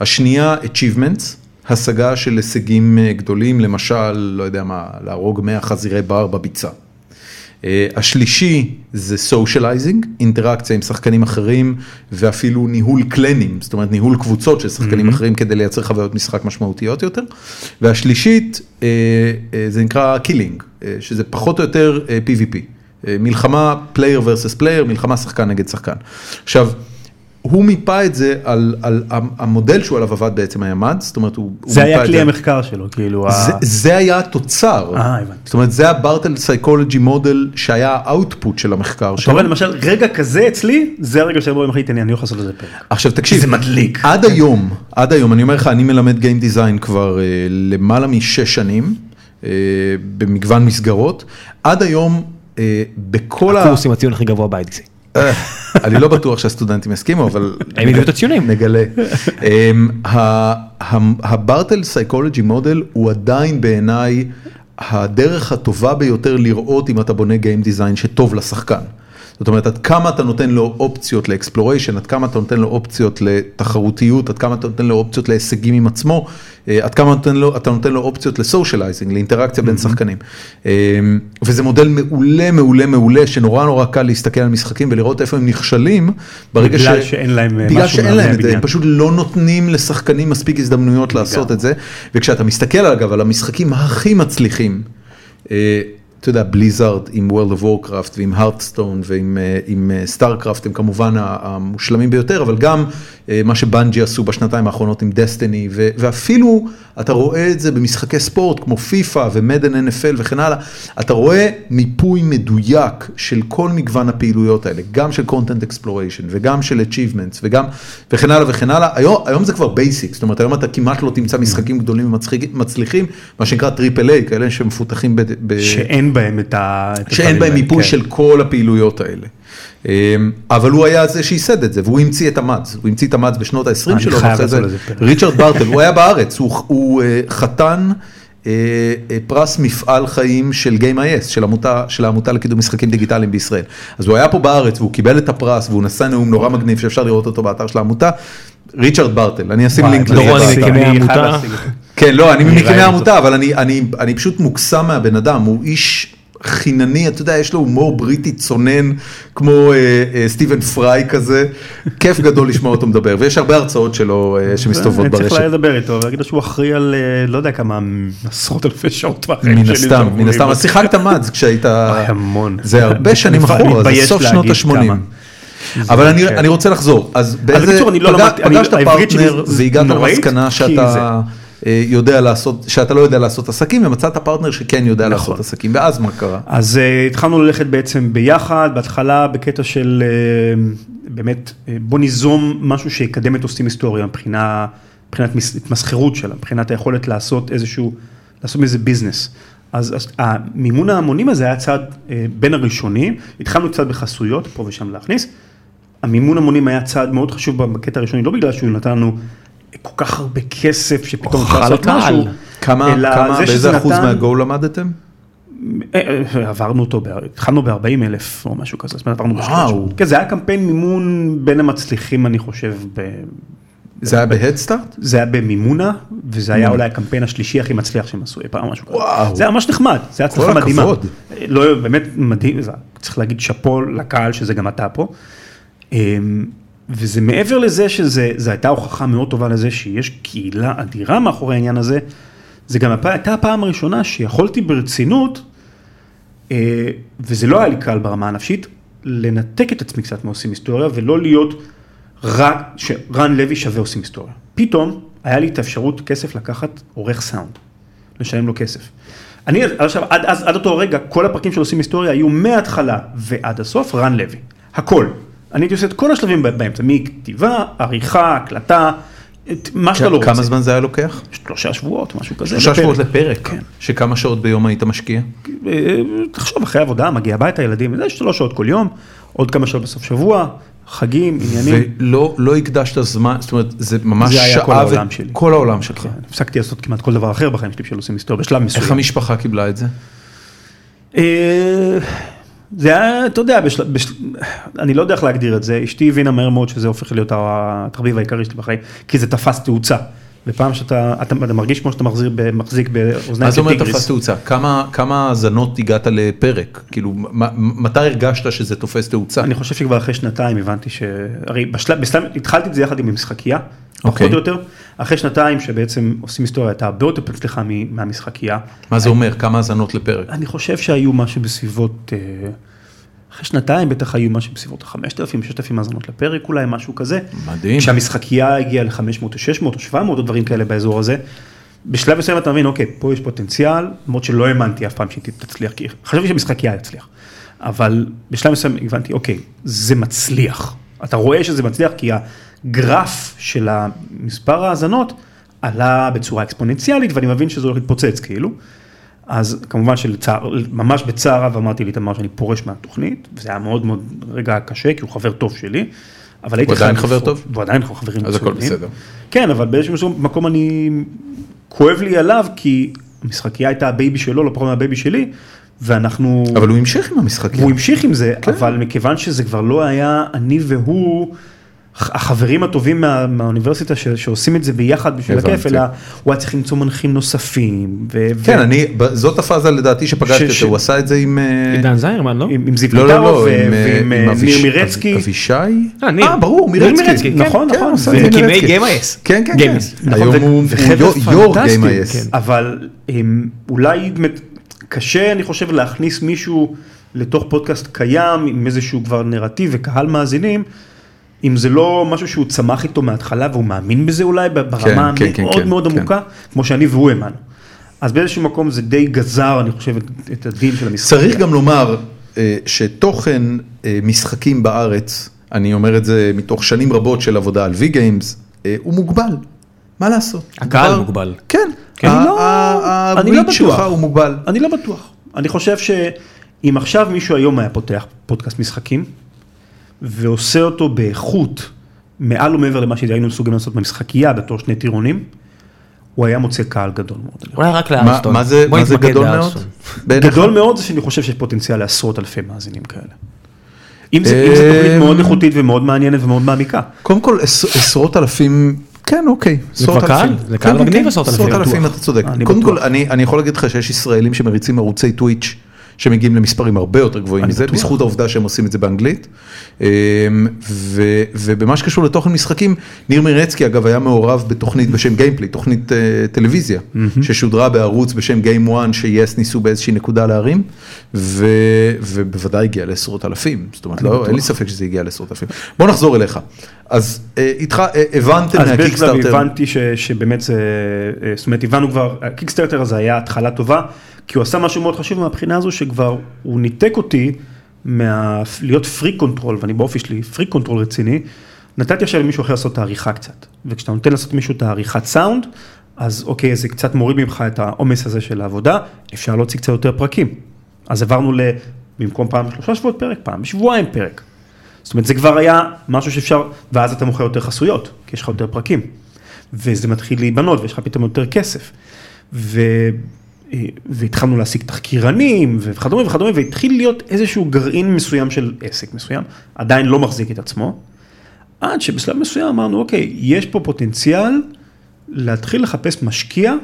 S1: השנייה achievements, השגה של הישגים אה, גדולים, למשל, לא יודע מה, להרוג 100 חזירי בר בביצה. אה, השלישי זה סושיאלייזינג, אינטראקציה עם שחקנים אחרים ואפילו ניהול קלנים, זאת אומרת ניהול קבוצות של
S3: Mm-hmm.
S1: שחקנים אחרים כדי לייצר חוויות משחק משמעותיות יותר. והשלישית אה, אה, זה נקרא קילינג, אה, שזה פחות או יותר אה, PvP, אה, מלחמה פלייר versus פלייר, מלחמה שחקן נגד שחקן. עכשיו, הוא מיפה את זה על, על המודל שהוא עליו עבד בעצם היה מד, זאת אומרת הוא... הוא
S3: זה
S1: מיפה
S3: היה
S1: את
S3: כלי המחקר שלו, כאילו... ה-
S1: זה, זה היה התוצר,
S3: אה, הבנתי.
S1: זאת אומרת זה הברטל סייקולוגי מודל שהיה האוטפוט של המחקר
S3: אתה
S1: שלו.
S3: אומר למשל, רגע כזה אצלי, זה הרגע שבו אני מחליט, "הנה, אני הולך לעשות לזה פרק.
S1: עכשיו תקשיב,
S3: זה מדליק. כן.
S1: עד היום, עד היום, אני אומר לך, אני מלמד גיים דיזיין כבר אה, למעלה משש שנים, אה, במגוון מסגרות, עד היום אה, בכל ה...
S2: הקורסים הציון הכי גבוה באיידקסי.
S1: אה, אני לא בטוח שהסטודנטים יסכימו, אבל...
S2: הם יביאו את הציונים.
S1: נגלה. אמ, ה- ה- הברטל סייקולוגי מודל הוא עדיין בעיניי הדרך הטובה ביותר לראות אם אתה בונה גיים דיזיין שטוב לשחקן. זאת אומרת, עד כמה אתה נותן לו אופציות לאקספלוריישן, עד כמה אתה נותן לו אופציות לתחרותיות, עד כמה אתה נותן לו אופציות להישגים עם עצמו, אה, עד כמה נותן לו, אתה נותן לו אופציות לסושיאלייזינג, לאינטראקציה בין שחקנים. אה, וזה מודל מעולה, מעולה, מעולה, שנורא נורא קל להסתכל על משחקים ולראות איפה הם נכשלים, ברגע
S3: בגלל שאין להם, אה,
S1: בגלל
S3: משהו
S1: שאין להם את זה,
S3: מהבניין. כן.
S1: הם פשוט לא נותנים לשחקנים מספיק הזדמנויות לעשות את זה. וכשאתה מסתכל אגב על המשחקים הכי מצליחים, אה, אתה יודע, בליזארד עם World of Warcraft ועם הרטסטון ועם אה, עם, אה, סטארקראפט הם כמובן ה- המושלמים ביותר, אבל גם אה, מה שבנג'י עשו בשנתיים האחרונות עם דסטיני, ו- ואפילו אתה רואה את זה במשחקי ספורט כמו פיפא ומדן NFL וכן הלאה, אתה רואה מיפוי מדויק של כל מגוון הפעילויות האלה, גם של content exploration וגם של achievements וגם וכן הלאה וכן הלאה, היום, היום זה כבר בייסיק, זאת אומרת היום אתה כמעט לא תמצא משחקים גדולים ומצליחים, מה שנקרא טריפל איי, כאלה שמפותחים ב... ב-
S3: שאין בהם את ה... את
S1: שאין
S3: הדברים
S1: בהם
S3: האלה,
S1: מיפוי
S3: כן.
S1: של כל הפעילויות האלה. אמ, אבל הוא היה זה שייסד את זה, והוא המציא את המאץ, הוא המציא את המאץ בשנות ה-20
S3: אני
S1: שלו,
S3: חייב
S1: ואחרי זה
S3: לעשות לזה פרק.
S1: ריצ'רד ברטל, הוא היה בארץ, הוא- הוא אה, חתן אה, אה, פרס מפעל חיים של Game.is, של עמותה- של העמותה לקידום משחקים דיגיטליים בישראל. אז הוא היה פה בארץ, והוא קיבל את הפרס, והוא נשא נאום נורא מגניב שאפשר לראות אותו באתר של העמותה. ריצ'רד ברטל, אני אשים
S3: וואי,
S1: לינק
S3: אבל
S2: לא רואה,
S1: באתר.
S2: אני
S3: אני
S2: מקימי
S3: חייב
S2: העמותה.
S3: להשיג את זה.
S1: כן, לא, אני
S3: אני
S1: ממקימי
S3: ראיתי
S1: העמותה, אבל אני, אני, אני פשוט מוקסם מהבן אדם, הוא איש חינני, אתה יודע, יש לו הומור בריטי צונן, כמו אה, אה, סטיבן פריי כזה, כיף גדול לשמוע אותו מדבר, ויש הרבה הרצאות שלו אה, שמסתובבות
S3: אני צריך
S1: ברשת.
S3: לדבר איתו ולהגיד לו שהוא אחראי על אה, לא יודע כמה עשרות אלפי שעות בחיים
S1: מן
S3: שלי
S1: הסתם,
S3: שעברו
S1: מן
S3: לי.
S1: הסתם, אז שיחקת מאץ כשהיית...
S3: אוי, המון.
S1: זה הרבה
S3: אני
S1: שנים
S3: כבר
S1: אחורה, זה
S3: מתבייש
S1: סוף שנות ה-80.
S3: להגיד כמה.
S1: אבל אני,
S3: כן.
S1: אני רוצה לחזור, אז באיזה,
S3: בקיצור, אני לא
S1: פגע-
S3: למדתי- אני-
S1: פגשת
S3: העברית שלי
S1: פרטנר
S3: ז-
S1: והגעת
S3: נוראית,
S1: למסקנה
S3: כי
S1: שאתה אה, יודע לעשות, שאתה לא יודע לעשות עסקים ומצאת פרטנר שכן יודע
S3: נכון.
S1: לעשות עסקים, ואז מה קרה?
S3: אז אה, התחלנו ללכת בעצם ביחד, בהתחלה בקטע של אה, באמת אה, בוא ניזום משהו שיקדם את עושים היסטוריה מבחינה, מבחינת מס- התמסחרות שלה, מבחינת היכולת לעשות איזשהו, לעשות מזה ביזנס. אז, אז המימון ההמונים הזה היה צעד אה, בין הראשונים, התחלנו קצת בחסויות, פה ושם להכניס, המימון המונים היה צעד מאוד חשוב בקטע הראשוני, לא בגלל שהוא נתן לנו כל כך הרבה כסף שפתאום אפשר
S2: אכל
S3: לעשות
S2: קהל.
S3: משהו,
S1: כמה,
S3: אלא
S1: כמה,
S3: זה
S1: באיזה
S3: שזה
S1: אחוז
S3: נתן-
S1: מהגו למדתם?
S3: אה, אה, עברנו אותו, ב- התחלנו ב-40 אלף או משהו כזה, זאת אומרת עברנו בשלוש.
S1: וואו.
S3: כן, זה היה קמפיין מימון בין המצליחים אני חושב, ב-
S1: זה היה בהדסטארט?
S3: זה היה במימונה, וזה היה אולי הקמפיין השלישי הכי מצליח שהם עשו אי פעם או משהו כזה.
S1: Mm. וואו.
S3: זה היה ממש נחמד, זה היה
S1: כל
S3: הצלחה מדהימה.
S1: הכבוד.
S3: אה, לא, באמת מדהים, זה- צריך להגיד שאפו לקהל שזה גם אתה פה. אמ, וזה מעבר לזה שזה זה הייתה הוכחה מאוד טובה לזה שיש קהילה אדירה מאחורי העניין הזה, זה גם הפ- הייתה הפעם הראשונה שיכולתי ברצינות, אה, וזה לא היה לי קל ברמה הנפשית, לנתק את עצמי קצת מעושים היסטוריה ולא להיות רק, שרן לוי שווה עושים היסטוריה. פתאום היה לי את האפשרות כסף לקחת עורך סאונד, לשלם לו כסף. אני עכשיו, עד, אז, עד אותו רגע, כל הפרקים של עושים היסטוריה היו מההתחלה ועד הסוף רן לוי, הכל. אני הייתי עושה את כל השלבים ב- באמצע, מכתיבה, עריכה, הקלטה, את מה שאתה לא רוצה.
S1: כמה זמן זה היה לוקח?
S3: שלושה שבועות, משהו כזה.
S1: שלושה
S3: לפרק.
S1: שבועות לפרק,
S3: כן.
S1: שכמה שעות ביום היית משקיע?
S3: אה, תחשוב, אחרי עבודה, מגיע הביתה, ילדים, זה שלוש שעות כל יום, עוד כמה שעות בסוף שבוע, חגים, עניינים.
S1: ולא לא הקדשת זמן, זאת אומרת, זה ממש
S3: זה
S1: שעה,
S3: היה כל
S1: ו-
S3: העולם שלי.
S1: כל העולם שלך.
S3: כן, הפסקתי לעשות כמעט כל דבר אחר בחיים שלי של עושים היסטוריה, בשלב
S1: איך
S3: מסוים.
S1: המשפחה קיבלה את זה?
S3: אה, זה היה, אתה יודע, בשל... בשל... אני לא יודע איך להגדיר את זה, אשתי הבינה מהר מאוד שזה הופך להיות התחביב העיקרי שלי בחיים, כי זה תפס תאוצה. ופעם שאתה, אתה, אתה מרגיש כמו שאתה מחזיר, ב- מחזיק
S1: מה
S3: באוזניים
S1: זה
S3: של
S1: אומר תפס
S3: טיגריס.
S1: תאוצה? כמה כמה האזנות הגעת לפרק? כאילו, מה- מתי הרגשת שזה תופס תאוצה?
S3: אני חושב שכבר אחרי שנתיים הבנתי ש... הרי בשלב, בשלב, התחלתי את זה יחד עם המשחקייה,
S1: אוקיי.
S3: פחות או יותר. אחרי שנתיים שבעצם עושים היסטוריה הייתה הרבה יותר מצליחה מ- מהמשחקייה.
S1: מה זה אומר? כמה האזנות לפרק?
S3: אני חושב שהיו משהו בסביבות, אה, אחרי שנתיים בטח היו משהו בסביבות 5,000, 6,000 האזנות לפרק אולי, משהו כזה.
S1: מדהים.
S3: כשהמשחקייה הגיעה ל-500 או 600 או 700 או דברים כאלה באזור הזה. בשלב מסוים אתה מבין, אוקיי, פה יש פוטנציאל, למרות שלא האמנתי אף פעם שהיא תצליח, כי חשבתי שהמשחקייה תצליח. אבל בשלב מסוים הבנתי, אוקיי, זה מצליח. אתה רואה שזה מצליח כי הגרף של המספר ההאזנות עלה בצורה אקספוננציאלית, ואני מבין שזה הולך להתפוצץ כאילו. אז כמובן שלצער, ממש בצער רב אמרתי לאיתמר שאני פורש מהתוכנית, וזה היה מאוד מאוד רגע קשה, כי הוא חבר טוב שלי, אבל הייתי
S1: הוא עדיין
S3: חייב
S1: חבר
S3: לפרוש.
S1: טוב?
S3: הוא עדיין חברים
S1: אז הכל
S3: מצוינים.
S1: בסדר.
S3: כן, אבל באיזשהו מקום אני, כואב לי עליו, כי המשחקייה הייתה הבייבי שלו, לא פחות מהבייבי שלי, ואנחנו...
S1: אבל כן. הוא המשיך עם המשחקים.
S3: והוא המשיך עם זה, אבל מכיוון שזה כבר לא היה אני והוא, ח- החברים הטובים מה- מהאוניברסיטה ש- שעושים את זה ביחד בשביל
S1: הבנתי.
S3: הכיף, אלא הוא היה צריך למצוא מנחים נוספים. ו-
S1: כן,
S3: ו-
S1: אני, ב- זאת הפאזה לדעתי שפגשתי
S3: ש-
S1: אותו, הוא עשה את זה עם... אה,
S2: עידן זיירמן, לא?
S3: עם עם זיו
S1: לא, לא,
S3: פטרו
S1: לא, עם, אה, עם
S3: ועם אה, ניר
S1: אביש-
S3: מירצקי.
S1: אב- אבישי?
S2: אה, ניר.
S1: אה, ברור,
S2: ניר מירצקי,
S1: מירצקי.
S2: כן,
S3: נכון,
S1: כן,
S3: נכון.
S1: הוא עשה
S3: ו-
S1: את זה עם
S2: מקימי
S1: מירצקי.
S2: GameIS.
S1: כן, כן, כן.
S2: Games.
S3: נכון,
S1: היום
S3: ו-
S1: הוא הוא
S3: וחבר'ה
S1: יו- יו"ר
S3: פנטסטיים, כן.
S1: GameIS.
S3: אבל הם, אולי מת- קשה, אני חושב, להכניס מישהו לתוך פודקאסט קיים, עם איזשהו כבר נרטיב וקהל מאזינים, אם זה לא משהו שהוא צמח איתו מההתחלה והוא מאמין בזה אולי, ב- ברמה
S1: כן, כן,
S3: המאוד
S1: כן,
S3: מאוד
S1: כן.
S3: עמוקה, כמו שאני והוא האמנו. אז באיזשהו מקום זה די גזר, אני חושב, את- את הדין של המשחק.
S1: צריך גם לומר אה, שתוכן אה, משחקים בארץ, אני אומר את זה מתוך שנים רבות של עבודה על V-Games, אה, הוא מוגבל. מה לעשות?
S2: הקהל
S1: כבר-
S2: מוגבל.
S1: כן.
S3: אני
S1: ה-
S3: לא-
S1: ה- ה-
S3: אני לא
S1: הריץ' שלך
S3: בטוח.
S1: הוא מוגבל.
S3: אני לא בטוח. אני חושב שאם עכשיו מישהו היום היה פותח פודקאסט משחקים, ועושה אותו באיכות מעל ומעבר למה שהיינו מסוגלים לעשות במשחקייה בתור שני טירונים, הוא היה מוצא קהל גדול מאוד.
S2: אולי רק
S1: מה-
S2: לארסטון.
S1: מה זה
S2: בוא
S1: מה זה
S2: נתמקד
S1: גדול מאוד?
S2: לארסטון.
S1: בעיניך?
S3: גדול מאוד זה שאני חושב שיש פוטנציאל לעשרות אלפי מאזינים כאלה. אם זו
S1: אה,
S3: תוכנית מאוד איכותית ומאוד מעניינת ומאוד מעמיקה.
S1: קודם כל עש- עשרות אלפים, כן אוקיי, עשרות
S2: כבר קהל?
S1: אלפים.
S2: זה קהל
S1: כן, כן,
S2: מגניב,
S1: כן,
S2: עשרות אלפים,
S1: עשרות אלפים,
S3: בטוח.
S1: אתה צודק.
S3: אני
S1: קודם
S3: בטוח.
S1: כל אני אני יכול להגיד לך שיש ישראלים שמריצים ערוצי טוויץ' שמגיעים למספרים הרבה יותר גבוהים
S3: אני
S1: מזה,
S3: בטוח.
S1: בזכות העובדה שהם עושים את זה באנגלית. אמ, ו- ובמה שקשור לתוכן משחקים, ניר מירצקי אגב היה מעורב בתוכנית בשם גיימפלי, תוכנית אה, טלוויזיה, ששודרה בערוץ בשם Game One, שיס ניסו באיזושהי נקודה להרים, ו- ובוודאי הגיע לעשרות אלפים, זאת אומרת, לא, אין לי ספק שזה הגיע לעשרות אלפים. בוא נחזור אליך. אז אה, איתך, אה, הבנתם
S3: אז באיזשהו שלב
S1: מהקיקסטארטר,
S3: הבנתי ש, שבאמת זה, אה, זאת אומרת הבנו כבר, הקיקסטרטר הזה היה התחלה טובה, כי הוא עשה משהו מאוד חשוב מהבחינה הזו שכבר הוא ניתק אותי מה... להיות פרי קונטרול, ואני באופי שלי פרי קונטרול רציני, נתתי עכשיו למישהו אחר לעשות את העריכה קצת, וכשאתה נותן לעשות מישהו את העריכת סאונד, אז אוקיי, זה קצת מוריד ממך את העומס הזה של העבודה, אפשר להוציא קצת יותר פרקים. אז עברנו ל... במקום פעם בשלושה שבועות פרק, פעם בשבועיים פרק. זאת אומרת, זה כבר היה משהו שאפשר, ואז אתה מוכר יותר חסויות, כי יש לך יותר פרקים. וזה מתחיל להיבנות, ויש לך פתאום יותר כסף. ו... אה, והתחלנו להשיג תחקירנים וכדומה וכדומה, והתחיל להיות איזשהו גרעין מסוים של עסק מסוים, עדיין לא מחזיק את עצמו, עד שבשלב מסוים אמרנו, אוקיי, יש פה פוטנציאל להתחיל לחפש משקיע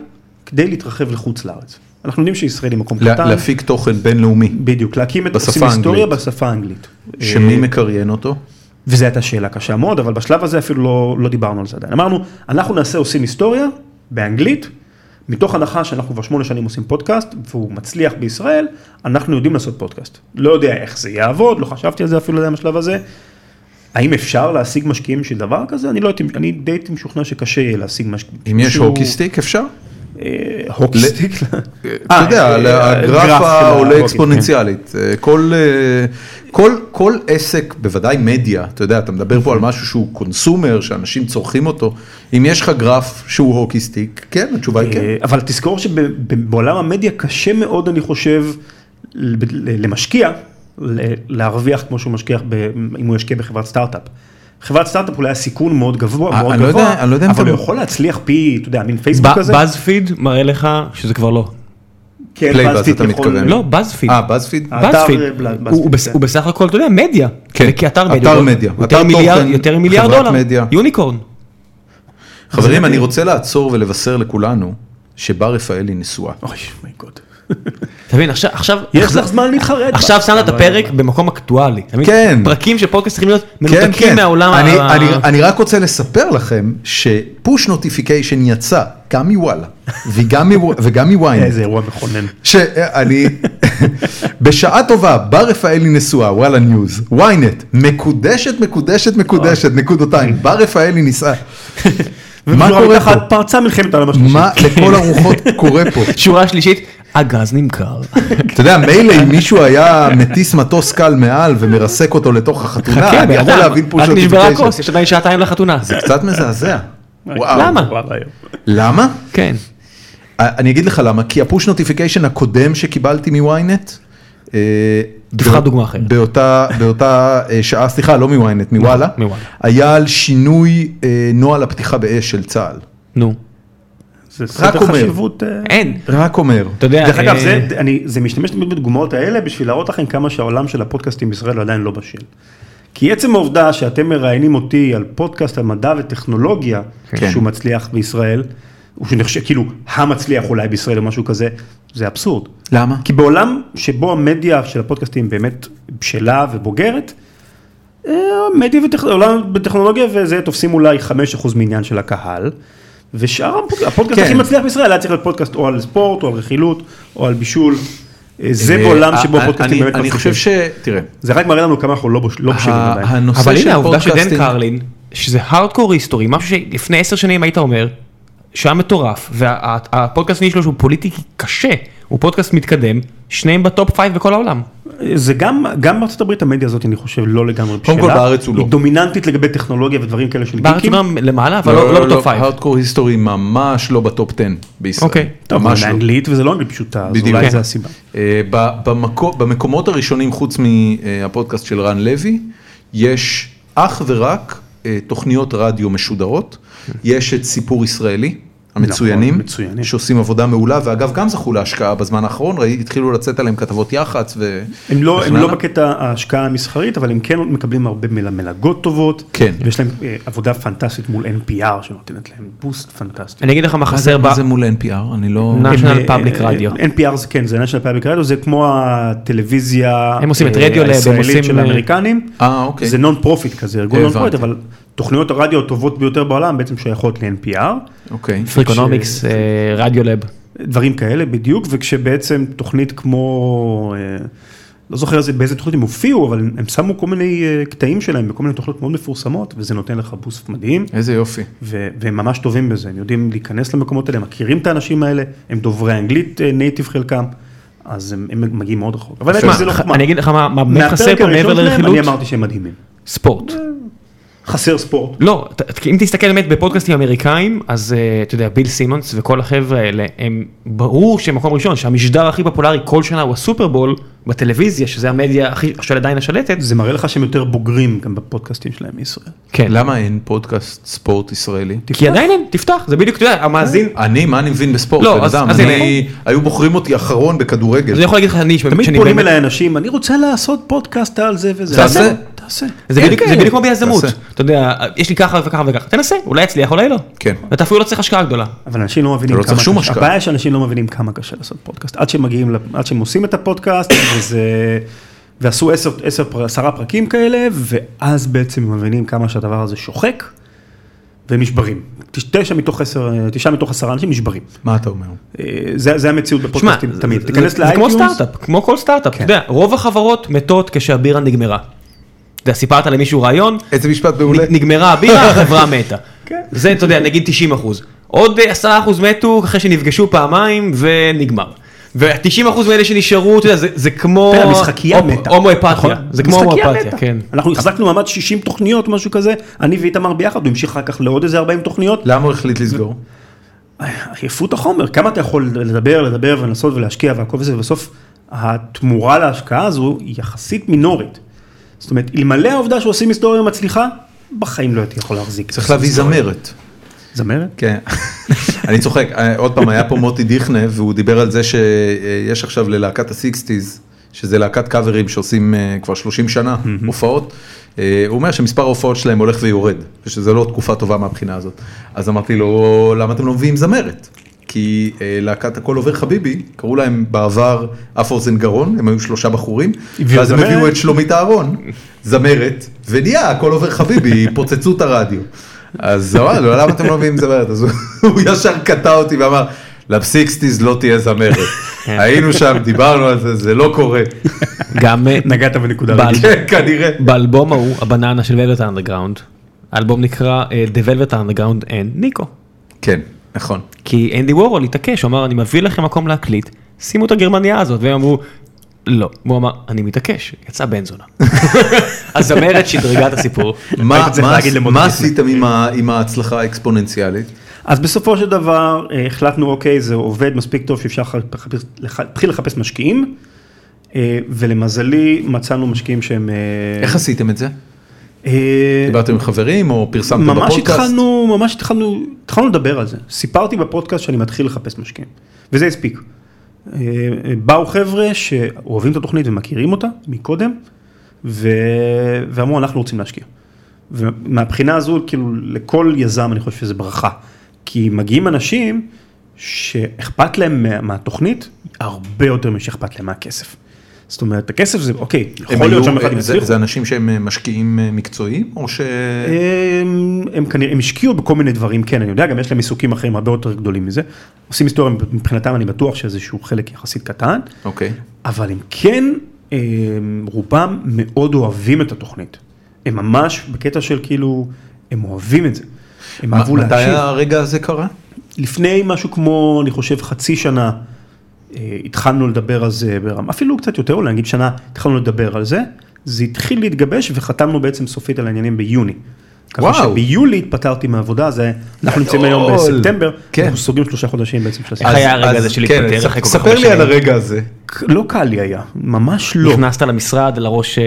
S3: כדי להתרחב לחוץ לארץ. אנחנו יודעים שישראל היא מקום
S1: לה-
S3: קטן,
S1: להפיק תוכן בינלאומי,
S3: בדיוק, להקים את,
S1: בשפה
S3: עושים היסטוריה
S1: האנגלית.
S3: בשפה האנגלית. אה,
S1: שמי מקריין אותו?
S3: וזו הייתה שאלה קשה מאוד, אבל בשלב הזה אפילו לא, לא דיברנו על זה עדיין. אמרנו, אנחנו נעשה עושים היסטוריה באנגלית, מתוך הנחה שאנחנו כבר שמונה שנים עושים פודקאסט, והוא מצליח בישראל, אנחנו יודעים לעשות פודקאסט. לא יודע איך זה יעבוד, לא חשבתי על זה אפילו עדיין בשלב הזה. האם אפשר להשיג משקיעים של דבר כזה? אני לא הייתי, אני די הייתי משוכנע שקשה יהיה להשיג אה, משקיעים.
S1: אם יש הוקי סטיק אפשר?
S3: הוקיסטיק?
S1: אתה יודע, הגרף העולה אקספוננציאלית. אה, כל, אה, כל, כל עסק, בוודאי מדיה, אתה יודע, אתה מדבר פה על משהו שהוא קונסומר, שאנשים צורכים אותו. אם יש לך גרף שהוא הוקי סטיק, כן, התשובה היא כן.
S3: אה, אבל תזכור שבעולם המדיה קשה מאוד, אני חושב, ל- ב- ל- למשקיע, ל- להרוויח כמו שהוא משקיע, ב- אם הוא ישקיע בחברת סטארט-אפ. חברת סטארט-אפ אולי הסיכון מאוד גבוה,
S1: אה,
S3: מאוד
S1: אני לא
S3: גבוה,
S1: יודע- אני לא יודע אם
S3: אבל
S1: אתה-
S3: הוא יכול להצליח פי, אתה יודע, מין פייסבוק כזה.
S2: בזפיד מראה לך שזה כבר לא.
S3: כן,
S1: פלייבאז,
S3: BuzzFeed
S1: אתה
S3: יכול-
S1: מתכוון.
S2: לא, בזפיד.
S1: אה, באזפיד?
S3: אה, אתר,
S2: BuzzFeed.
S3: אה, בלה-
S2: הוא-
S3: BuzzFeed,
S2: הוא בס-
S3: כן.
S2: הוא בסך הכל, אתה יודע, מדיה.
S1: כן.
S2: זה כאתר
S1: אתר
S2: מדיה. הוא-
S1: מדיה.
S2: הוא
S1: אתר
S2: יותר מיליארד-
S1: תוכן,
S2: יותר מיליארד
S1: חברת
S2: דולר.
S1: מדיה.
S2: יוניקורן.
S1: חברים, אני רוצה לעצור ולבשר לכולנו שבר רפאלי נשואה.
S3: אוי, מייגוד.
S2: אתה מבין, עכשיו- עכשיו...
S3: יש
S2: עכשיו-
S3: לך זמן להתחרט.
S2: עכשיו שמת את הפרק במקום אקטואלי. אתה מבין?
S1: כן.
S2: פרקים של פודקאסט צריכים להיות
S1: כן,
S2: מנותקים
S1: כן.
S2: מהעולם
S1: אני,
S2: ה-
S1: אני, אני רק רוצה לספר לכם שפוש נוטיפיקיישן יצא גם מוואלה וגם, מוו- וגם מוויינט.
S3: איזה אירוע מכונן.
S1: שאני, בשעה טובה, בר רפאלי נשואה, וואלה ניוז, ynet, מקודשת, מקודשת, מקודשת, נקודותיים, בר רפאלי נישאה. מה
S2: לא
S1: קורה
S3: ופשוט כאילו, ככה
S1: פה?
S3: פרצה מלחמת העולם השלישית.
S1: מה לכל הרוחות קורה פה?
S2: שורה שלישית, הגז נמכר.
S1: אתה יודע, מילא אם מישהו היה מטיס מטוס קל מעל ומרסק אותו לתוך החתונה, אני
S2: חכה, כן, בן
S1: יכול
S2: אדם,
S1: להבין פוש
S2: רק נשברה הכוס,
S1: נוטיפיקיישן.
S2: יש עדיין שעתיים לחתונה.
S1: זה קצת מזעזע. וואו.
S2: למה?
S3: וואו, רעיון.
S1: למה?
S2: כן.
S1: אני אגיד לך למה, כי הפוש נוטיפיקיישן הקודם שקיבלתי מוויינט, אה,
S2: תבחר
S1: בא-
S2: דוגמה אחרת.
S1: באותה, באותה אה, שעה, סליחה, לא מוויינט, מוואלה,
S2: מוואלה.
S1: היה על שינוי אה, נוהל הפתיחה באש של צה"ל.
S2: נו.
S3: זה סדר
S1: אומר.
S3: חשיבות. אה,
S4: אין.
S1: רק אומר.
S2: אתה יודע,
S3: דרך אגב,
S2: אה,
S3: זה- אני- זה משתמש תמיד בדוגמאות האלה בשביל להראות לכם כמה שהעולם של הפודקאסטים בישראל הוא עדיין לא בשל. כי עצם העובדה שאתם מראיינים אותי על פודקאסט על מדע וטכנולוגיה,
S1: כן.
S3: שהוא מצליח בישראל, הוא שנחשב כאילו המצליח אולי בישראל או משהו כזה, זה אבסורד.
S1: למה?
S3: כי בעולם שבו המדיה של הפודקאסטים באמת בשלה ובוגרת, אה, מדיה ועולם בטכנולוגיה וזה תופסים אולי 5% מעניין של הקהל. ושאר הפודק- הפודקאסט
S1: כן.
S3: הכי מצליח בישראל היה צריך להיות פודקאסט או על ספורט או על רכילות או על בישול. אה, זה
S1: אה,
S3: בעולם
S1: אה,
S3: שבו
S1: אה,
S3: הפודקאסטים
S1: אני-
S3: באמת
S1: אני חושב ש... אה,
S3: מצליחים.
S1: תראה.
S3: זה רק מראה לנו כמה אנחנו לא בוש- לא בשלים
S1: ה-
S3: עדיין.
S1: הנושא
S2: אבל
S1: של
S2: הנה העובדה של דן
S1: הפודקאסטינג-
S2: קרלין, שזה הארדקור היסטורי, משהו שלפני עשר שנים היית אומר, שהיה מטורף, והפודקאסט שלו שהוא פוליטי קשה, הוא פודקאסט מתקדם, שניהם בטופ פייב בכל העולם.
S3: זה גם, גם בארצות הברית המדיה הזאת אני חושב לא לגמרי בשלה.
S1: כל בארץ הוא לא.
S3: היא דומיננטית לגבי טכנולוגיה ודברים כאלה של
S2: בארץ הוא גם למעלה, אבל לא לא בטופ פייב.
S1: הארדקור היסטורי ממש לא בטופ 10 בישראל.
S2: אוקיי.
S3: טוב,
S1: ממש
S3: זה
S1: לא.
S3: באנגלית וזה לא אנגלית פשוטה, אז
S1: בדיוק.
S3: אולי
S1: כן.
S3: זה הסיבה.
S1: אה, ב- במקו- במקומות הראשונים, חוץ מהפודקאסט של רן לוי, יש אך ורק אה, תוכניות רדיו משודרות. יש את סיפור ישראלי, המצוינים,
S3: נכון, מצוינים.
S1: שעושים עבודה מעולה, ואגב, גם זכו להשקעה בזמן האחרון, ראי- התחילו לצאת עליהם כתבות יח"צ ו...
S3: הם לא,
S1: וכן
S3: הם לא
S1: הלאה.
S3: בקטע ההשקעה המסחרית, אבל הם כן מקבלים הרבה מל- מלגות טובות.
S1: כן.
S3: ויש להם אה, עבודה פנטסטית מול NPR שנותנת להם בוסט פנטסטי.
S2: אני אגיד לך מה
S1: מה זה-
S2: חסר
S1: מה
S2: ב...
S1: זה מול NPR? אני לא...
S2: נא- National
S3: אה,
S2: Public
S3: אה,
S2: Radio.
S3: אה, NPR זה כן, זה national public radio, זה כמו הטלוויזיה
S2: הם עושים את
S3: אה,
S2: רדיו לב, הם
S3: הישראלית
S2: עושים,
S3: של
S2: אה,
S3: האמריקנים.
S1: אה, אוקיי.
S3: זה נון פרופיט כזה, ארגון נון
S1: הבנתי.
S3: פרופיט, אבל תוכניות הרדיו הטובות ביותר בעולם בעצם שייכות ל-NPR.
S1: אוקיי.
S2: פריקונומיקס, אה, רדיו לב.
S3: דברים כאלה בדיוק, וכשבעצם תוכנית כמו, אה, לא זוכר איזה, באיזה תוכנית הם הופיעו, אבל הם שמו כל מיני אה, קטעים שלהם בכל מיני תוכניות מאוד מפורסמות, וזה נותן לך בוסט מדהים,
S1: איזה יופי.
S3: ו- והם ממש טובים בזה, הם יודעים להיכנס למקומות האלה, הם מכירים את האנשים האלה, הם דוברי אנגלית נייטיב חלקם, אז הם, הם מגיעים מאוד רחוק. אבל
S2: שמע,
S3: זה לא
S2: ח-
S3: חוכמה.
S2: אני אגיד לך מה- מה באמת חסר
S3: מהפרק
S2: פה מעבר
S3: הראשון שלהם אני
S2: לרכילות,
S3: אמרתי שהם מדהימים.
S2: ספורט.
S3: חסר ספורט.
S2: לא, ת- ת- אם תסתכל באמת בפודקאסטים אמריקאים, אז אה, אתה יודע, ביל סימונס וכל החבר'ה האלה, הם ברור שהם מקום ראשון, שהמשדר הכי פופולרי כל שנה הוא הסופרבול בטלוויזיה, שזה המדיה הכי, של עדיין השלטת.
S3: זה מראה לך שהם יותר בוגרים גם בפודקאסטים שלהם מישראל.
S2: כן.
S1: למה אין פודקאסט ספורט ישראלי?
S2: כי עדיין אין, תפתח, זה בדיוק, אתה יודע, המאזין,
S1: אני, מה אני מבין בספורט?
S2: לא,
S1: בן
S2: אז-
S1: אדם,
S2: אז
S1: אני, היו בוחרים אותי אחרון בכדורגל.
S2: אז אני יכול להגיד לך, אני, שאני
S3: תמיד
S2: באמת,
S3: פונים אליי אנשים, אני רוצה לעשות פודקאסט על זה וזה.
S1: תעשה.
S3: תעשה.
S2: זה
S1: אין
S2: בדיוק- זה
S1: כאלה.
S2: בדיוק כמו ביזמות,
S1: תעשה.
S2: אתה יודע, יש לי ככה וככה וככה, תנסה, אולי יצליח, אולי לא.
S1: כן.
S2: אתה אפילו לא צריך השקעה גדולה.
S3: אבל אנשים לא מבינים
S1: לא
S3: כמה
S1: צריך שום
S3: קשה,
S1: השקעה.
S3: הבעיה שאנשים לא מבינים כמה קשה לעשות פודקאסט, עד שהם מגיעים, לפ- עד שהם עושים את הפודקאסט, וזה, ועשו עשר, עשר, פר- עשרה פרקים כאלה, ואז בעצם הם מבינים כמה שהדבר הזה שוחק, והם נשברים. תש- תשע מתוך עשר, תשעה מתוך עשרה אנשים נשברים.
S1: מה אתה אומר?
S3: אה, זה, זה המציאות
S2: שמע,
S3: בפודקאסטים
S2: זה-
S3: תמיד,
S2: זה-
S3: תיכנס
S2: זה כמו כן.
S3: לאייטיונס,
S2: סטארט-אפ, כמו כל סטארט-אפ, אתה יודע, רוב החברות מתות כשהבירה נגמרה. אתה יודע, סיפרת למישהו רעיון,
S1: איזה משפט מעולה.
S2: נג- נגמרה הבירה, החברה מתה.
S3: כן.
S2: זה, אתה יודע, נגיד 90 אחוז. עוד 10 אחוז מתו אחרי שנפגשו פעמיים ונגמר. ו-90 אחוז מאלה שנשארו, אתה יודע, זה- זה כמו...
S3: תראה, המשחקייה
S2: הומ-
S3: מתה. נכון?
S2: הומואפתיה. זה כמו
S3: המשחקייה
S2: הומואפתיה,
S3: מתה.
S2: כן.
S3: אנחנו החזקנו מעמד 60 תוכניות, משהו כזה, אני ואיתמר ביחד, הוא המשיך אחר כך לעוד איזה 40 תוכניות.
S1: למה הוא החליט לסגור?
S3: עייפות החומר, כמה אתה יכול לדבר, לדבר ולנסות ולהשקיע והכל וזה, ובסוף התמורה להשקעה הזו היא יחסית מינורית. זאת אומרת, אלמלא העובדה שעושים היסטוריה מצליחה, בחיים לא הייתי יכול להחזיק.
S1: צריך להביא זמרת.
S3: זמרת?
S1: כן. אני צוחק. אה, עוד פעם, היה פה מוטי דיכנה, והוא דיבר על זה שיש עכשיו ללהקת הסיקסטיז, שזה להקת קאברים שעושים אה, כבר 30 שנה הופעות. אה, הוא אומר שמספר ההופעות שלהם הולך ויורד, ושזה לא תקופה טובה מהבחינה הזאת. אז אמרתי לו, למה אתם לא מביאים זמרת? כי אה, להקת הכל עובר חביבי, קראו להם בעבר אף אוזן גרון, הם היו שלושה בחורים,
S3: הביאו
S1: ואז הם
S3: זמרת.
S1: הביאו את שלומית אהרון, זמרת, ונהיה הכל עובר חביבי, פוצצו את הרדיו. אז אמרנו, לו, למה אתם לא מביאים זמרת? אז הוא- הוא ישר קטע אותי ואמר, לבסיקסטיז לא תהיה זמרת. היינו שם, דיברנו על זה, זה לא קורה.
S2: גם אה,
S3: נגעת בנקודה.
S2: בעל-
S3: רגישה.
S1: כן, כנראה.
S2: באלבום ההוא, הבננה של ולווט אנדרגראונד, האלבום נקרא אה, The Velvet Underground and ניקו.
S1: כן, נכון.
S2: כי אנדי וורול התעקש, הוא אמר אני מביא לכם מקום להקליט, שימו את הגרמניה הזאת, והם אמרו לא, והוא אמר אני מתעקש, יצא בן זונה. הזמרת שדרגה את הסיפור.
S1: מה-
S3: צריך
S1: מה-
S3: להגיד למוטי
S1: מה
S3: דיכנה.
S1: עשיתם עם ה- עם ההצלחה האקספוננציאלית?
S3: אז בסופו של דבר אה, החלטנו, אוקיי, זה עובד מספיק טוב שאפשר לח- לחפש- לח- להתחיל לחפש משקיעים, אה, ולמזלי מצאנו משקיעים שהם... אה,
S1: איך עשיתם את זה?
S3: אה,
S1: דיברתם עם חברים או פרסמתם
S3: ממש
S1: בפודקאסט?
S3: התחלנו, ממש התחלנו, התחלנו לדבר על זה. סיפרתי בפודקאסט שאני מתחיל לחפש משקיעים, וזה הספיק. אה, אה, באו חבר'ה שאוהבים את התוכנית ומכירים אותה מקודם, ו... ואמרו אנחנו רוצים להשקיע. ומהבחינה הזו, כאילו, לכל יזם אני חושב שזה ברכה. כי מגיעים אנשים שאכפת להם מה, מהתוכנית הרבה יותר משאכפת להם מהכסף. זאת אומרת, הכסף זה, אוקיי,
S1: הם
S3: יכול להיות
S1: היו-
S3: שם אחד
S1: אה,
S3: הם
S1: זה-
S3: יצליחו.
S1: זה אנשים שהם אה, משקיעים אה, מקצועיים או ש...
S3: אה, הם, הם כנראה, הם השקיעו בכל מיני דברים, כן, אני יודע, גם יש להם עיסוקים אחרים הרבה יותר גדולים מזה. עושים היסטוריה, מבחינתם אני בטוח שאיזשהו חלק יחסית קטן,
S1: אוקיי.
S3: אבל הם כן, הם, רובם מאוד אוהבים את התוכנית. הם ממש בקטע של כאילו, הם אוהבים את זה. הם אהבו
S1: מתי
S3: להשיב.
S1: הרגע הזה קרה?
S3: לפני משהו כמו, אני חושב, חצי שנה, אה, התחלנו לדבר על זה ברמה, אפילו קצת יותר, אולי נגיד שנה, התחלנו לדבר על זה. זה התחיל להתגבש וחתמנו בעצם סופית על העניינים ביוני. ככה
S1: וואו.
S3: שביולי התפטרתי מהעבודה, זה, אנחנו נמצאים
S1: גדול.
S3: היום בספטמבר,
S1: כן.
S3: אנחנו סוגרים שלושה חודשים בעצם של
S2: איך
S1: אז-
S3: הספטמבר.
S2: היה הרגע
S1: אז-
S2: הזה של
S1: כן,
S2: להתפטר
S1: ספ-
S2: אחרי כל כך
S1: ספר
S2: הרבה
S1: לי על
S2: שנים?
S1: הרגע הזה.
S3: לא קל לי היה, ממש לא.
S2: נכנסת למשרד, לראש, אה,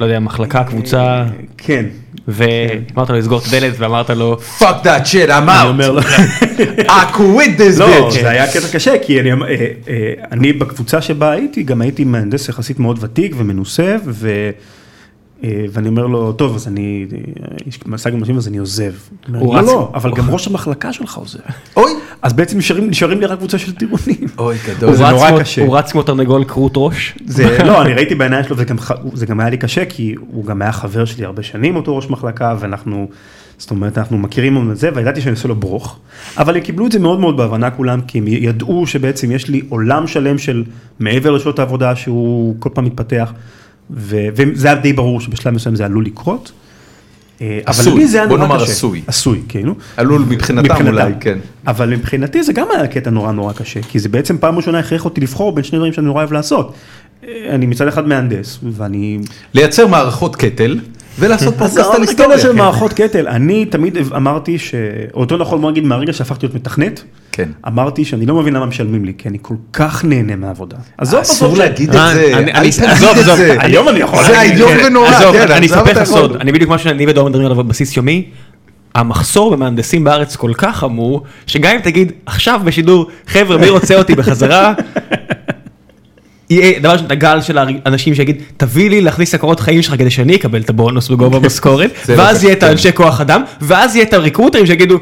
S2: לא יודע, מחלקה, קבוצה,
S3: כן.
S2: ואמרת לו לסגור את הדלת ואמרת לו,
S1: fuck that shit, I'm
S3: אני אומר
S1: out.
S3: לו,
S1: I quit this
S3: לא,
S1: bitch.
S3: זה היה קטע קשה, כי אני, אמ- אה, אה, אני בקבוצה שבה הייתי, גם הייתי מהנדס יחסית מאוד ותיק ומנוסה, ו... אה, ואני אומר לו, טוב, אז אני, אה, יש משג אנשים, אז אני עוזב. הוא אומר,
S2: הוא
S3: לא,
S2: רץ-
S3: לא, אבל גם ראש המחלקה שלך עוזב.
S1: אוי.
S3: אז בעצם נשארים, נשארים לי רק קבוצה של טירונים.
S1: אוי,
S2: הוא
S1: גדול.
S3: זה
S2: רץ
S3: נורא
S2: כמו-
S3: קשה.
S2: הוא רץ כמו תרנגול כרות ראש,
S3: זה, לא, אני ראיתי בעיניים שלו, זה גם, ח- זה גם היה לי קשה, כי הוא גם היה חבר שלי הרבה שנים, אותו ראש מחלקה, ואנחנו, זאת אומרת, אנחנו מכירים את זה, וידעתי שאני עושה לו ברוך, אבל הם קיבלו את זה מאוד מאוד בהבנה כולם, כי הם ידעו שבעצם יש לי עולם שלם של מעבר לשעות העבודה, שהוא כל פעם מתפתח, ו- וזה היה די ברור שבשלב מסוים זה עלול לקרות. אה,
S1: עשוי,
S3: אבל לי זה היה
S1: בוא
S3: נורא קשה.
S1: נאמר עשוי.
S3: עשוי, כאילו.
S1: עלול מבחינתם אולי, כן.
S3: אבל מבחינתי זה גם היה קטע נורא נורא קשה, כי זה בעצם פעם ראשונה הכריח אותי לבחור בין שני דברים שאני נורא אוהב לעשות. אה, אני מצד אחד מהנדס, ואני...
S1: לייצר מערכות קטל ולעשות פודקאסט על
S3: עזוב,
S1: היסטוריה.
S3: הקטע של
S1: כן.
S3: מערכות קטל, אני תמיד אמרתי ש... או יותר נכון בוא נגיד מהרגע שהפכתי להיות מתכנת,
S1: כן.
S3: אמרתי שאני לא מבין למה משלמים לי, כי אני כל כך נהנה מהעבודה. עזוב,
S1: אסור
S3: עזוב,
S1: להגיד את זה.
S2: אני-
S1: אל
S2: אני-
S1: תגיד
S2: עזוב,
S1: את
S2: עזוב,
S1: זה.
S2: אני-
S3: היום אני יכול
S1: זה
S3: להגיד.
S1: איום ונורא.
S2: עזוב,
S1: כן,
S2: אני
S1: עזוב
S2: אספר
S1: את
S2: לך
S1: הכל.
S2: סוד, אני בדיוק מה שאני ודור מדברים עליו בבסיס יומי, המחסור במהנדסים בארץ כל כך חמור, שגם אם תגיד עכשיו בשידור, חבר'ה מי רוצה אותי בחזרה, יהיה דבר ראשון את הגל של האנשים שיגיד, תביא לי להכניס לקורות חיים שלך כדי שאני אקבל את הבונוס בגובה המשכורת,
S1: זה
S2: ואז
S1: לא
S2: יהיה את
S1: כן.
S2: האנשי כוח אדם, ואז יהיה את הריקרוטרים שיגידו,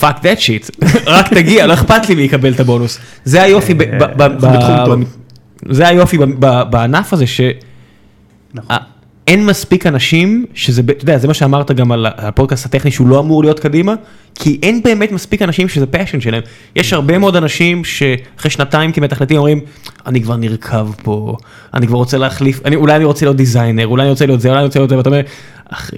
S2: fuck that shit, רק תגיע, לא אכפת לי מי יקבל את הבונוס. זה היופי ב- ב- ב-
S3: אנחנו בתחום
S2: ב-
S3: טוב.
S2: ב- זה היופי ב- ב- בענף הזה, ש...
S3: נכון.
S2: אה, אין מספיק אנשים שזה, ב- אתה יודע, זה מה שאמרת גם על ה- הפודקאסט הטכני שהוא לא אמור להיות קדימה, כי אין באמת מספיק אנשים שזה פאשן שלהם. יש הרבה מאוד אנשים שאחרי שנתיים כמתכנתים אומרים, אני כבר נרקב פה, אני כבר רוצה להחליף, אני, אולי אני רוצה להיות דיזיינר, אולי אני רוצה להיות זה, אולי אני רוצה להיות זה, ואתה אומר, אחי,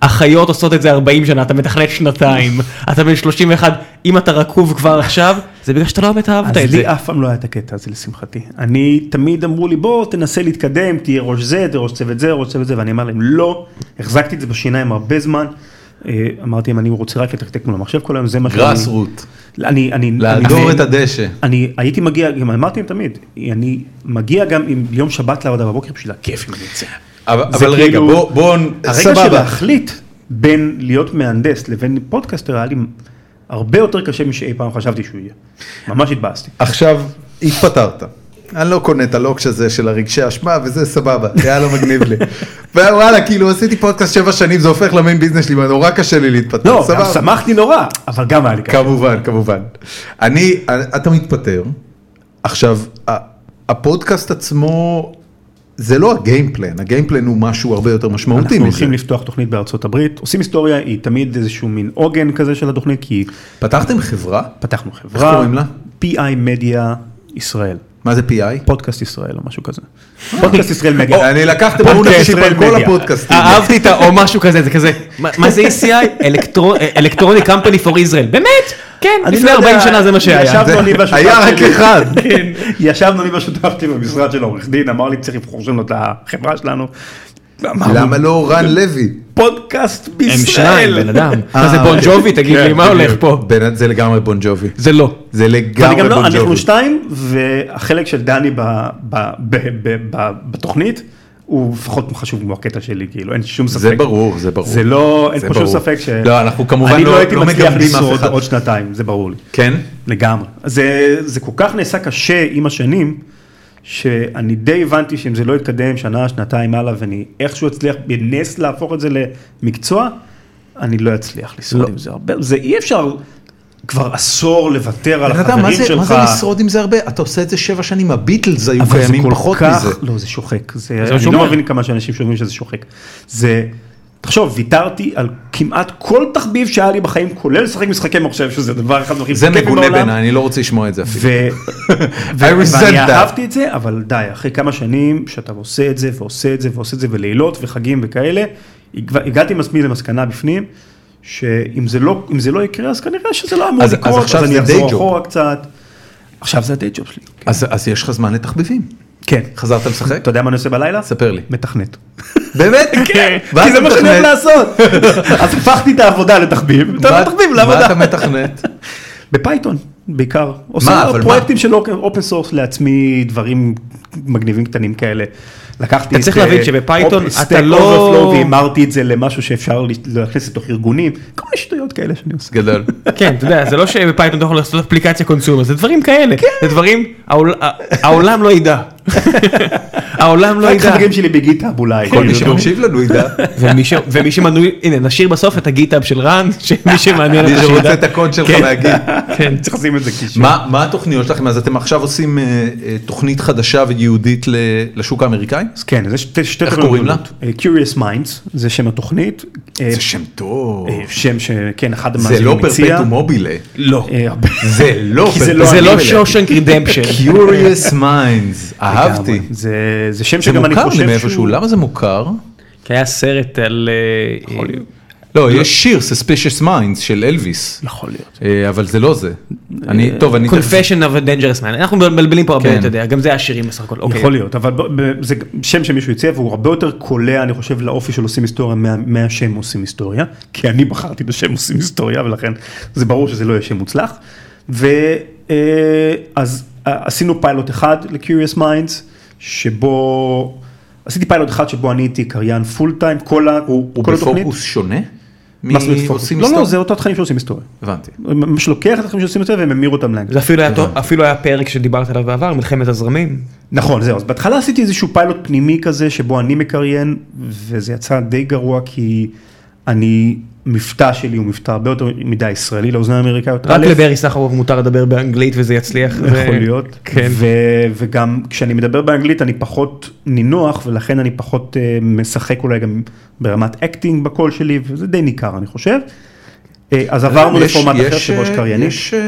S2: אחיות עושות את זה 40 שנה, אתה מתכנת שנתיים, אתה בן 31, אם אתה רקוב כבר עכשיו, זה בגלל שאתה לא באמת אהבת את
S3: אז
S2: זה.
S3: לי אף פעם לא היה את הקטע הזה לשמחתי. אני תמיד אמרו לי בוא תנסה להתקדם, תהיה ראש זה, תהיה ראש צוות זה, ראש צוות זה, ואני אמר להם לא, החזקתי את זה בשיניים הרבה זמן. אה, אמרתי להם אני רוצה רק לתקתק מול המחשב כל היום, זה מה שאני...
S1: גראס רוט.
S3: אני, אני,
S1: לאגור
S3: אני-
S1: את הדשא.
S3: אני הייתי מגיע, גם אמרתי להם תמיד, אני מגיע גם עם יום שבת לעבודה בבוקר בשביל הכיף אם אני אצא.
S1: אבל
S3: זה
S1: אבל רגע,
S3: כאילו-
S1: בוא, בוא,
S3: הרגע
S1: סבבה.
S3: שבהחליט בין להיות מהנדס לבין פודקאסטר היה לי הרבה יותר קשה משאי פעם חשבתי שהוא יהיה. ממש התבאסתי.
S1: עכשיו, התפטרת. אני לא קונה את הלוקש הזה של הרגשי אשמה וזה סבבה, זה היה לא מגניב לי. וואלה, כאילו עשיתי פודקאסט שבע שנים, זה הופך למיין ביזנס שלי, נורא קשה לי להתפטר,
S3: לא, גם
S1: סבבה.
S3: שמחתי נורא, אבל גם היה לי קשה.
S1: כמובן, כמובן. אני, אתה מתפטר, עכשיו, ה- הפודקאסט עצמו, זה לא הגיימפלן, הגיימפלן הוא משהו הרבה יותר משמעותי
S3: אנחנו
S1: מזה.
S3: הולכים לפתוח תוכנית בארצות הברית, עושים היסטוריה, היא תמיד איזשהו מין עוגן כזה של התוכנית, כי
S1: פתחתם חברה?
S3: פתחנו חברה.
S1: איך קוראים לה?
S3: PI מדיה ישראל,
S1: מה זה PI?
S3: פודקאסט ישראל או משהו כזה.
S1: אה.
S3: פודקאסט ישראל מדיה.
S1: אני לקחתם ברור
S3: פודקאסט
S1: נפשי על
S3: ישראל
S1: כל
S3: מדיה.
S1: הפודקאסטים.
S2: אהבתי את ה... או משהו כזה, זה כזה, מה מה זה ECI? אלקטרוני קמפני פור ישראל, באמת? כן,
S3: אני
S2: לפני
S3: לא יודע,
S2: 40 שנה זה מה שהיה.
S1: זה-
S3: ישבנו אני והשותף
S1: היה רק
S3: שלי.
S1: אחד.
S3: כן, ישבנו אני והשותף שלי במשרד של העורך דין, אמר לי צריך לבחור שלנו את החברה שלנו. אמרנו,
S1: למה לא רן לוי?
S3: פודקאסט בישראל.
S2: הם שניים, בן אדם. מה
S1: אה, כן,
S2: זה בון
S4: אוקיי.
S2: ג'ובי? תגיד לי, מה הולך פה?
S1: בן- זה לגמרי בון ג'ובי.
S2: זה לא.
S1: זה
S3: ואני
S1: לגמרי
S3: גם לא,
S1: בון
S3: אנחנו
S1: ג'ובי.
S3: שתיים, והחלק של דני ב- ב- ב- ב- ב- בתוכנית הוא לפחות חשוב כמו הקטע שלי, כאילו, אין שום ספק.
S1: זה ברור, זה ברור.
S3: זה לא, אין
S1: זה
S3: פה שום
S1: ברור.
S3: ספק ש...
S1: לא, אנחנו כמובן
S3: אני
S1: לא-
S3: לא הייתי
S1: לא
S3: מצליח
S1: מגמדים אף
S3: לשרוד
S1: אחד.
S3: עוד שנתיים, זה ברור לי.
S1: כן?
S3: לגמרי. זה, זה כל כך נעשה קשה עם השנים, שאני די הבנתי שאם זה לא יתקדם שנה, שנתיים הלאה, ואני איכשהו אצליח בנס להפוך את זה למקצוע, אני לא אצליח לשרוד עם זה הרבה. זה אי אפשר כבר עשור לוותר על
S1: בן אדם, מה
S3: החברים
S1: זה-
S3: שלך.
S1: מה זה לשרוד עם זה הרבה? אתה עושה את זה שבע שנים, הביטלס היו
S3: אבל זה
S1: קיימים
S3: כל
S1: פחות
S3: כך-
S1: מזה.
S3: לא, זה שוחק. זה,
S2: מה
S3: אני
S2: שהוא
S3: לא
S2: אומר.
S3: מבין כמה שאנשים שאומרים שזה שוחק. זה, תחשוב, ויתרתי על כמעט כל תחביב שהיה לי בחיים, כולל לשחק משחקי מחשב, שזה דבר אחד מהכי
S1: זה
S3: כיפים
S1: מגונה
S3: בעולם.
S1: בעיניי, אני לא רוצה לשמוע את זה אפילו.
S3: ו... ו...
S1: resent
S3: ואני
S1: that.
S3: אהבתי את זה, אבל די, אחרי כמה שנים שאתה עושה את זה ועושה את זה ועושה את זה ולילות וחגים וכאלה, הגע- הגעתי עם עצמי למסקנה בפנים, שאם זה לא, אם זה לא יקרה, אז כנראה שזה לא אמור
S1: אז- אז
S3: לקרות,
S1: עכשיו
S3: אני
S1: זה
S3: אחזור
S1: day job.
S3: אחורה קצת. עכשיו זה הדיי ג'וב שלי. כן.
S1: אז אז יש לך זמן לתחביבים.
S3: כן.
S1: חזרת לשחק?
S3: אתה יודע מה אני עושה בלילה?
S1: ספר לי.
S3: מתכנת.
S1: באמת?
S3: כן,
S1: ואז
S3: כי זה מה
S1: אתה
S3: שאני אוהב
S1: מתכנת-
S3: לעשות. אז הפכתי את העבודה לתחביב, לא את
S1: מה-
S3: התחביב
S1: מה
S3: לעבודה.
S1: אתה מתכנת?
S3: בפייתון בעיקר. עושה
S1: אבל מה?
S3: פרויקטים של אופן סורס לעצמי, דברים מגניבים קטנים כאלה. לקחתי
S4: אתה צריך להבין שבפייתון
S3: אופ-
S4: אתה
S3: Stack
S4: לא-
S3: Overflow והימרתי את זה למשהו שאפשר להכניס לתוך ארגונים, כל מיני שטויות כאלה שאני עושה.
S1: גדול.
S4: כן, אתה יודע, זה לא שבפייתון אתה יכול לעשות אפליקציה קונסומר, זה דברים כאלה. זה דברים, העול- העולם לא ידע. העולם לא
S3: רק
S4: ידע.
S3: חברים שלי בגיטהאב אולי.
S1: כל מי
S3: כאילו,
S1: שמקשיב לנו ידע.
S4: ומי ש- ומי שמנוי, הנה נשאיר בסוף את הגיטאב של רן, שמי שמעניין
S1: מי
S4: אותו
S1: שרוצה
S4: שידע.
S1: את הקוד שלך
S4: כן.
S1: להגיד.
S4: כן.
S3: צריך לשים את זה קישור.
S1: מה מה התוכניות שלכם? אז אתם עכשיו עושים אה, אה, תוכנית חדשה ויהודית ל- לשוק האמריקאי?
S3: אז כן, זה שתי שתי
S1: איך קוראים לה?
S3: טכנולוגיות. אה, Curious Minds, זה שם התוכנית. אה,
S1: זה שם טוב.
S3: אה, שם שכן, אחד
S1: זה
S3: המאזינים
S1: לא
S3: הציע.
S1: פרפטו מובילה.
S4: לא.
S3: אה, הרבה.
S1: זה לא
S3: כי זה
S1: פרפטו
S4: זה לא
S1: מובילה.
S4: שושנק רידמפשן.
S1: Curious Minds, אהבתי.
S3: לגמרי. זה זה שם
S1: זה
S3: שגם אני
S1: מוכר לי
S3: חושב
S1: מאיפשהו, לא? למה זה מוכר?
S4: כי היה סרט על... אה,
S1: לא, יש שיר, Suspicious Minds של אלוויס,
S3: יכול להיות.
S1: אה, אבל זה לא זה.
S3: אה,
S1: אני, טוב, אני... תכף-
S4: Confession of a Dangerous Man, אנחנו מבלבלים פה הרבה,
S1: כן.
S4: אתה יודע, גם זה השירים בסך הכל, אוקיי.
S3: יכול להיות, אבל ב- ב- זה שם שמישהו הציע והוא הרבה יותר קולע, אני חושב, לאופי של עושים היסטוריה מה- מהשם עושים היסטוריה, כי אני בחרתי בשם עושים היסטוריה ולכן זה ברור שזה לא יהיה שם מוצלח. ואז אה, עשינו פיילוט אחד ל-Curious Minds, שבו, עשיתי פיילוט אחד שבו אני הייתי קריין פול טיים, כל ה-
S1: הוא
S3: כל התוכנית.
S1: בפוקוס שונה?
S3: מה זאת אומרת פוקוס?
S1: מעושים
S3: לא, לא,
S1: היסטוריה?
S3: זה אותו תכנים שעושים היסטוריה.
S1: הבנתי.
S3: ממש לוקח את התכנים שעושים היסטוריה והם המירו אותם לאנגלית.
S4: זה אפילו היה טוב- אפילו היה פרק שדיברת עליו בעבר, מלחמת הזרמים.
S3: נכון, זהו, אז בהתחלה עשיתי איזשהו פיילוט פנימי כזה, שבו אני מקריין, וזה יצא די גרוע, כי אני, מבטא שלי הוא מבטא הרבה יותר מדי ישראלי לאוזניים האמריקאיות.
S4: רק
S3: א',
S4: לברי סחרוף מותר לדבר באנגלית וזה יצליח. זה-
S3: יכול להיות,
S4: כן.
S3: ו- וגם כשאני מדבר באנגלית אני פחות נינוח, ולכן אני פחות אה, משחק אולי גם ברמת אקטינג בקול שלי, וזה די ניכר אני חושב. אה, אז עברנו
S1: יש-
S3: לפורמט אחר
S1: יש,
S3: שבו יש
S1: אה,
S3: קריינים.
S1: יש אה,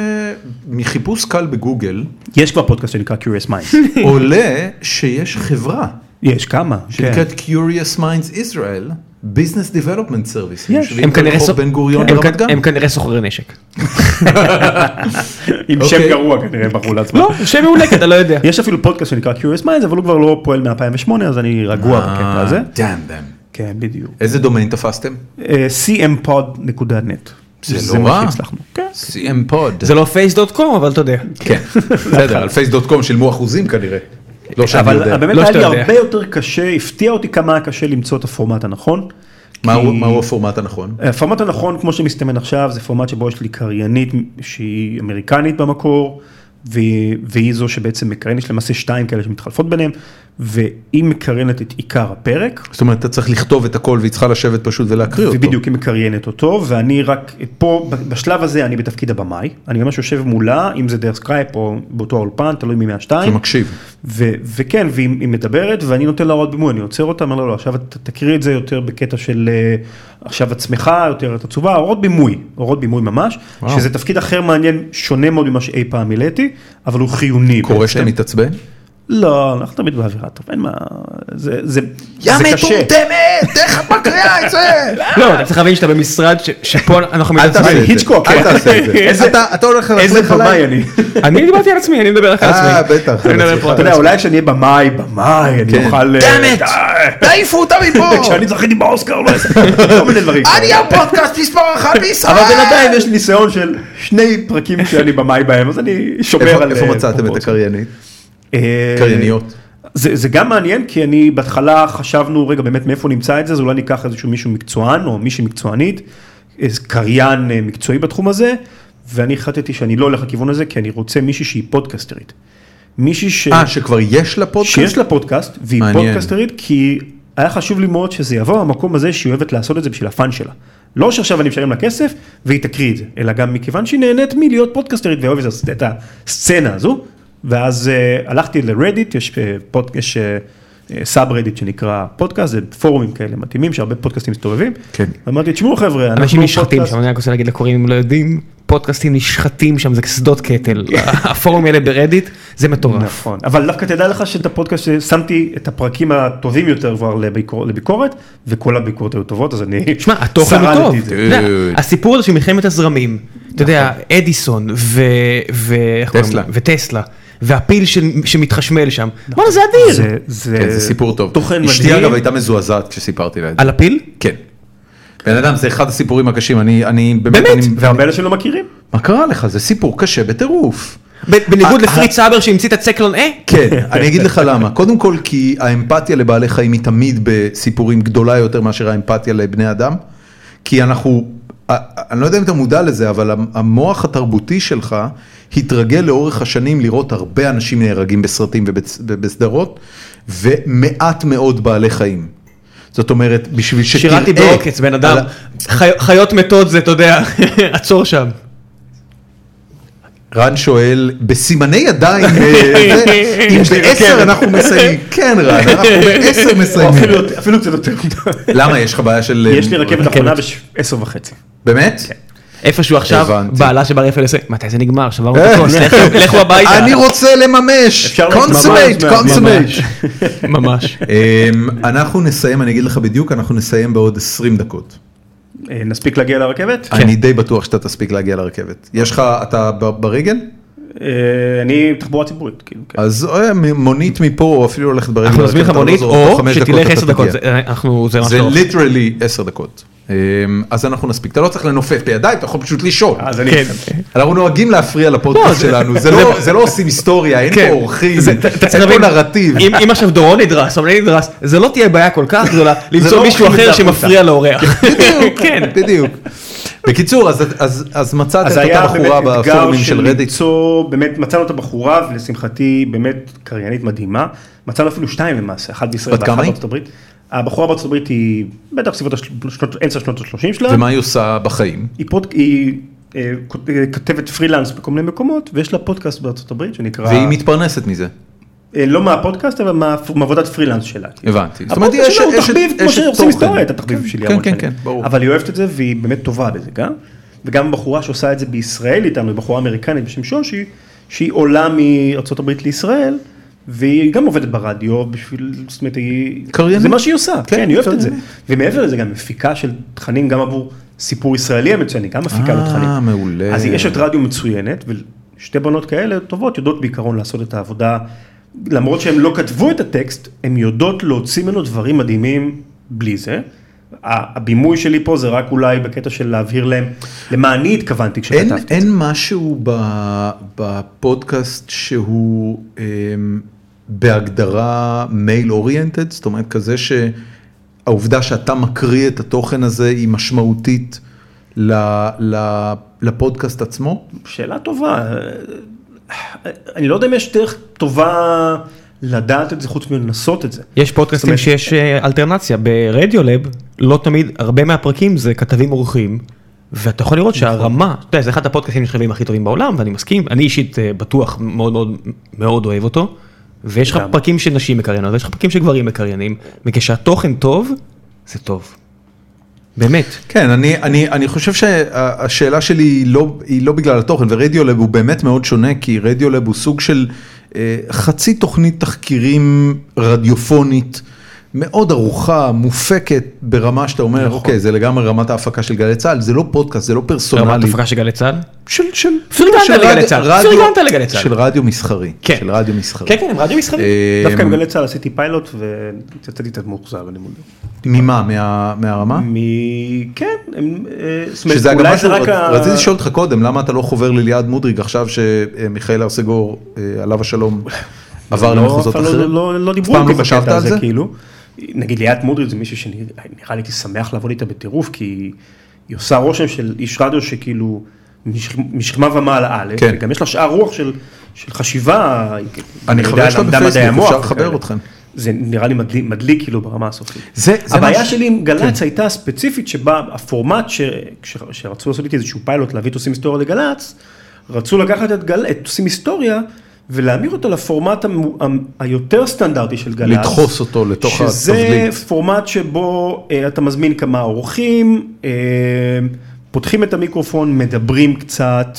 S1: מחיפוש קל בגוגל,
S3: יש כבר פודקאסט שנקרא Curious Minds.
S1: עולה שיש חברה
S3: יש כמה. כן.
S1: שנקראת Curious Minds Israel, Business Development Service,
S3: יש.
S1: יושבים
S4: הם כנראה
S1: ברחוב
S4: סוח-
S1: בן גוריון לא
S4: הם
S1: ברמת
S4: כ-
S1: גן.
S4: הם כנראה סוחרי נשק.
S3: עם שם
S1: אוקיי.
S3: גרוע כנראה בחרו לעצמם.
S4: לא, שם מעולה, כי אתה לא יודע.
S3: יש אפילו פודקאסט שנקרא Curious Minds, אבל הוא כבר לא פועל מ-2008, אז אני רגוע
S4: אה.
S3: בקטע הזה.
S1: אה, Damn them.
S3: כן, בדיוק.
S1: איזה דומיין תפסתם?
S3: אה, cmpod.net.
S1: זה לא
S3: מה
S1: רע.
S3: שהצלחנו. כן.
S1: CM pod.
S4: זה לא face.com אבל אתה יודע.
S1: כן, בסדר, על פייס.קום שילמו אחוזים כנראה. לא שאני
S3: אבל
S1: יודע.
S3: באמת
S4: לא
S3: היה
S4: שאתה
S3: לי
S4: יודע.
S3: הרבה יותר קשה, הפתיע אותי כמה היה קשה למצוא את הפורמט הנכון.
S1: מהו
S3: כי- אה.
S1: מהו הפורמט הנכון?
S3: הפורמט הנכון, כמו שמסתמן עכשיו, זה פורמט שבו יש לי קריינית שהיא אמריקנית במקור, והיא, והיא זו שבעצם מקריינת, יש למעשה שתיים כאלה שמתחלפות ביניהם, והיא מקריינת את עיקר הפרק.
S1: זאת אומרת, אתה צריך לכתוב את הכל והיא צריכה לשבת פשוט ולהקריא אותו.
S3: ובדיוק היא מקריינת אותו ואני רק פה בשלב הזה אני בתפקיד הבמאי אני ממש יושב מולה אם זה דרך סקייפ או באותו האולפן תלוי מי
S1: אתה
S3: מהשתיים
S1: מקשיב.
S3: ו- וכן והיא היא מדברת ואני נותן לה עוד בימוי אני עוצר אותה אומר לה לא עכשיו ת- תקריא את זה יותר בקטע של אה, עכשיו את שמחה יותר את עצובה עוד בימוי עוד בימוי ממש
S1: וואו.
S3: שזה תפקיד אחר מעניין שונה מאוד ממה שאי פעם מילאתי אבל הוא חיוני.
S1: קורה
S3: בעצם.
S1: שאתה מתעצבן?
S3: לא אנחנו תמיד באווירה טוב אין מה זה זה
S1: יא
S3: זה קשה.
S1: מטומטמת, איך את מקריאה את זה?
S4: לא, אתה צריך להבין שאתה במשרד ש- שפה אנחנו
S1: אה! אל תעשה
S4: מתעצבנים.
S1: את זה.
S3: היצ'קוק.
S1: אל תעשה את זה.
S3: כן. איזה-
S1: אתה- אתה הולך ללכלך
S3: איזה
S1: עליי?
S3: במאי אני.
S4: אני דיברתי על עצמי, אני מדבר רק על עצמי.
S1: אה, בטח.
S4: אני מדבר פה
S3: אתה יודע, אולי כשאני אהיה במאי, במאי, אני
S1: כן.
S3: אוכל... אה,
S1: Damn it! תעיפו אותה מפה!
S3: כשאני זכיתי באוסקר, לא אעשה כל מיני דברים. כאלה.
S1: הפודקאסט מספר אחת בישראל!
S3: אבל בינתיים יש לי ניסיון של שני פרקים שאני במאי בהם, אז אני שומר
S1: איפה-
S3: על...
S1: איפה
S3: אה,
S1: מצאתם את
S3: פרופורציות.
S1: הקריינית?
S3: אה,
S1: קרייניות.
S3: זה, זה גם מעניין, כי אני בהתחלה חשבנו, רגע, באמת מאיפה נמצא את זה, אז אולי ניקח איזשהו מישהו מקצוען או מישהי מקצוענית, איזה קריין אה, מקצועי בתחום הזה, ואני החלטתי שאני לא הולך לכיוון הזה, כי אני רוצה מישהי שהיא פודקסטרית. מישהי ש...
S1: אה, שכבר יש לה פודקאסט?
S3: שיש לה פודקאסט, והיא
S1: מעניין.
S3: פודקסטרית, כי היה חשוב לי מאוד שזה יבוא מהמקום הזה שהיא אוהבת לעשות את זה בשביל הפאן שלה. לא שעכשיו אני משלם לה כסף והיא תקריא את זה, אלא גם מכיוון שהיא נהנית מלהיות פודקסטרית ואוהבת את הס- את הסצנה הזו. ואז אה, הלכתי לרדיט, יש, אה, פוד- יש סאב רדיט שנקרא פודקאסט, זה פורומים כאלה מתאימים שהרבה פודקאסטים מסתובבים.
S1: כן.
S3: אמרתי, תשמעו חבר'ה, אנחנו לא
S2: אנשים נשחטים
S3: פודקאסט-
S2: שם, אני רק רוצה להגיד לקוראים אם לא יודעים, פודקאסטים נשחטים שם, זה שדות קטל. הפורומים האלה ברדיט, זה מטורף.
S3: נכון, אבל דווקא תדע לך שאת הפודקאסט, שמתי את הפרקים הטובים יותר כבר לביקור, לביקורת, וכל הביקורות היו טובות, אז אני
S2: שמע, התוכן הוא
S3: שרדתי
S2: טוב.
S3: את זה.
S2: אתה
S1: אה,
S2: יודע, הסיפור הזה של מלחמת הזרמים, אתה יודע, אדיסון ו... ו- איך קוראים
S1: נכון. טסלה.
S2: לה? וטסלה, והפיל ש- שמתחשמל שם, וואלה זה אדיר.
S3: זה, זה,
S1: כן, זה סיפור טוב.
S3: תוכן
S1: אשתי
S3: מדהים.
S1: אגב הייתה מזועזעת כשסיפרתי לה את זה.
S2: על הפיל?
S1: כן. בן אדם, זה אחד הסיפורים הקשים, אני, אני באמת,
S2: באמת?
S1: אני,
S3: והרבה אלה שלא מכירים.
S1: מה קרה לך? זה סיפור קשה בטירוף.
S2: ב- בניגוד
S1: אה,
S2: לפריץ סאבר שהמציא את הצקלון אה?
S1: כן, אני אגיד לך למה. קודם כל, כי האמפתיה לבעלי חיים היא תמיד בסיפורים גדולה יותר מאשר האמפתיה לבני אדם. כי אנחנו, אה, אה, אני לא יודע אם אתה מודע לזה, אבל המ- המוח התרבותי שלך התרגל לאורך השנים לראות הרבה אנשים נהרגים בסרטים ובצ- ובסדרות, ומעט מאוד בעלי חיים. זאת אומרת, בשביל שתראה... אה,
S2: שירתי בעוקץ, בן אדם.
S1: על ה-
S2: חי- חיות מתות זה, אתה יודע, עצור שם.
S1: רן שואל, בסימני ידיים, אה, זה, אם בעשר אנחנו מסיימים, כן רן, אנחנו בעשר
S3: או
S2: אוקיי.
S1: מסיימים.
S3: אפילו- אפילו קצת יותר.
S1: למה יש לך בעיה של... אה,
S3: יש לי רכבת אחרונה בעשר וחצי.
S1: באמת?
S2: כן. איפשהו עכשיו,
S1: הבנתי. אה,
S2: בעלה של בר יפה לסיים, מתי זה נגמר? שברנו את הכוס, לכו- לכו הביתה.
S1: אני רוצה לממש,
S3: אפשר ממש,
S1: קונסומט,
S3: ממש.
S1: קונסומט.
S2: ממש.
S1: אמ, אנחנו נסיים, אני אגיד לך בדיוק, אנחנו נסיים בעוד 20 דקות.
S3: אה, נספיק להגיע לרכבת?
S2: כן.
S1: אני די בטוח שאתה תספיק להגיע לרכבת. יש לך, אתה ב- ברגל?
S3: אה, אני תחבורה ציבורית, כאילו, כן.
S1: אז אה, מ- מונית מפה, או אפילו הולכת ברגל. לא
S2: אנחנו נזמין לך
S1: לרכבת,
S2: מונית,
S1: תחזור, תוך
S2: או
S1: חמש
S2: שתלך
S1: אתה
S2: עשר דקות,
S1: תגיע.
S2: זה- אנחנו, זה מה
S1: זה
S2: שאתה רוצה.
S1: ליטרלי 10 דקות. אמ, אז אנחנו נספיק, אתה לא צריך לנופף בידיים, אתה יכול פשוט לישון.
S3: אז אני...
S1: אנחנו נוהגים להפריע לפודקאסט שלנו, זה לא- זה לא עושים היסטוריה, אין פה
S2: לא, כן.
S1: אורחים,
S2: זה- אתה- אתה צריך
S1: אין פה
S2: להבין,
S1: נרטיב.
S2: אם אם עכשיו דורון נדרס, אבל אני נדרס, זה לא תהיה בעיה כל כך גדולה למצוא
S3: לא
S2: מישהו
S3: אוכלים
S2: אחר
S3: את זה החוצה.
S2: שמפריע לאורח.
S1: בדיוק,
S2: כן.
S1: בדיוק. בקיצור, אז- אז- אז מצאת את
S3: אז
S1: אותה
S3: היה
S1: בחורה
S3: באמת אתגר
S1: בפורומים
S3: של
S1: של רדיט.
S3: למצוא, באמת מצאנו את הבחורה, ולשמחתי באמת קריינית מדהימה, מצאנו אפילו שתיים למעשה, אחת בישראל
S1: בת כמה
S3: ואחת
S1: היא?
S3: בארצות הברית. הבחורה בארצות הברית היא בטח סביבות השל- שנות- אמצע שנות ה-30 שלה,
S1: ומה היא עושה בחיים?
S3: היא פוד- היא אה, כות- אה, כותבת פרילנס בכל מיני מקומות, ויש לה פודקאסט בארצות הברית שנקרא,
S1: והיא מתפרנסת מזה,
S3: אה, לא מהפודקאסט, אבל מה- מעבודת פרילנס שלה.
S1: הבנתי. זאת אומרת, היא
S3: הפודקאסט שלה הוא
S1: אשת- אשת-
S3: תחביב, כמו
S1: אשת
S3: שעושים
S1: תוכן.
S3: היסטוריה את התחביב שלי
S1: כן,
S3: המון
S1: כן,
S3: שנים.
S1: כן, ברור.
S3: אבל היא אוהבת את זה והיא באמת טובה בזה גם. וגם בחורה שעושה את זה בישראל איתנו, בחורה אמריקנית בשם שושי, שהיא עולה מארה"ב לישראל, והיא גם עובדת ברדיו בשביל, זאת אומרת, היא...
S1: קריינית.
S3: זה מה שהיא עושה,
S1: כן,
S3: כן, היא אוהבת את זה.
S1: קריינית.
S3: ומעבר לזה גם מפיקה של תכנים גם עבור סיפור ישראלי המצוין, היא גם מפיקה לו
S1: אה,
S3: תכנים.
S1: מעולה.
S3: אז היא אשת רדיו מצוינת, ושתי בנות כאלה טובות יודעות בעיקרון לעשות את העבודה, למרות שהן לא כתבו את הטקסט, הן יודעות להוציא ממנו דברים מדהימים בלי זה. ה- הבימוי שלי פה זה רק אולי בקטע של להבהיר להם למה אני התכוונתי
S1: אין-
S3: כשכתבתי.
S1: אין משהו ב- בפודקאסט שהוא אמ, בהגדרה מייל אוריינטד, זאת אומרת כזה שהעובדה שאתה מקריא את התוכן הזה היא משמעותית ל- ל- לפודקאסט עצמו?
S3: שאלה טובה. אני לא יודע אם יש דרך טובה לדעת את זה חוץ מלנסות את זה.
S2: יש פודקאסטים
S3: זאת אומרת-
S2: שיש אה, אלטרנציה, ברדיולב לא תמיד, הרבה מהפרקים זה כתבים אורחים, ואתה יכול
S3: נכון.
S2: לראות שהרמה, אתה יודע, זה אחד הפודקאסטים שנחשבים הכי טובים בעולם, ואני מסכים, אני אישית אה, בטוח מאוד מאוד מאוד אוהב אותו, ויש לך
S3: לגמרי.
S2: פרקים שנשים מקריינות, ויש לך פרקים שגברים מקריינים, וכשהתוכן טוב, זה טוב. באמת.
S1: כן, אני, אני, אני חושב שהשאלה שלי היא לא, היא לא בגלל התוכן, ורדיולב הוא באמת מאוד שונה, כי רדיולב הוא סוג של אה, חצי תוכנית תחקירים רדיופונית, מאוד ארוכה, מופקת, ברמה שאתה אומר, נכון. אוקיי, זה לגמרי רמת ההפקה של גלי צה"ל, זה לא פודקאסט, זה לא
S2: רמת
S1: פרסונלי.
S2: הפקה של גלי צה"ל?
S1: של, של,
S2: פרגנת
S1: של
S2: לגלי
S1: רדיו-
S2: צה"ל,
S1: רדיו-
S2: פרגנת לגלי צה"ל.
S1: של רדיו מסחרי.
S2: כן.
S1: של רדיו מסחרי.
S2: כן, כן, הם רדיו מסחרי.
S1: אה,
S3: דווקא עם גלי צה"ל עשיתי פיילוט ויצאתי קצת מאוכזב, אני מודה.
S1: ממה? מה, מהרמה?
S3: מ... כן, הם... אה, זאת אומרת,
S1: שזה אגב
S3: אולי
S1: משהו,
S3: זה רק
S1: רצ-
S3: ה-
S1: רציתי לשאול אותך קודם, למה אתה לא חובר לליעד מודריג עכשיו שמיכאל הרסגור, אה, עליו השלום, עבר
S3: לא-
S1: למחוזות
S3: אבל לא-
S1: אחרים?
S3: לא- לא דיברו
S1: אף פעם
S3: איתי
S1: לא חשבת
S3: בקטע
S1: על זה?
S3: הזה, כאילו. נגיד ליאת מודריץ' זה מישהי שנראה לי הייתי שמח לעבוד איתה בטירוף, כי היא עושה רושם של איש רדיו שכאילו מש- משכמה ומעלה א',
S1: כן.
S3: וגם יש לה שאר רוח של של חשיבה.
S1: אני
S3: יודע,
S1: חבר שלה
S3: למדה מדעי
S1: בפייסבוק,
S3: המוח
S1: אפשר
S3: וכאלה.
S1: לחבר אתכם.
S3: זה נראה לי מדליק, מדליק כאילו ברמה הסופית.
S1: זה- זה
S3: הבעיה
S1: מה ש- כן.
S3: שלי עם גל"צ הייתה ספציפית שבה הפורמט ש... כש- שרצו לעשות איתי איזשהו פיילוט להביא את עושים היסטוריה לגל"צ, רצו לקחת את, גל... את עושים היסטוריה ולהמיר אותו לפורמט המו... ה... היותר סטנדרטי של גל"צ.
S1: לדחוס אותו לתוך
S3: שזה
S1: התבליט.
S3: פורמט שבו אה, אתה מזמין כמה אורחים, אה, פותחים את המיקרופון, מדברים קצת,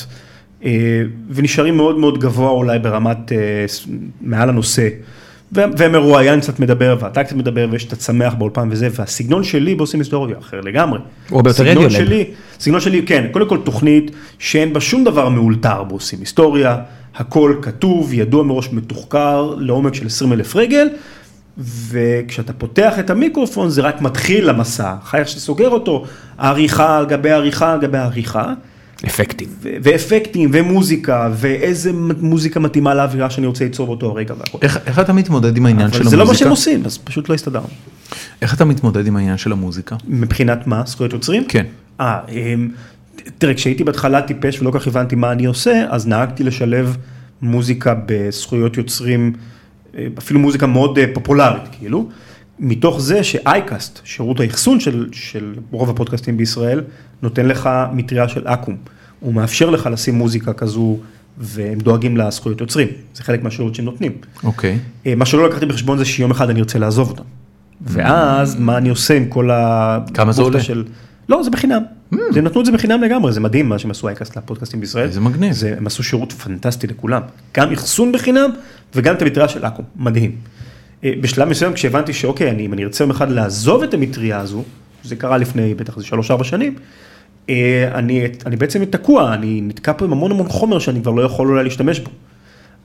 S3: אה, ונשארים מאוד מאוד גבוה אולי ברמת, אה, ס- מעל הנושא. וה- והמרואיין קצת מדבר, ואתה קצת מדבר, ויש את הצמח באולפן וזה, והסגנון שלי בעושים היסטוריה הוא אחר לגמרי.
S2: הוא הרבה יותר
S3: הסגנון
S2: רדיולאב.
S3: שלי, סגנון שלי, כן, קודם כל תוכנית שאין בה שום דבר מאולתר בעושים היסטוריה, הכל כתוב, ידוע מראש מתוחקר לעומק של 20 אלף רגל, וכשאתה פותח את המיקרופון זה רק מתחיל למסע, אחר כך שסוגר אותו, העריכה על גבי העריכה על גבי העריכה,
S2: אפקטים.
S3: ו- ואפקטים ומוזיקה, ואיזה מוזיקה מתאימה לאווירה שאני רוצה ליצור באותו הרגע והכל.
S1: איך איך אתה מתמודד עם העניין של
S3: אבל זה לא מה שהם
S1: המוזיקה?
S3: עושים, אז פשוט לא הסתדרנו.
S1: איך אתה מתמודד עם העניין של המוזיקה?
S3: מבחינת מה? זכויות יוצרים?
S1: כן.
S3: אה, אמ, תראה, כשהייתי בהתחלה טיפש ולא כל כך הבנתי מה אני עושה, אז נהגתי לשלב מוזיקה בזכויות יוצרים, אה, אפילו מוזיקה מאוד אה, פופולרית, כאילו. מתוך זה שאייקאסט, שירות האחסון של, של רוב הפודקאסטים בישראל, נותן לך מטריה של אקו"ם. הוא מאפשר לך לשים מוזיקה כזו, והם דואגים לזכויות יוצרים. זה חלק מהשירות שהם נותנים.
S1: אוקיי.
S3: אה, מה שלא לקחתי בחשבון זה שיום אחד אני ארצה לעזוב אותם. ואז מה אני עושה עם כל ה...
S1: כמה זה
S3: בוכטה
S1: עולה? Mm.
S3: של... לא, זה בחינם. הם נתנו את זה בחינם לגמרי, זה מדהים מה שהם עשו אייקאסט לפודקאסטים בישראל.
S1: איזה מגניב.
S3: כן. זה, הם עשו שירות פנטסטי לכולם. גם אחסון בחינם וגם את המטריה של אקו"ם, מדהים. אה, בשלב מסוים כשהבנתי שאוקיי, אני, אם אני ארצה יום אחד לעזוב את המטריה הזו, זה קרה לפני בטח איזה שלוש-ארבע שנים, אה, אני, אני בעצם תקוע, אני נתקע פה עם המון המון חומר שאני כבר לא יכול אולי להשתמש בו.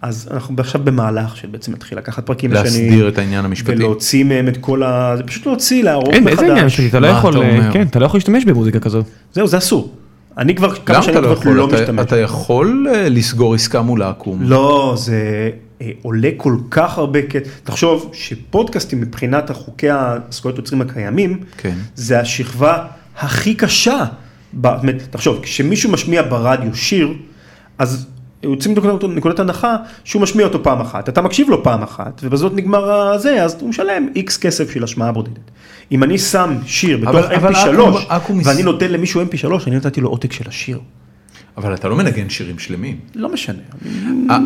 S3: אז אנחנו עכשיו במהלך של בעצם להתחיל לקחת פרקים
S1: להסדיר את העניין המשפטי.
S3: ולהוציא מהם את כל ה... זה פשוט להוציא, לערוך
S2: אין,
S3: מחדש.
S2: איזה עניין שלי, אתה לא
S1: מה
S2: יכול,
S1: אתה אומר?
S2: אה, כן, אתה לא יכול להשתמש במוזיקה כזו.
S3: זהו, זה אסור. אני כבר
S1: למה
S3: כמה שנים
S1: אתה לא
S3: כבר
S1: יכול?
S3: לא
S1: אתה-
S3: משתמש.
S1: אתה יכול אה, לסגור עסקה מול העקום.
S3: לא, זה אה, עולה כל כך הרבה כסף. תחשוב שפודקאסטים מבחינת החוקי הזכויות יוצרים הקיימים,
S1: כן.
S3: זה השכבה הכי קשה. ב- באמת, תחשוב, כשמישהו משמיע ברדיו שיר, אז יוצאים מנקודת נקודת הנחה שהוא משמיע אותו פעם אחת, אתה מקשיב לו פעם אחת, ובזאת נגמר הזה, אז הוא משלם איקס כסף של השמעה בודדת. אם אני שם שיר בתוך
S1: אבל- אבל
S3: mp3,
S1: אקו"ם- אקו"ם
S3: ואני
S1: מס-
S3: נותן למישהו mp3, אני נתתי לו עותק של השיר.
S1: אבל אתה לא מנגן שירים שלמים.
S3: לא משנה.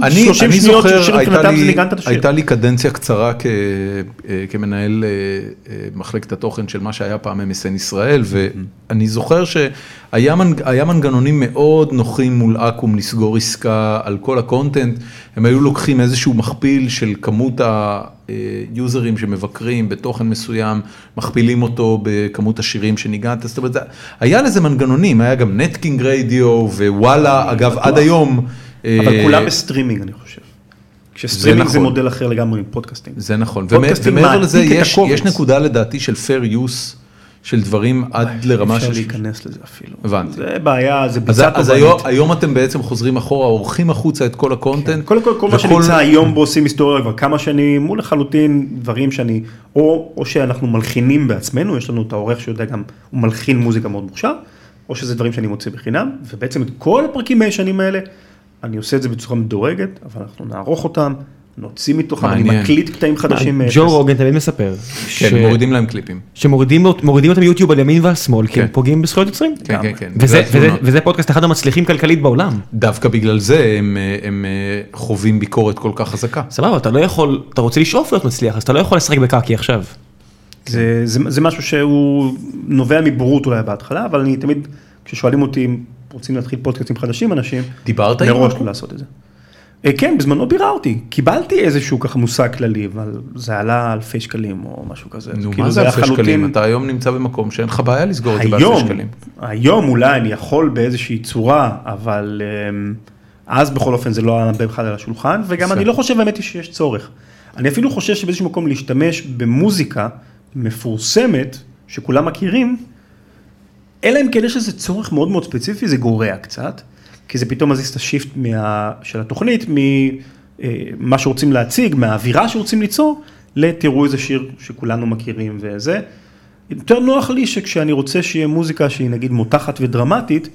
S1: אני,
S3: 30
S1: אני
S3: שניות של
S1: זוכר,
S3: שיר
S1: הייתה
S3: מבחינתם זה
S1: לי,
S3: ניגנת את השיר.
S1: הייתה לי קדנציה קצרה כ, אה, כמנהל אה, אה, מחלקת התוכן של מה שהיה פעם MSN ישראל,
S3: Mm-hmm.
S1: ואני זוכר שהיה מנג- היה מנגנונים מאוד נוחים מול אקו"ם לסגור עסקה על כל הקונטנט, הם היו לוקחים איזשהו מכפיל של כמות היוזרים שמבקרים בתוכן מסוים, מכפילים אותו בכמות השירים שניגנת, זאת אומרת, זה- היה לזה מנגנונים, היה גם נטקינג רדיו ווואלה, אגב עד היום.
S3: אבל
S1: אה,
S3: כולם בסטרימינג, אני חושב. כשסטרימינג זה
S1: נכון.
S3: מודל אחר לגמרי מפודקאסטים.
S1: זה נכון, ומע-
S3: פודקאסטים
S1: ומעבר
S3: מעתיק
S1: לזה
S3: את
S1: יש,
S3: הקובץ.
S1: יש נקודה לדעתי של fair use של דברים עד לרמה
S3: אפשר
S1: של...
S3: להיכנס לזה אפילו.
S1: הבנתי.
S3: זה בעיה, זה
S1: אז,
S3: ביצה
S1: אז
S3: טובה.
S1: היום, היום אתם בעצם חוזרים אחורה, עורכים החוצה את כל הקונטנט.
S3: כן. קודם כל, כל מה
S1: וכל- כן,
S3: שנמצא היום בעושים היסטוריה כבר כמה שנים, הוא לחלוטין דברים שאני, או, או שאנחנו מלחינים בעצמנו, יש לנו את העורך שיודע גם, הוא מלחין מוזיקה מאוד מוכשר, או שזה דברים שאני מוציא בחינם, ובעצם את כל הפרקים הישנים האלה, אני עושה את זה בצורה מדורגת, אבל אנחנו נערוך אותם, נוציא מתוכם, אני
S1: מעניין.
S3: מקליט קטעים חדשים. אה, מאפס.
S2: ג'ו רוגן תמיד מספר, ש-
S1: כן, מורידים להם קליפים.
S2: שמורידים אות- מורידים אותם יוטיוב על ימין ועל שמאל, כי הם
S1: כן.
S2: פוגעים בזכויות יוצרים.
S1: כן, כן, כן.
S2: וזה-
S1: בגלל
S2: וזה-
S1: התלונות.
S2: וזה פודקאסט אחד המצליחים כלכלית בעולם.
S1: דווקא בגלל זה הם, אה, הם אה, חווים ביקורת כל כך חזקה.
S2: סבבה, אתה לא יכול, אתה רוצה לשאוף להיות מצליח, אז אתה לא יכול לשחק בקקי עכשיו.
S3: זה, זה, זה משהו שהוא נובע מבורות אולי בהתחלה, אבל אני תמיד, כששואלים אותי אם רוצים להתחיל פודקאסטים חדשים, אנשים,
S1: דיברת עם
S3: מראש
S1: אקו"ם?
S3: לא לעשות את זה. אה, כן, בזמנו ביררתי, קיבלתי איזשהו ככה מושג כללי, אבל זה עלה אלפי שקלים או משהו כזה.
S1: נו,
S3: כאילו,
S1: מה זה אלפי
S3: לחלוטין-
S1: שקלים? אתה היום נמצא במקום שאין לך בעיה לסגור את זה באלפי
S3: היום,
S1: שקלים.
S3: היום אולי אני יכול באיזושהי צורה, אבל אמ, אז בכל אופן זה לא היה בכלל על השולחן, וגם
S1: בסדר.
S3: אני לא חושב האמת היא שיש צורך. אני אפילו חושב שבאיזשהו מקום להשתמש במוזיקה מפורסמת, שכולם מכירים, אלא אם כן יש איזה צורך מאוד מאוד ספציפי, זה גורע קצת, כי זה פתאום מזיז את השיפט מה... של התוכנית אה, מה שרוצים להציג, מהאווירה שרוצים ליצור, לתראו איזה שיר שכולנו מכירים וזה. יותר נוח לי שכשאני רוצה שיהיה מוזיקה שהיא נגיד מותחת ודרמטית,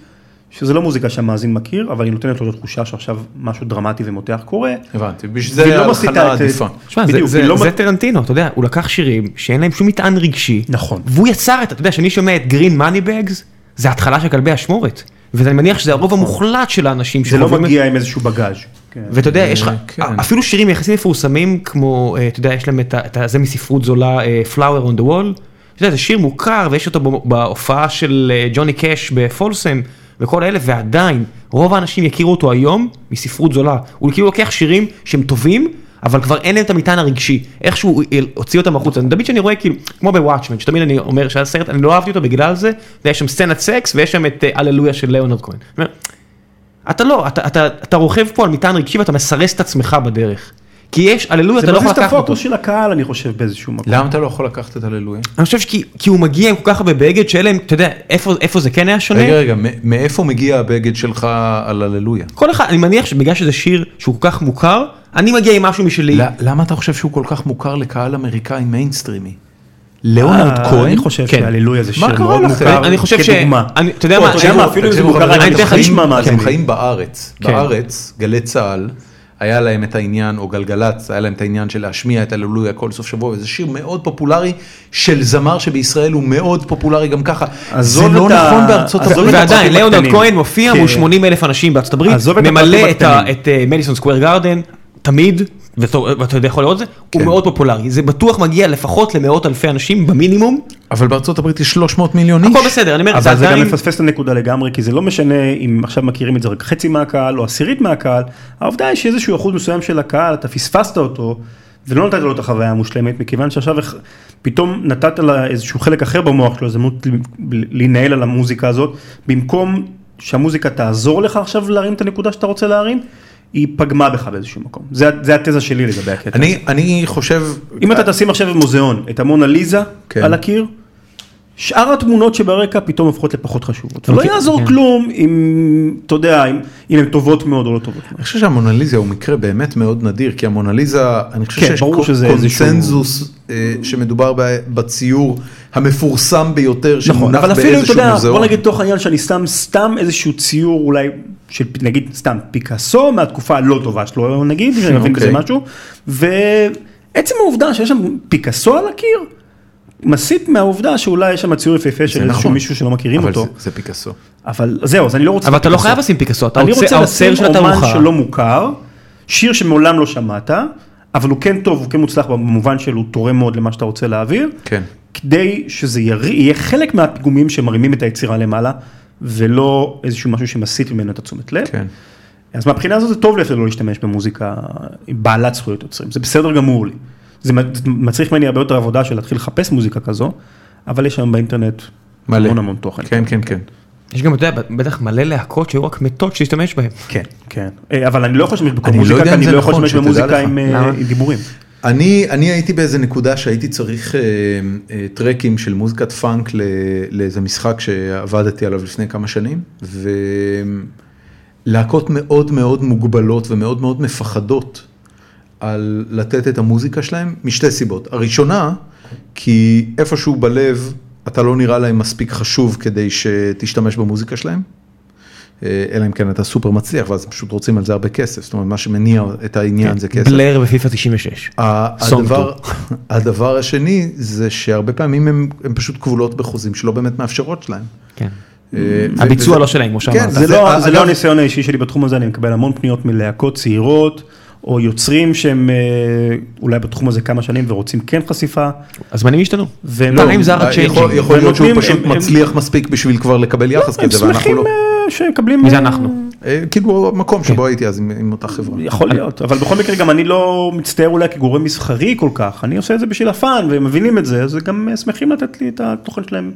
S3: שזה לא מוזיקה שהמאזין מכיר, אבל היא נותנת לו תחושה שעכשיו משהו דרמטי ומותח קורה.
S1: הבנתי, בשביל
S3: והיא
S1: זה
S3: לא
S1: ההלחנה
S3: מסיטה את-
S1: עדיפה.
S2: תשמע, זה-
S3: בדיוק,
S2: זה-
S3: היא לא
S2: זה
S3: מ-
S2: טרנטינו, אתה יודע, הוא לקח שירים שאין להם שום מטען רגשי.
S3: נכון.
S2: והוא יצר את, אתה יודע, כשאני שומע את גרין מאני בגס, זה התחלה של כלבי אשמורת. ואני מניח שזה הרוב המוחלט של האנשים
S3: זה לא
S2: שחווים את-
S3: מגיע עם איזשהו בגאז'. כן.
S2: ואתה יודע, יש לך,
S1: כן.
S2: אפילו שירים יחסית מפורסמים, כמו, אה, אתה יודע, יש להם את ה- את ה- זה מספרות זולה, אה, Flower on the Wall, אתה יודע, זה שיר מוכר, ויש אותו ב- בהופעה של אה, ג'וני קאש בפולסם, וכל אלה, ועדיין, רוב האנשים יכירו אותו היום מספרות זולה. הוא כאילו לוקח שירים שהם טובים, אבל כבר אין להם את המטען הרגשי, איכשהו הוא הל- הוציא אותם החוצה. אני תמיד שאני רואה כאילו, כמו בוואטשמן, שתמיד אני אומר שהיה סרט, אני לא אהבתי אותו בגלל זה, אתה יודע, יש שם סצנת סקס ויש שם את אה, הללויה של ליאונרד כהן. אני אומר, אתה לא, אתה, אתה, אתה רוכב פה על מטען רגשי ואתה מסרס את עצמך בדרך. כי יש, הללויה, אתה
S3: זה
S2: לא יכול
S3: מכניס את
S2: לקחת אותו.
S3: הפוקוס של הקהל, אני חושב, באיזשהו מקום.
S1: למה אתה לא יכול לקחת את הללויה?
S2: אני חושב שכי כי הוא מגיע עם כל כך הרבה בגד שאלה הם, אתה יודע, איפה, איפה זה כן היה שונה?
S1: רגע, רגע, מ- מאיפה מגיע הבגד שלך על הללויה?
S2: כל אחד, אני מניח שבגלל שזה שיר שהוא כל כך מוכר, אני מגיע עם משהו
S3: לא,
S2: משלי.
S1: ל- למה אתה חושב שהוא כל כך מוכר לקהל אמריקאי מיינסטרימי? ליאונרד
S3: אה,
S1: כהן?
S3: אני חושב
S2: כן.
S3: שההללויה זה שיר
S1: קרה
S3: מאוד
S1: לכם?
S3: מוכר,
S2: אני חושב ש-
S3: כדוגמה.
S2: אני- אתה יודע
S3: או,
S2: מה,
S1: תקשיבו,
S3: מה, אפילו אם זה
S1: תקשיבו,
S3: מוכר,
S1: חברים,
S3: אני
S2: אתן
S3: גם
S2: לך-
S3: חיים
S1: אתם
S3: מהמאזינים.
S1: חיים בארץ,
S2: כן.
S1: בארץ, גלי צה"ל, היה להם את העניין, או גלגלצ, היה להם את העניין של להשמיע את הללויה כל סוף שבוע, וזה שיר מאוד פופולרי של זמר שבישראל הוא מאוד פופולרי גם ככה. זה
S3: עזוב
S1: לא
S3: את ה-
S1: נכון בארצות
S3: עזוב
S1: הברית.
S3: את
S2: ועדיין,
S3: הפרטים
S2: ליאונרד
S3: לא הקטנים.
S2: כהן מופיע
S3: כן.
S2: מול 80 אלף אנשים בארצות הברית,
S3: עזוב את
S2: ממלא
S3: הפרטים
S2: את ה-
S3: הקטנים.
S2: את אה, מדיסון סקוויר גארדן, תמיד, ואתה ואתה יודע, יכול לראות את זה, הוא
S3: כן.
S2: מאוד פופולרי. זה בטוח מגיע לפחות למאות אלפי אנשים במינימום,
S1: אבל בארצות הברית יש 300 מיליון איש.
S2: הכל בסדר, אני אומר, זה
S3: אבל זה גם
S2: עדיין...
S3: מפספס את הנקודה לגמרי, כי זה לא משנה אם עכשיו מכירים את זה רק חצי מהקהל או עשירית מהקהל, העובדה היא שאיזשהו אחוז מסוים של הקהל, אתה פספסת אותו, ולא נתת לו את החוויה המושלמת, מכיוון שעכשיו איך- פתאום נתת לה איזשהו חלק אחר במוח שלו, הזדמנות ל- להינעל על המוזיקה הזאת, במקום שהמוזיקה תעזור לך עכשיו להרים את הנקודה שאתה רוצה להרים, היא פגמה בך באיזשהו מקום. זה ה- זה התזה שלי לגבי הקטע.
S1: אני, אני חושב,
S3: אם אתה תשים עכשיו במוזיאון את המונה ליזה
S1: כן.
S3: על הקיר, שאר התמונות שברקע פתאום הופכות לפחות חשובות. ולא
S2: אוקיי,
S3: יעזור
S2: כן.
S3: כלום אם, אתה יודע, אם- אם הן טובות מאוד או לא טובות. מאוד.
S1: אני חושב שהמונליזה הוא מקרה באמת מאוד נדיר, כי המונליזה, אני חושב
S3: כן,
S1: שיש
S3: ברור
S1: קו-
S3: שזה איזשהו-
S1: קונצנזוס אה, שמדובר ב- בציור המפורסם ביותר, שמונח
S3: נכון, אבל אפילו אם אתה
S1: באיזשהו
S3: יודע, בוא
S1: מוזיאון.
S3: נגיד תוך העניין שאני שם סתם איזשהו ציור אולי, של פ- נגיד סתם פיקאסו מהתקופה הלא טובה שלו נגיד, אם אני מבין בזה
S1: אוקיי.
S3: משהו, ועצם העובדה שיש שם פיקאסו על הקיר, מסית מהעובדה שאולי יש שם ציור יפהפה של איזשהו
S1: נכון.
S3: מישהו שלא מכירים
S1: אבל
S3: אותו,
S1: זה- זה פיקאסו.
S3: אבל זהו, אז אני לא רוצה...
S2: אבל אתה לא
S3: פיקאסו.
S2: חייב לשים פיקאסו, אתה
S3: אני
S2: רוצה-
S3: רוצה
S2: האוצר
S3: לשים
S2: של
S3: אומן
S2: התערוכה.
S3: שלא מוכר, שיר שמעולם לא שמעת, אבל הוא כן טוב, הוא כן מוצלח במובן של הוא תורם מאוד למה שאתה רוצה להעביר,
S1: כן.
S3: כדי שזה יר- יהיה חלק מהפיגומים שמרימים את היצירה למעלה, ולא איזשהו משהו שמסיט ממנו את התשומת לב.
S1: כן.
S3: אז מהבחינה הזאת זה טוב לך לא להשתמש במוזיקה בעלת זכויות יוצרים, זה בסדר גמור לי. זה מ- זה מצריך ממני הרבה יותר עבודה של להתחיל לחפש מוזיקה כזו, אבל יש היום באינטרנט
S1: מלא.
S3: המון המון תוכן.
S1: כן, כן, כן.
S2: יש גם, אתה יודע, בטח מלא להקות שהיו רק מתות שהשתמש בהן.
S3: כן, כן. אה, אבל אני לא יכול להשתמש בכל
S1: אני לא
S3: מוזיקה,
S1: יודע
S3: כי
S1: אם
S3: אני
S1: זה
S3: לא יכול
S1: נכון,
S3: להשתמש
S1: שתדע
S3: במוזיקה
S1: לך.
S3: עם אה,
S2: למה?
S3: עם דיבורים.
S1: אני, אני הייתי באיזה נקודה שהייתי צריך אה, אה, טרקים של מוזיקת פאנק ל- לאיזה משחק שעבדתי עליו לפני כמה שנים, ולהקות מאוד מאוד מוגבלות ומאוד מאוד מפחדות על לתת את המוזיקה שלהם, משתי סיבות. הראשונה, כי איפשהו בלב אתה לא נראה להם מספיק חשוב כדי שתשתמש במוזיקה שלהם. אה, אלא אם כן אתה סופר מצליח ואז פשוט רוצים על זה הרבה כסף, זאת אומרת מה שמניע את
S2: כן,
S1: העניין כן, זה כסף.
S2: בלר ופיפא 96.
S1: ה-
S2: סונג
S1: הדבר, הדבר השני זה שהרבה פעמים הם, הם פשוט כבולות בחוזים שלא באמת מאפשרות להם.
S2: כן.
S1: אה, ו-
S2: הביצוע
S1: וזה-
S2: לא שלהם, כמו
S1: כן,
S2: שאמרת.
S3: זה לא-
S1: אגב,
S3: זה לא הניסיון האישי שלי בתחום הזה, אני מקבל המון פניות מלהקות צעירות, או יוצרים שהם אה, אולי בתחום הזה כמה שנים ורוצים כן חשיפה.
S2: הזמנים השתנו.
S3: והם
S2: פעמים זה
S1: אה,
S2: הרד
S1: יכול,
S2: צ'יינג'ינג.
S1: יכול להיות שהוא
S3: ונותנים-
S1: פשוט
S3: הם- הם-
S1: מצליח מספיק בשביל כבר לקבל יחס
S3: הם
S1: כזה, ואנחנו
S3: שמחים
S1: לא.
S3: אה, שמקבלים...
S2: מי זה
S3: אה,
S2: אנחנו?
S1: אה, כאילו המקום
S2: כן.
S1: שבו הייתי אז עם, עם אותה חברה.
S3: יכול להיות, אבל בכל מקרה גם אני לא מצטער אולי כגורם מסחרי כל כך, אני עושה את זה בשביל הפאן, והם מבינים את זה, אז גם אה, שמחים לתת לי את התוכן שלהם.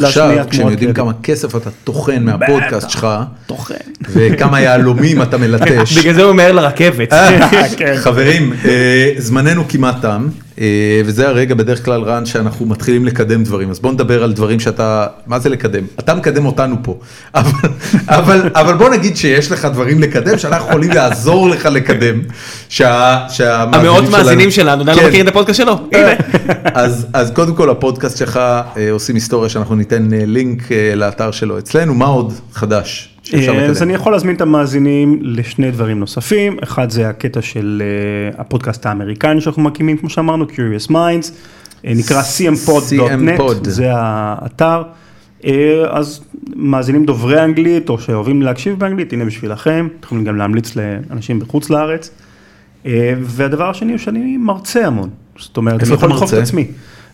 S3: להשמיע
S1: עכשיו, כשהם
S3: תמורת
S1: יודעים
S3: ידע.
S1: כמה כסף אתה טוחן מהפודקאסט שלך,
S3: תוכן.
S1: וכמה יהלומים אתה מלטש.
S2: בגלל זה הוא מהר לרכבת.
S1: אה,
S3: כן.
S1: חברים, אה, זמננו כמעט תם. אה, אה, וזה הרגע בדרך כלל רן שאנחנו מתחילים לקדם דברים, אז בוא נדבר על דברים שאתה, מה זה לקדם? אתה מקדם אותנו פה, אבל, אבל, אבל בוא נגיד שיש לך דברים לקדם שאנחנו יכולים לעזור לך לקדם, שה, שהמאזינים
S2: המאות מאזינים שלנו, עדיין לא
S1: כן.
S2: מכירים את הפודקאסט שלו, הנה.
S1: אז, אז קודם כל הפודקאסט שלך אה, עושים היסטוריה שאנחנו ניתן אה, לינק אה, לאתר שלו אצלנו, מה עוד חדש שאפשר
S3: אה, אז
S1: לקדם?
S3: אני יכול להזמין את המאזינים לשני דברים נוספים, אחד זה הקטע של אה, הפודקאסט האמריקני שאנחנו מקימים, כמו שאמרנו, Curious Minds, אה, נקרא cmpod.net,
S1: cmpod.
S3: זה האתר. אה, אז מאזינים דוברי אנגלית או שאוהבים להקשיב באנגלית, הנה בשבילכם, אתם יכולים גם להמליץ לאנשים בחוץ לארץ. אה, והדבר השני הוא שאני מרצה המון, זאת אומרת, אני
S1: איפה אתה
S3: יכול לדחוף את
S1: מרצה?
S3: עצמי.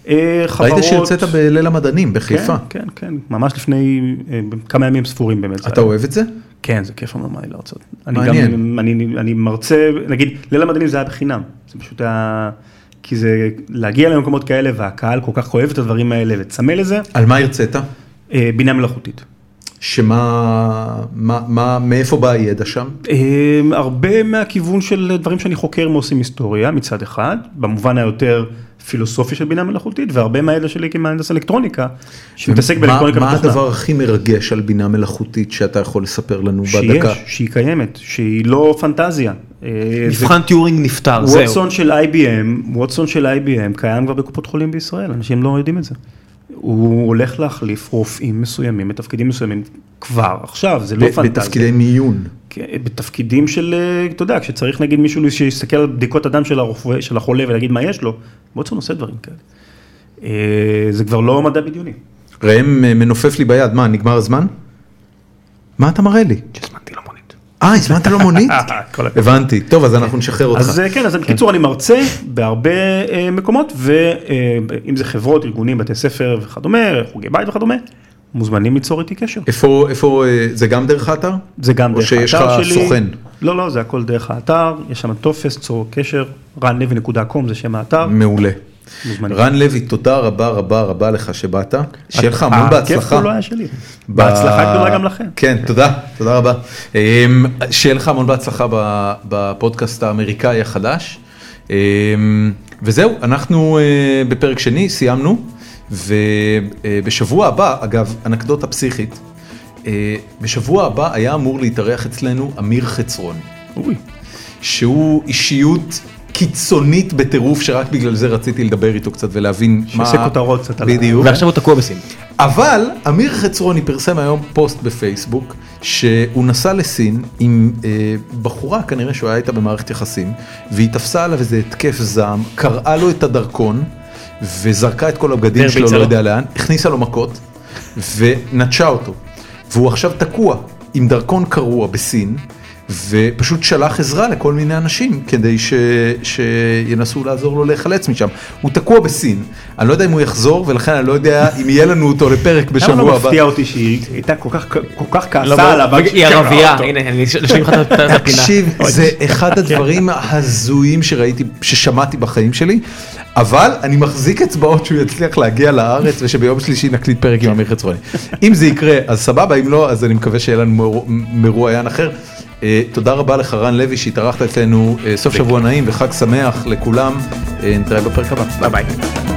S3: אה,
S1: ראית
S3: חברות-
S1: שהרצית בליל המדענים בחיפה,
S3: כן, כן, כן, ממש לפני אה, כמה ימים ספורים באמת. זה
S1: אתה אוהב את זה?
S3: כן, זה כיף הממ"י להרצות. אני
S1: מעניין.
S3: גם, אני, אני מרצה, נגיד, ליל המדענים זה היה בחינם, זה פשוט היה, כי זה, להגיע למקומות כאלה והקהל כל כך אוהב את הדברים האלה וצמא לזה,
S1: על מה הרצית?
S3: אה, בינה מלאכותית.
S1: שמה, מה, מה, מאיפה בא הידע שם?
S3: אה, הרבה מהכיוון של דברים שאני חוקר מעושים היסטוריה מצד אחד, במובן היותר פילוסופי של בינה מלאכותית, והרבה מהידע שלי כמהנדס אלקטרוניקה, שמתעסק באלקטרוניקה
S1: מה, מה
S3: ותוכנה.
S1: הדבר הכי מרגש על בינה מלאכותית שאתה יכול לספר לנו בדקה?
S3: שיש, שהיא קיימת, שהיא לא פנטזיה. אה, זה
S4: מבחן טיורינג נפתר, זהו.
S3: ווטסון של IBM, ווטסון של IBM קיים כבר בקופות חולים בישראל, אנשים לא יודעים את זה. הוא הולך להחליף רופאים מסוימים בתפקידים מסוימים כבר עכשיו, זה לא
S1: ב-
S3: פנטזיה.
S1: בתפקידי מיון.
S3: כן, בתפקידים של, אה, אתה יודע, כשצריך נגיד מישהו שיסתכל על בדיקות הדם של, הרופא, של החולה ולהגיד מה יש לו, ווטסון עושה דברים כאלה. אה, זה כבר לא מדע בדיוני.
S1: ראם אה, מנופף לי ביד, מה, נגמר הזמן? מה אתה מראה לי?
S2: הזמנתי לו מונית.
S1: אה, הזמנת לו מונית?
S3: כל הכבוד.
S1: הבנתי, טוב, אז אנחנו נשחרר אותך.
S3: אז אה, כן, אז בקיצור אני מרצה בהרבה אה, מקומות, ואם זה חברות, ארגונים, בתי ספר וכדומה, חוגי בית וכדומה, מוזמנים ליצור איתי קשר.
S1: איפה, איפה, אה, זה גם דרך האתר?
S3: זה גם דרך האתר
S1: כן. או שיש
S3: שלי.
S1: לך סוכן?
S3: לא, לא, זה הכל דרך האתר, יש שם טופס, צור קשר, ranlevy.com זה שם האתר,
S1: מעולה.
S3: מוזמנים.
S1: רן לוי, תודה רבה רבה רבה לך שבאת. שיהיה לך המון
S3: הכיף פה לא
S1: בהצלחה.
S3: היה שלי.
S1: ב-
S3: בהצלחה גדולה גם לכם.
S1: כן, תודה, תודה רבה. אמ, שיהיה לך המון בהצלחה ב- בפודקאסט האמריקאי החדש. אמ, וזהו, אנחנו אה, בפרק שני, סיימנו, ובשבוע הבא, אגב, אנקדוטה פסיכית, אה, בשבוע הבא היה אמור להתארח אצלנו אמיר חצרוני.
S3: אורי.
S1: שהוא אישיות קיצונית בטירוף, שרק בגלל זה רציתי לדבר איתו קצת ולהבין מה...
S3: שיעשה כותרות קצת עליו.
S1: בדיוק.
S2: ועכשיו הוא תקוע בסין.
S1: אבל אמיר חצרוני פרסם היום פוסט בפייסבוק, שהוא נסע לסין עם אה, בחורה, כנראה שהוא היה איתה במערכת יחסים, והיא תפסה עליו איזה התקף זעם, קרעה לו את הדרכון, וזרקה את כל הבגדים שלו,
S2: הרביצה
S1: לא
S2: לו?
S1: יודע לאן, הכניסה לו מכות, ונטשה אותו. והוא עכשיו תקוע עם דרכון קרוע בסין. ופשוט שלח עזרה לכל מיני אנשים כדי ש... שינסו לעזור לו להיחלץ משם. הוא תקוע בסין, אני לא יודע אם הוא יחזור ולכן אני לא יודע אם יהיה לנו אותו לפרק בשבוע הבא.
S3: למה לא מפתיע אותי שהיא הייתה כל כך כל כך
S1: לא,
S3: כעסה עליו? כן, רק
S2: היא
S3: שהיא קראה
S2: ערבייה,
S3: אותו.
S2: הנה, אני אשלים לך את הפינה.
S1: כן, תקשיב, זה אחד הדברים ההזויים שראיתי, ששמעתי בחיים שלי, אבל אני מחזיק אצבעות שהוא יצליח להגיע לארץ ושביום שלישי נקליט פרק עם אמיר חצרוני. אם זה יקרה, אז סבבה, אם לא, אז אני מקווה שיהיה לנו מרוע- מרוע יען אחר. אה, תודה רבה לך, רן לוי, שהתארחת אצלנו. אה, סוף שבוע נעים וחג שמח לכולם. אה, נתראה בפרק הבא. ביי ביי.